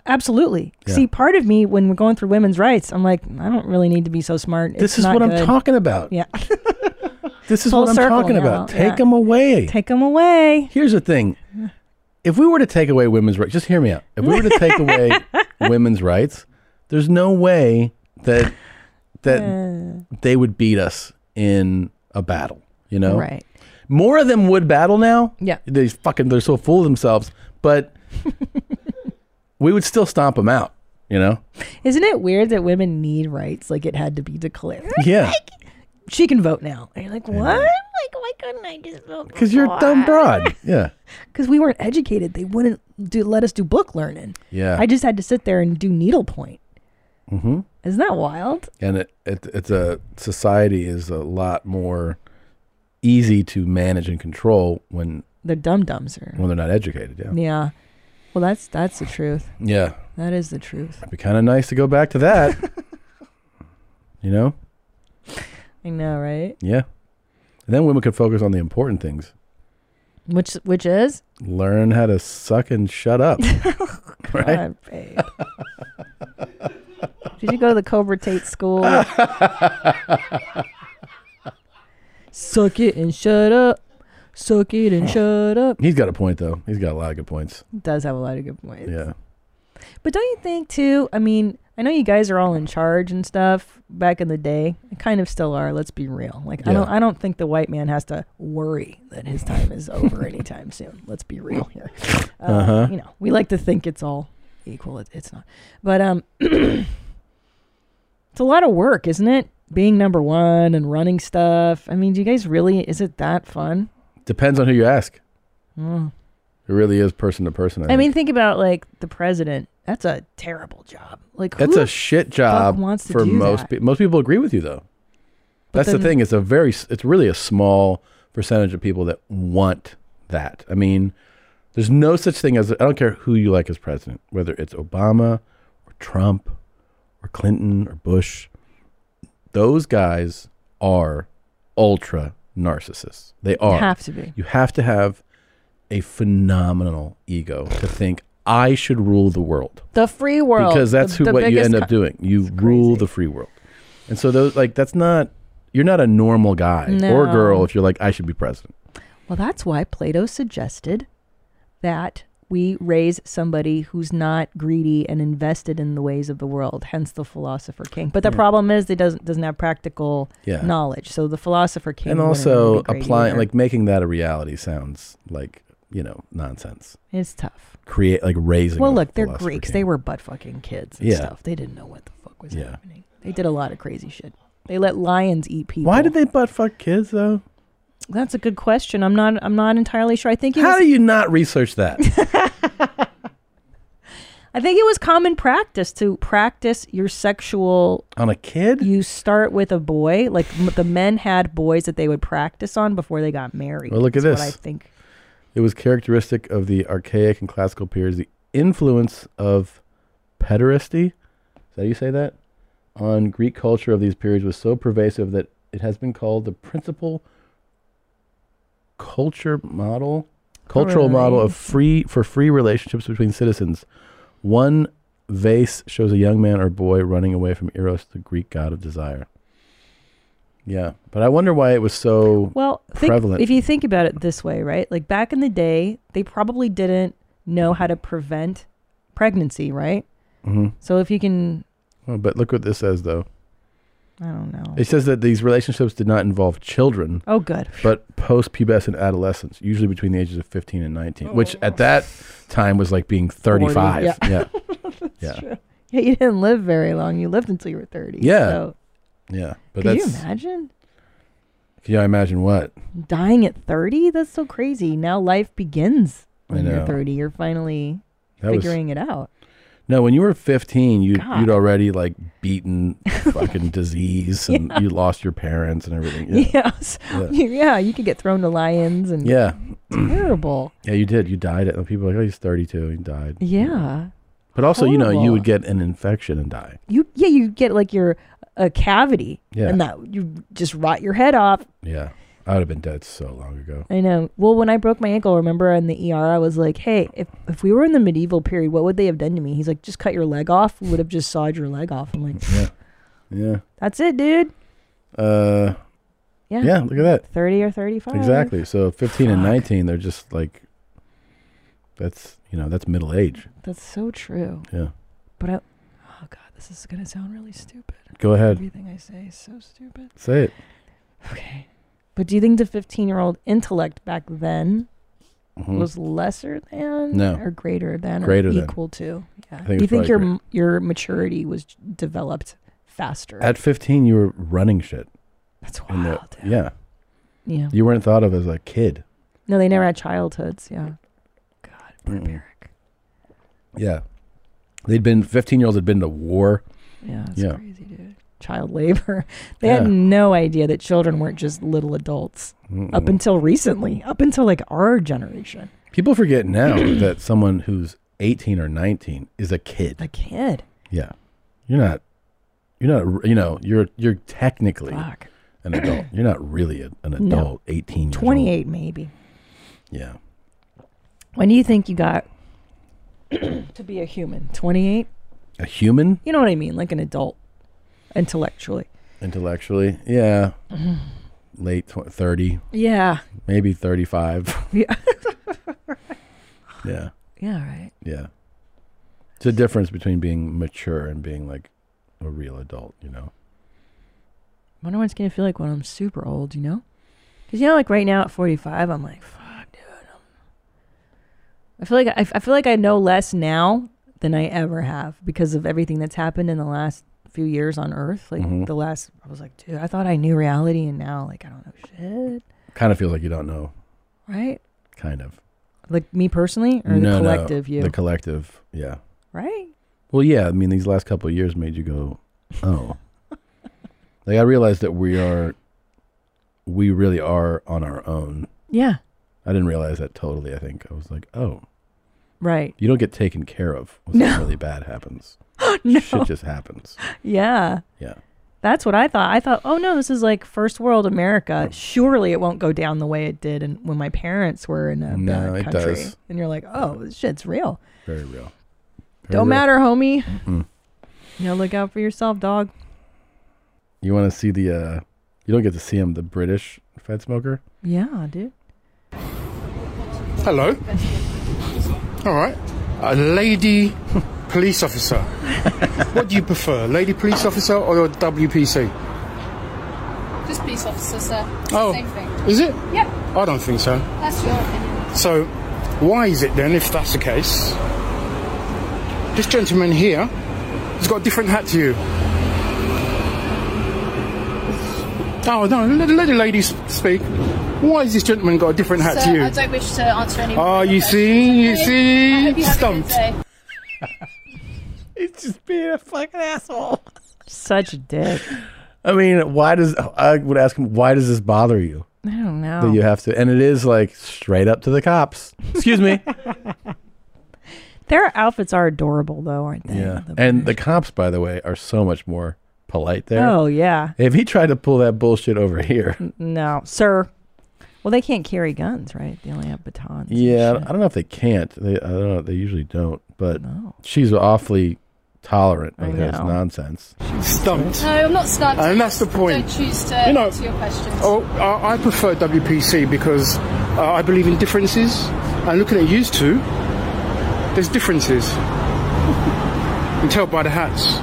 Speaker 1: Absolutely.
Speaker 2: Yeah.
Speaker 1: See, part of me when we're going through women's rights, I'm like, I don't really need to be so smart.
Speaker 2: This
Speaker 1: It's
Speaker 2: is
Speaker 1: not
Speaker 2: what I'm
Speaker 1: good.
Speaker 2: talking about.
Speaker 1: Yeah.
Speaker 2: This is
Speaker 1: Full
Speaker 2: what I'm
Speaker 1: circle
Speaker 2: talking
Speaker 1: now,
Speaker 2: about. Take
Speaker 1: yeah.
Speaker 2: them away.
Speaker 1: Take them away.
Speaker 2: Here's the thing. If we were to take away women's rights, just hear me out. If we were to take away women's rights, there's no way that that they would beat us in a battle, you know?
Speaker 1: Right.
Speaker 2: More of them would battle now.
Speaker 1: Yeah.
Speaker 2: They fucking they're so full of themselves, but we would still stomp them out, you know?
Speaker 1: Isn't it weird that women need rights? Like it had to be declared.
Speaker 2: Yeah.
Speaker 1: She can vote now. And you're like, what? Like, why couldn't I just vote?
Speaker 2: Cuz you're a dumb broad. Yeah.
Speaker 1: Because we weren't educated. They wouldn't do let us do book learning.
Speaker 2: Yeah.
Speaker 1: I just had to sit there and do needlepoint.
Speaker 2: Mhm.
Speaker 1: Isn't that wild?
Speaker 2: and it, it it's a society is a lot more easy to manage and control when
Speaker 1: They're dum dums are.
Speaker 2: when they're not educated. Yeah,
Speaker 1: Yeah. Well, that's that's the truth.
Speaker 2: yeah.
Speaker 1: That is the truth.
Speaker 2: It'd be kind of nice to go back to that. you know,
Speaker 1: I know, right?
Speaker 2: yeah. And then women could focus on the important things.
Speaker 1: Which which is
Speaker 2: Learn how to suck and shut up. right?
Speaker 1: God, babe. Did you go to the Cobra Tate school? Suck it and shut up. Suck it and shut up.
Speaker 2: He's got a point though. He's got a lot of good points.
Speaker 1: Does have a lot of good points.
Speaker 2: Yeah.
Speaker 1: But don't you think too? I mean, I know you guys are all in charge and stuff back in the day. and kind of still are. Let's be real. Like I
Speaker 2: Yeah.
Speaker 1: don't. I don't think the white man has to worry that his time is over anytime soon. Let's be real here. Uh,
Speaker 2: Uh-huh.
Speaker 1: You know, we like to think it's all equal. It, it's not. But um, it's a lot of work, isn't it? Being number one and running stuff. I mean, do you guys really? Is it that fun?
Speaker 2: Depends on who you ask.
Speaker 1: Mm.
Speaker 2: It really is person to person. I,
Speaker 1: I
Speaker 2: think.
Speaker 1: mean, think about like the president. That's a terrible job. Like
Speaker 2: that's
Speaker 1: who
Speaker 2: a shit
Speaker 1: the fuck
Speaker 2: job
Speaker 1: wants to
Speaker 2: for
Speaker 1: do
Speaker 2: most
Speaker 1: that?
Speaker 2: people. Most people agree with you though.
Speaker 1: But
Speaker 2: that's the
Speaker 1: then-
Speaker 2: thing. It's a very. s- It's really a small percentage of people that want that. I mean, there's no such thing as. I don't care who you like as president, whether it's Obama or Trump or Clinton or Bush. Those guys are ultra narcissists. They are.
Speaker 1: Have to be.
Speaker 2: You have to have a phenomenal ego to think I should rule the world.
Speaker 1: The free world.
Speaker 2: Because that's
Speaker 1: The-
Speaker 2: who
Speaker 1: the
Speaker 2: what you
Speaker 1: biggest
Speaker 2: end up
Speaker 1: co-
Speaker 2: doing. You rule the free world. And so those like that's not you're not a normal guy or
Speaker 1: No.
Speaker 2: girl if you're like I should be president.
Speaker 1: Well, that's why Plato suggested that we raise somebody who's not greedy and invested in the ways of the world, hence the philosopher king. But the
Speaker 2: Yeah.
Speaker 1: problem is they doesn't doesn't have practical
Speaker 2: Yeah.
Speaker 1: knowledge. So the philosopher king
Speaker 2: and
Speaker 1: wouldn't
Speaker 2: also
Speaker 1: really be great
Speaker 2: applying
Speaker 1: either.
Speaker 2: like making that a reality sounds like, you know, nonsense.
Speaker 1: it's tough.
Speaker 2: Create like raising
Speaker 1: Well,
Speaker 2: a
Speaker 1: look, they're
Speaker 2: philosopher
Speaker 1: Greeks.
Speaker 2: king.
Speaker 1: They were butt fucking kids and
Speaker 2: Yeah.
Speaker 1: stuff. They didn't know what the fuck was
Speaker 2: Yeah.
Speaker 1: happening. They did a lot of crazy shit. They let lions eat people.
Speaker 2: Why did they butt fuck kids though?
Speaker 1: That's a good question. I'm not. I'm not entirely sure. I think it
Speaker 2: How
Speaker 1: was,
Speaker 2: do you not research that?
Speaker 1: I think it was common practice to practice your sexual
Speaker 2: on a kid.
Speaker 1: You start with a boy. Like m- the men had boys that they would practice on before they got married.
Speaker 2: Well, look at
Speaker 1: That's
Speaker 2: this.
Speaker 1: What I think.
Speaker 2: It was characteristic of the archaic and classical periods, the influence of pederasty. Is that how you say that? On Greek culture of these periods was so pervasive that it has been called the principal culture model, cultural
Speaker 1: really?
Speaker 2: model of free for free relationships between citizens. One vase shows a young man or boy running away from Eros, the Greek god of desire. Yeah, but I wonder why it was so
Speaker 1: Well, think,
Speaker 2: prevalent.
Speaker 1: if you think about it this way, right? Like back in the day, they probably didn't know how to prevent pregnancy, right?
Speaker 2: Mhm.
Speaker 1: So if you can,
Speaker 2: Oh, but look what this says, though.
Speaker 1: I don't know.
Speaker 2: It says that these relationships did not involve children.
Speaker 1: Oh, good.
Speaker 2: But post-pubescent adolescence, usually between the ages of 15 and 19, which at that time was like being 35.
Speaker 1: yeah.
Speaker 2: Yeah.
Speaker 1: That's
Speaker 2: Yeah.
Speaker 1: true. Yeah, you didn't live very long. You lived until you were thirty.
Speaker 2: Yeah.
Speaker 1: So
Speaker 2: Yeah. But
Speaker 1: could you
Speaker 2: that's,
Speaker 1: imagine
Speaker 2: can you imagine what?
Speaker 1: dying at thirty? That's so crazy. Now life begins
Speaker 2: I
Speaker 1: when you're
Speaker 2: know.
Speaker 1: thirty. You're finally
Speaker 2: That was-
Speaker 1: figuring it out.
Speaker 2: No, when you were 15, you,
Speaker 1: God.
Speaker 2: you'd already like beaten fucking disease and you lost your parents and everything. Yeah.
Speaker 1: Yes.
Speaker 2: Yeah.
Speaker 1: You- Yeah. you could get thrown to lions and
Speaker 2: Yeah.
Speaker 1: terrible.
Speaker 2: Yeah, you did. You died. And people are like, oh, he's 32. He died.
Speaker 1: Yeah.
Speaker 2: But also, you know, you
Speaker 1: Horrible.
Speaker 2: would get an infection and die.
Speaker 1: You yeah, you get like your a cavity
Speaker 2: Yeah.
Speaker 1: and that you just rot your head off.
Speaker 2: Yeah. I would have been dead so long ago.
Speaker 1: I know. Well, when I broke my ankle, remember in the ER, I was like, "Hey, if, if we were in the medieval period, what would they have done to me?" He's like, "Just cut your leg off. We would have just sawed your leg off." I'm like,
Speaker 2: Yeah. Yeah.
Speaker 1: "That's it, dude."
Speaker 2: Uh,
Speaker 1: Yeah.
Speaker 2: Yeah, look at that.
Speaker 1: Thirty or thirty-five.
Speaker 2: Exactly. So 15 and 19, they're just like, that's, you know, that's middle age.
Speaker 1: That's so true.
Speaker 2: Yeah.
Speaker 1: But I, oh god, this is gonna sound really stupid.
Speaker 2: Go ahead.
Speaker 1: Everything I say is so stupid.
Speaker 2: Say it.
Speaker 1: Okay. But do you think the 15 year old intellect back then
Speaker 2: Mhm.
Speaker 1: was lesser than
Speaker 2: No.
Speaker 1: or greater than
Speaker 2: Greater
Speaker 1: or
Speaker 2: than.
Speaker 1: equal to?
Speaker 2: I
Speaker 1: Yeah.
Speaker 2: think it
Speaker 1: you
Speaker 2: was
Speaker 1: think
Speaker 2: probably
Speaker 1: your
Speaker 2: great.
Speaker 1: m your maturity was j- developed faster?
Speaker 2: At 15, you were running shit.
Speaker 1: That's
Speaker 2: wild. yeah.
Speaker 1: Yeah.
Speaker 2: You weren't thought of as a kid.
Speaker 1: no, they never had childhoods. Yeah.
Speaker 2: Barbaric. Yeah. They'd been, 15 year olds had been to war.
Speaker 1: Yeah. That's
Speaker 2: yeah.
Speaker 1: crazy, dude. Child labor. They had
Speaker 2: Yeah.
Speaker 1: no idea that children weren't just little adults up
Speaker 2: Mm-mm.
Speaker 1: until recently, up until like our generation.
Speaker 2: People forget now that someone who's 18 or 19 is a kid.
Speaker 1: A kid.
Speaker 2: Yeah. You're not, you're not, r- you know, you're, you're technically an adult. You're not really a, an
Speaker 1: No.
Speaker 2: adult, 18 years old.
Speaker 1: 28, maybe.
Speaker 2: Yeah.
Speaker 1: When do you think you got to be a human? 28?
Speaker 2: A human
Speaker 1: You know what I mean? Like an adult intellectually. Mm-hmm.
Speaker 2: intellectually. Yeah. late tw- 30.
Speaker 1: Yeah.
Speaker 2: Maybe 35.
Speaker 1: Yeah.
Speaker 2: yeah.
Speaker 1: Yeah, right.
Speaker 2: Yeah. It's a difference between being mature and being like a real adult, you know?
Speaker 1: wonder what it's gonna feel like when I'm super old, you know? Because you know, like right now at 45, I'm like, fuck, dude. I'm... I feel like I, I feel like I know less now than I ever have because of everything that's happened in the last few years on Earth. Like
Speaker 2: Mhm.
Speaker 1: the last, I was like, dude, I thought I knew reality, and now like I don't know shit,
Speaker 2: Kind of feels like you don't know.
Speaker 1: right?
Speaker 2: Kind of.
Speaker 1: Like me personally or
Speaker 2: No,
Speaker 1: the
Speaker 2: no,
Speaker 1: collective you,
Speaker 2: The collective, yeah.
Speaker 1: right?
Speaker 2: Well, yeah. I mean, these last couple of years made you go, oh. like I realized that we are, we really are on our own.
Speaker 1: Yeah.
Speaker 2: I didn't realize that totally. I think I was like, oh,
Speaker 1: Right.
Speaker 2: you don't get taken care of when
Speaker 1: No.
Speaker 2: something really bad happens.
Speaker 1: No.
Speaker 2: Shit just happens.
Speaker 1: Yeah.
Speaker 2: Yeah.
Speaker 1: That's what I thought. I thought, oh no, this is like first world America. Surely it won't go down the way it did and when my parents were in a
Speaker 2: No,
Speaker 1: bad
Speaker 2: it
Speaker 1: country.
Speaker 2: does.
Speaker 1: And you're like, oh, this shit's real.
Speaker 2: Very real. Very
Speaker 1: Don't
Speaker 2: real.
Speaker 1: matter, homie.
Speaker 2: Mm-mm.
Speaker 1: You know, look out for yourself, dog.
Speaker 2: You want to see the? uh You don't get to see him. The British Fed smoker.
Speaker 1: Yeah, dude.
Speaker 15: Hello. All right. A lady police officer. what do you prefer, lady police officer or your WPC?
Speaker 16: Just police officer, sir.
Speaker 15: Oh.
Speaker 16: Same thing.
Speaker 15: Is it?
Speaker 16: Yep,
Speaker 15: I don't think so.
Speaker 16: that's your opinion.
Speaker 15: So, why is it then, if that's the case, this gentleman here has got a different hat to you? Oh no, let, let the lady s- speak. Why has this gentleman got a different hat
Speaker 16: Sir,
Speaker 15: to you?
Speaker 16: I don't wish to answer any
Speaker 15: Oh, you
Speaker 16: questions.
Speaker 15: see, you
Speaker 16: Okay.
Speaker 15: see,
Speaker 16: I hope you have a good
Speaker 15: stumped.
Speaker 16: day.
Speaker 2: He's just being a fucking asshole.
Speaker 1: Such a dick.
Speaker 2: I mean, why does I would ask him why does this bother you?
Speaker 1: I don't know.
Speaker 2: That you have to, and it is like straight up to the cops. Excuse me.
Speaker 1: Their outfits are adorable though, aren't they?
Speaker 2: yeah, and the cops, by the way, are so much more polite there.
Speaker 1: Oh, yeah.
Speaker 2: If he tried to pull that bullshit over here,
Speaker 1: No, sir. Well, they can't carry guns, right? They only have batons. and
Speaker 2: yeah,
Speaker 1: shit.
Speaker 2: I don't know if they can't. They, I don't know. They usually don't. But she's awfully tolerant
Speaker 1: I
Speaker 2: of his
Speaker 1: know.
Speaker 2: nonsense.
Speaker 15: Stumped.
Speaker 16: No, I'm not snubbed.
Speaker 15: And that's the point.
Speaker 16: Don't choose to answer your questions.
Speaker 15: Oh, I, I prefer WPC because uh, I believe in differences. And looking at used to, there's differences. you can tell by the hats.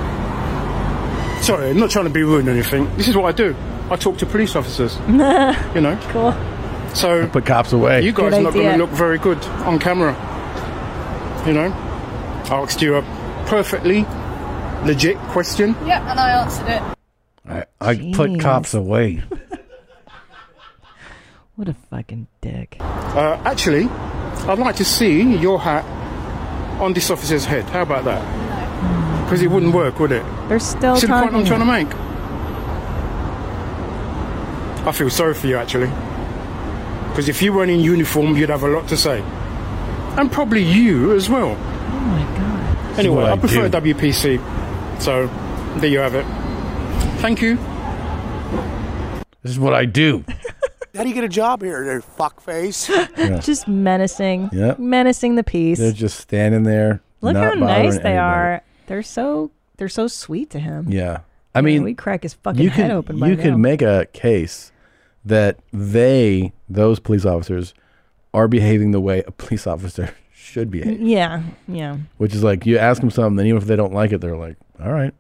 Speaker 15: Sorry, I'm not trying to be rude or anything. This is what I do. I talk to police officers. you know.
Speaker 1: Cool.
Speaker 15: So
Speaker 2: put cops away.
Speaker 15: You guys
Speaker 2: Good
Speaker 15: are not going
Speaker 2: idea.
Speaker 15: to look very good on camera. You know. I asked you a perfectly legit question.
Speaker 16: Yeah, and I answered it.
Speaker 2: I, I put cops away.
Speaker 1: What a fucking dick.
Speaker 15: Uh, actually, I'd like to see your hat on this officer's head. How about that? Because it wouldn't work, would it?
Speaker 1: They're still
Speaker 15: See the point I'm
Speaker 1: talking.
Speaker 15: trying to make? I feel sorry for you, actually. Because if you weren't in uniform, you'd have a lot to say. And probably you as well.
Speaker 1: Oh my god.
Speaker 15: Anyway,
Speaker 2: what
Speaker 15: I
Speaker 2: I
Speaker 15: prefer
Speaker 2: do.
Speaker 15: WPC. So, there you have it. Thank you.
Speaker 2: This is what I do.
Speaker 17: How do you get a job here, there, fuckface?
Speaker 2: Yeah.
Speaker 1: Just menacing.
Speaker 2: Yep.
Speaker 1: Menacing the peace.
Speaker 2: They're just standing there.
Speaker 1: Look
Speaker 2: not
Speaker 1: how nice
Speaker 2: bothering
Speaker 1: they
Speaker 2: anybody.
Speaker 1: are. They're so they're so sweet to him.
Speaker 2: Yeah. I
Speaker 1: Yeah,
Speaker 2: mean,
Speaker 1: we crack his fucking
Speaker 2: you
Speaker 1: head
Speaker 2: could,
Speaker 1: open by
Speaker 2: You
Speaker 1: now.
Speaker 2: could make a case that they, those police officers, are behaving the way a police officer should behave,
Speaker 1: Yeah. Yeah.
Speaker 2: which is like you ask them something, and even if they don't like it, they're like, all right.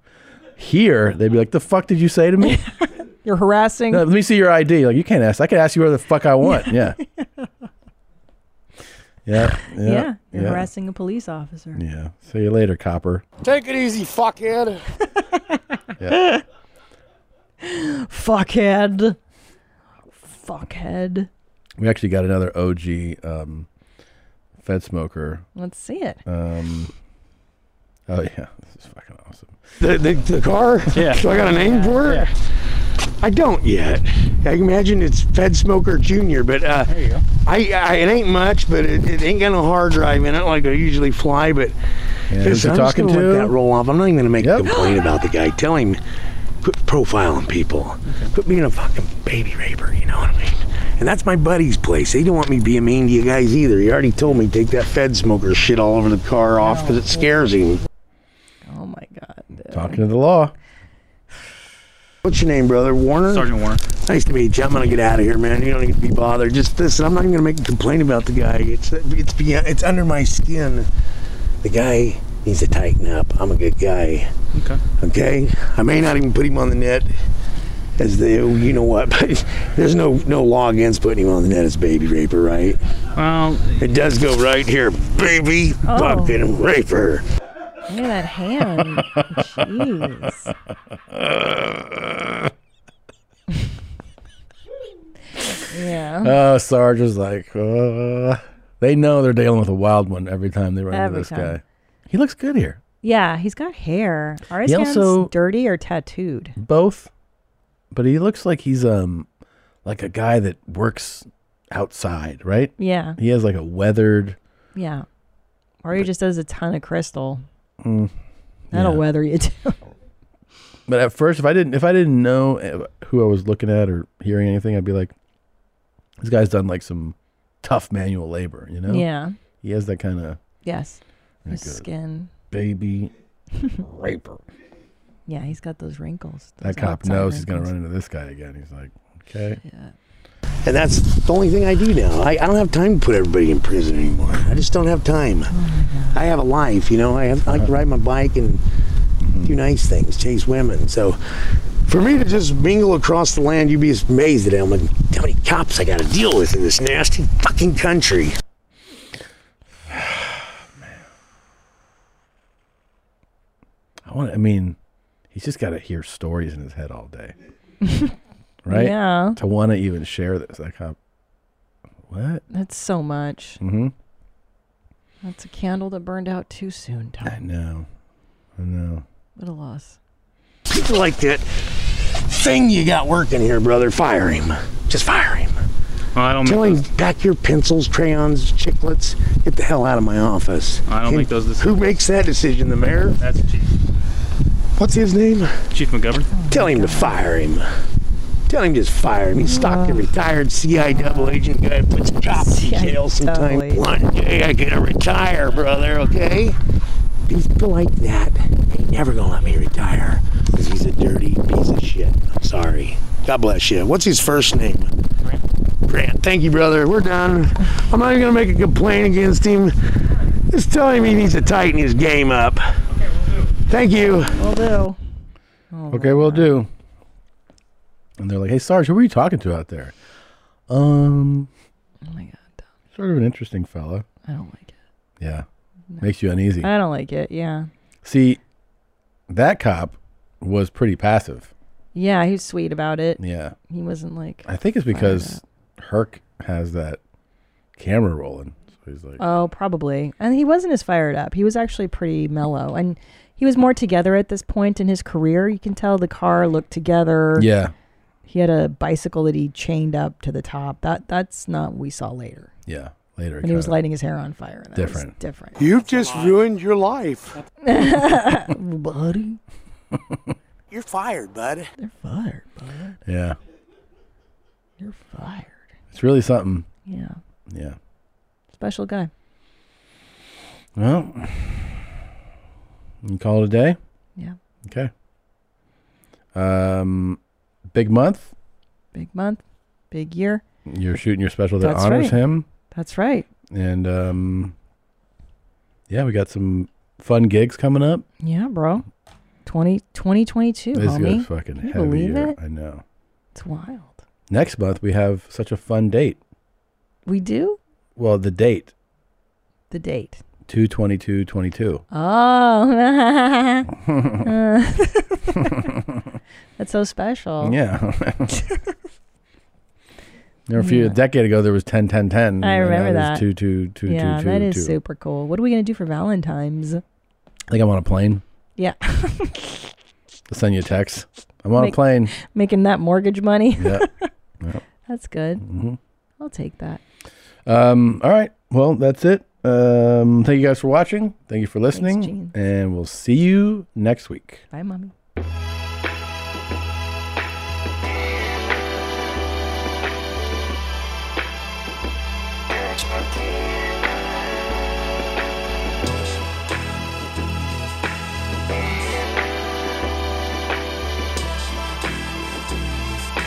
Speaker 2: Here, they'd be like, the fuck did you say to me?
Speaker 1: You're harassing.
Speaker 2: No, let me see your ID. Like, you can't ask. I can ask you whatever the fuck I want. Yeah. Yeah. Yeah.
Speaker 1: yeah. You're
Speaker 2: yeah.
Speaker 1: harassing a police officer.
Speaker 2: Yeah. See you later, copper.
Speaker 17: Take it easy, fuckhead.
Speaker 2: Yeah.
Speaker 1: Fuckhead. Fuckhead.
Speaker 2: We actually got another OG um, Fed smoker.
Speaker 1: Let's see it.
Speaker 2: Um, oh yeah, this is fucking awesome.
Speaker 17: The, the, the car?
Speaker 2: Yeah.
Speaker 17: Do I got a name for it? I don't yet. I imagine it's Fed Smoker Junior, but uh, there you go. I, I it ain't much, but it, it ain't got no hard drive in it like I usually fly. But
Speaker 2: Yeah,
Speaker 17: Listen,
Speaker 2: who's
Speaker 17: I'm
Speaker 2: he
Speaker 17: just
Speaker 2: talking
Speaker 17: gonna
Speaker 2: to?
Speaker 17: let that roll off. I'm not even gonna make a complaint about the guy. Tell him quit profiling people, quit being a fucking baby raper. You know what I mean? And that's my buddy's place. They don't want me being mean to you guys either. He already told me take that Fed Smoker shit all over the car off because
Speaker 1: Oh
Speaker 17: it scares him.
Speaker 2: Talking to the law.
Speaker 17: What's your name, brother? Warner?
Speaker 18: Sergeant Warner.
Speaker 17: Nice to meet you. I'm going to get out of here, man. You don't need to be bothered. Just listen, I'm not even going to make a complaint about the guy. It's it's beyond, it's under my skin. The guy needs to tighten up. I'm a good guy.
Speaker 18: Okay.
Speaker 17: Okay? I may not even put him on the net as the, you know what, but there's no, no law against putting him on the net as baby raper, right?
Speaker 18: Well,
Speaker 17: it does go right here. Baby
Speaker 1: Oh.
Speaker 17: fucking raper.
Speaker 1: Look at that hand. Jeez. Yeah.
Speaker 2: Oh, Sarge was like, uh, they know they're dealing with a wild one every time they run
Speaker 1: Every
Speaker 2: into this
Speaker 1: time.
Speaker 2: guy. He looks good here.
Speaker 1: yeah, he's got hair. Are his
Speaker 2: He
Speaker 1: hands
Speaker 2: also-
Speaker 1: dirty or tattooed?
Speaker 2: Both, but he looks like he's um like a guy that works outside, right?
Speaker 1: Yeah.
Speaker 2: He has like a weathered.
Speaker 1: Yeah. Or he just does a ton of crystal.
Speaker 2: Mm.
Speaker 1: That'll weather you too.
Speaker 2: But at first, if I didn't if I didn't know uh, who I was looking at or hearing anything, I'd be like, this guy's done like some tough manual labor, you know?
Speaker 1: Yeah.
Speaker 2: He has that kind of
Speaker 1: yes.
Speaker 2: Very
Speaker 1: His
Speaker 2: good.
Speaker 1: skin.
Speaker 2: baby raper.
Speaker 1: Yeah, he's got those wrinkles. those
Speaker 2: That cop
Speaker 1: outside
Speaker 2: knows he's gonna
Speaker 1: wrinkles.
Speaker 2: run into this guy again. He's like, okay.
Speaker 17: And that's the only thing I do now. I, I don't have time to put everybody in prison anymore. I just don't have time.
Speaker 18: Oh,
Speaker 17: I have a life, you know. I, have, I like to ride my bike and
Speaker 18: Mm-hmm.
Speaker 17: do nice things, chase women. So for me to just mingle across the land, you'd be amazed at how many, how many cops I got to deal with in this nasty fucking country.
Speaker 2: I want. I mean, he's just got to hear stories in his head all day, right?
Speaker 1: Yeah.
Speaker 2: To want to even share this, that cop. What?
Speaker 1: That's so much.
Speaker 2: Mm-hmm.
Speaker 1: That's a candle that burned out too soon,
Speaker 2: I
Speaker 1: Tom.
Speaker 2: know. I know.
Speaker 1: What a loss.
Speaker 17: People like that thing you got working here, brother. Fire him. Just fire him.
Speaker 18: Well, I don't
Speaker 17: Tell
Speaker 18: make
Speaker 17: him pack your pencils, crayons, chiclets. Get the hell out of my office.
Speaker 18: I don't
Speaker 17: Can-
Speaker 18: make those
Speaker 17: Who makes that decision? The mayor?
Speaker 18: That's Chief.
Speaker 17: What's his name?
Speaker 18: Chief McGovern.
Speaker 17: Tell him to fire him. Tell him just fire him. He's stocked a retired CI double agent guy who puts cops in jail sometimes. One day I gotta retire, brother, okay? These people like that, they never gonna let me retire. Because he's a dirty piece of shit. I'm sorry. God bless you. What's his first name? Grant. Grant. Thank you, brother. We're done. I'm not even gonna make a complaint against him. Just tell him he needs to tighten his game up. Thank you.
Speaker 1: Will do. Oh,
Speaker 2: okay, we'll do. And they're like, "Hey, Sarge, who were you talking to out there?" Um.
Speaker 1: Oh my god.
Speaker 2: Sort of an interesting fella.
Speaker 1: I don't like
Speaker 2: it. Yeah. Makes you uneasy.
Speaker 1: I don't like it. Yeah.
Speaker 2: See, that cop was pretty passive.
Speaker 1: Yeah, he was sweet about it.
Speaker 2: Yeah.
Speaker 1: He wasn't like,
Speaker 2: I think it's because Herc has that camera rolling. So he's like,
Speaker 1: oh, probably. And he wasn't as fired up. He was actually pretty mellow. And he was more together at this point in his career. You can tell the car looked together.
Speaker 2: Yeah.
Speaker 1: He had a bicycle that he chained up to the top. That That's not what we saw later.
Speaker 2: yeah, later.
Speaker 1: And he was
Speaker 2: kinda-
Speaker 1: lighting his hair on fire. and that was
Speaker 2: Different.
Speaker 1: different.
Speaker 15: You've just ruined your life.
Speaker 1: Buddy.
Speaker 17: You're fired, bud.
Speaker 1: They're fired, bud.
Speaker 2: Yeah.
Speaker 1: You're fired.
Speaker 2: It's really something.
Speaker 1: Yeah.
Speaker 2: Yeah.
Speaker 1: Special guy.
Speaker 2: Well, you call it a day?
Speaker 1: Yeah.
Speaker 2: Okay. Um, big month.
Speaker 1: Big month, big year.
Speaker 2: You're shooting your special that
Speaker 1: That's
Speaker 2: honors
Speaker 1: right.
Speaker 2: him.
Speaker 1: That's right.
Speaker 2: And, um, yeah, we got some fun gigs coming up.
Speaker 1: Yeah, bro. 20, 2022,
Speaker 2: This
Speaker 1: homie.
Speaker 2: goes fucking
Speaker 1: Can you
Speaker 2: heavy
Speaker 1: believe
Speaker 2: year.
Speaker 1: it?
Speaker 2: I know.
Speaker 1: It's wild.
Speaker 2: Next month, we have such a fun date.
Speaker 1: We do?
Speaker 2: Well, the date,
Speaker 1: The date.
Speaker 2: 222 22.
Speaker 1: Oh. Uh, That's so special.
Speaker 2: Yeah. There were a few, a
Speaker 1: Yeah.
Speaker 2: decade ago, there was 10 10 10.
Speaker 1: I
Speaker 2: and now
Speaker 1: remember
Speaker 2: there's
Speaker 1: that.
Speaker 2: 2 2 2
Speaker 1: yeah, that is
Speaker 2: 2.
Speaker 1: super cool. What are we going to do for Valentine's?
Speaker 2: I think I'm on a plane.
Speaker 1: Yeah.
Speaker 2: I'll send you a text. I'm on
Speaker 1: Make-
Speaker 2: a plane.
Speaker 1: Making that mortgage money.
Speaker 2: Yeah. Yeah.
Speaker 1: That's good.
Speaker 2: Mhm.
Speaker 1: I'll take that.
Speaker 2: Um, all right. Well, that's it. Um, thank you guys for watching. Thank you for listening. and we'll see you next week.
Speaker 1: Bye, mommy.
Speaker 13: Thank you.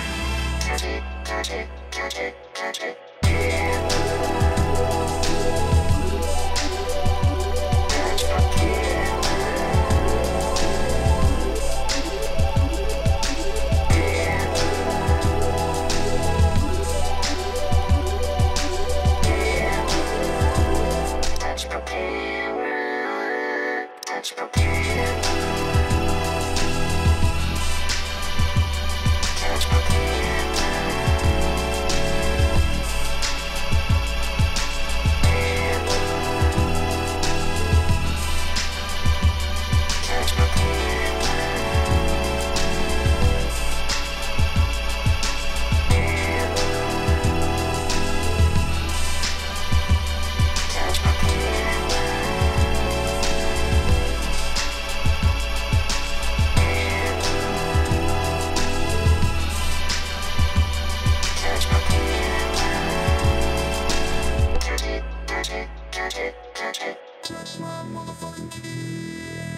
Speaker 13: Motherfucker.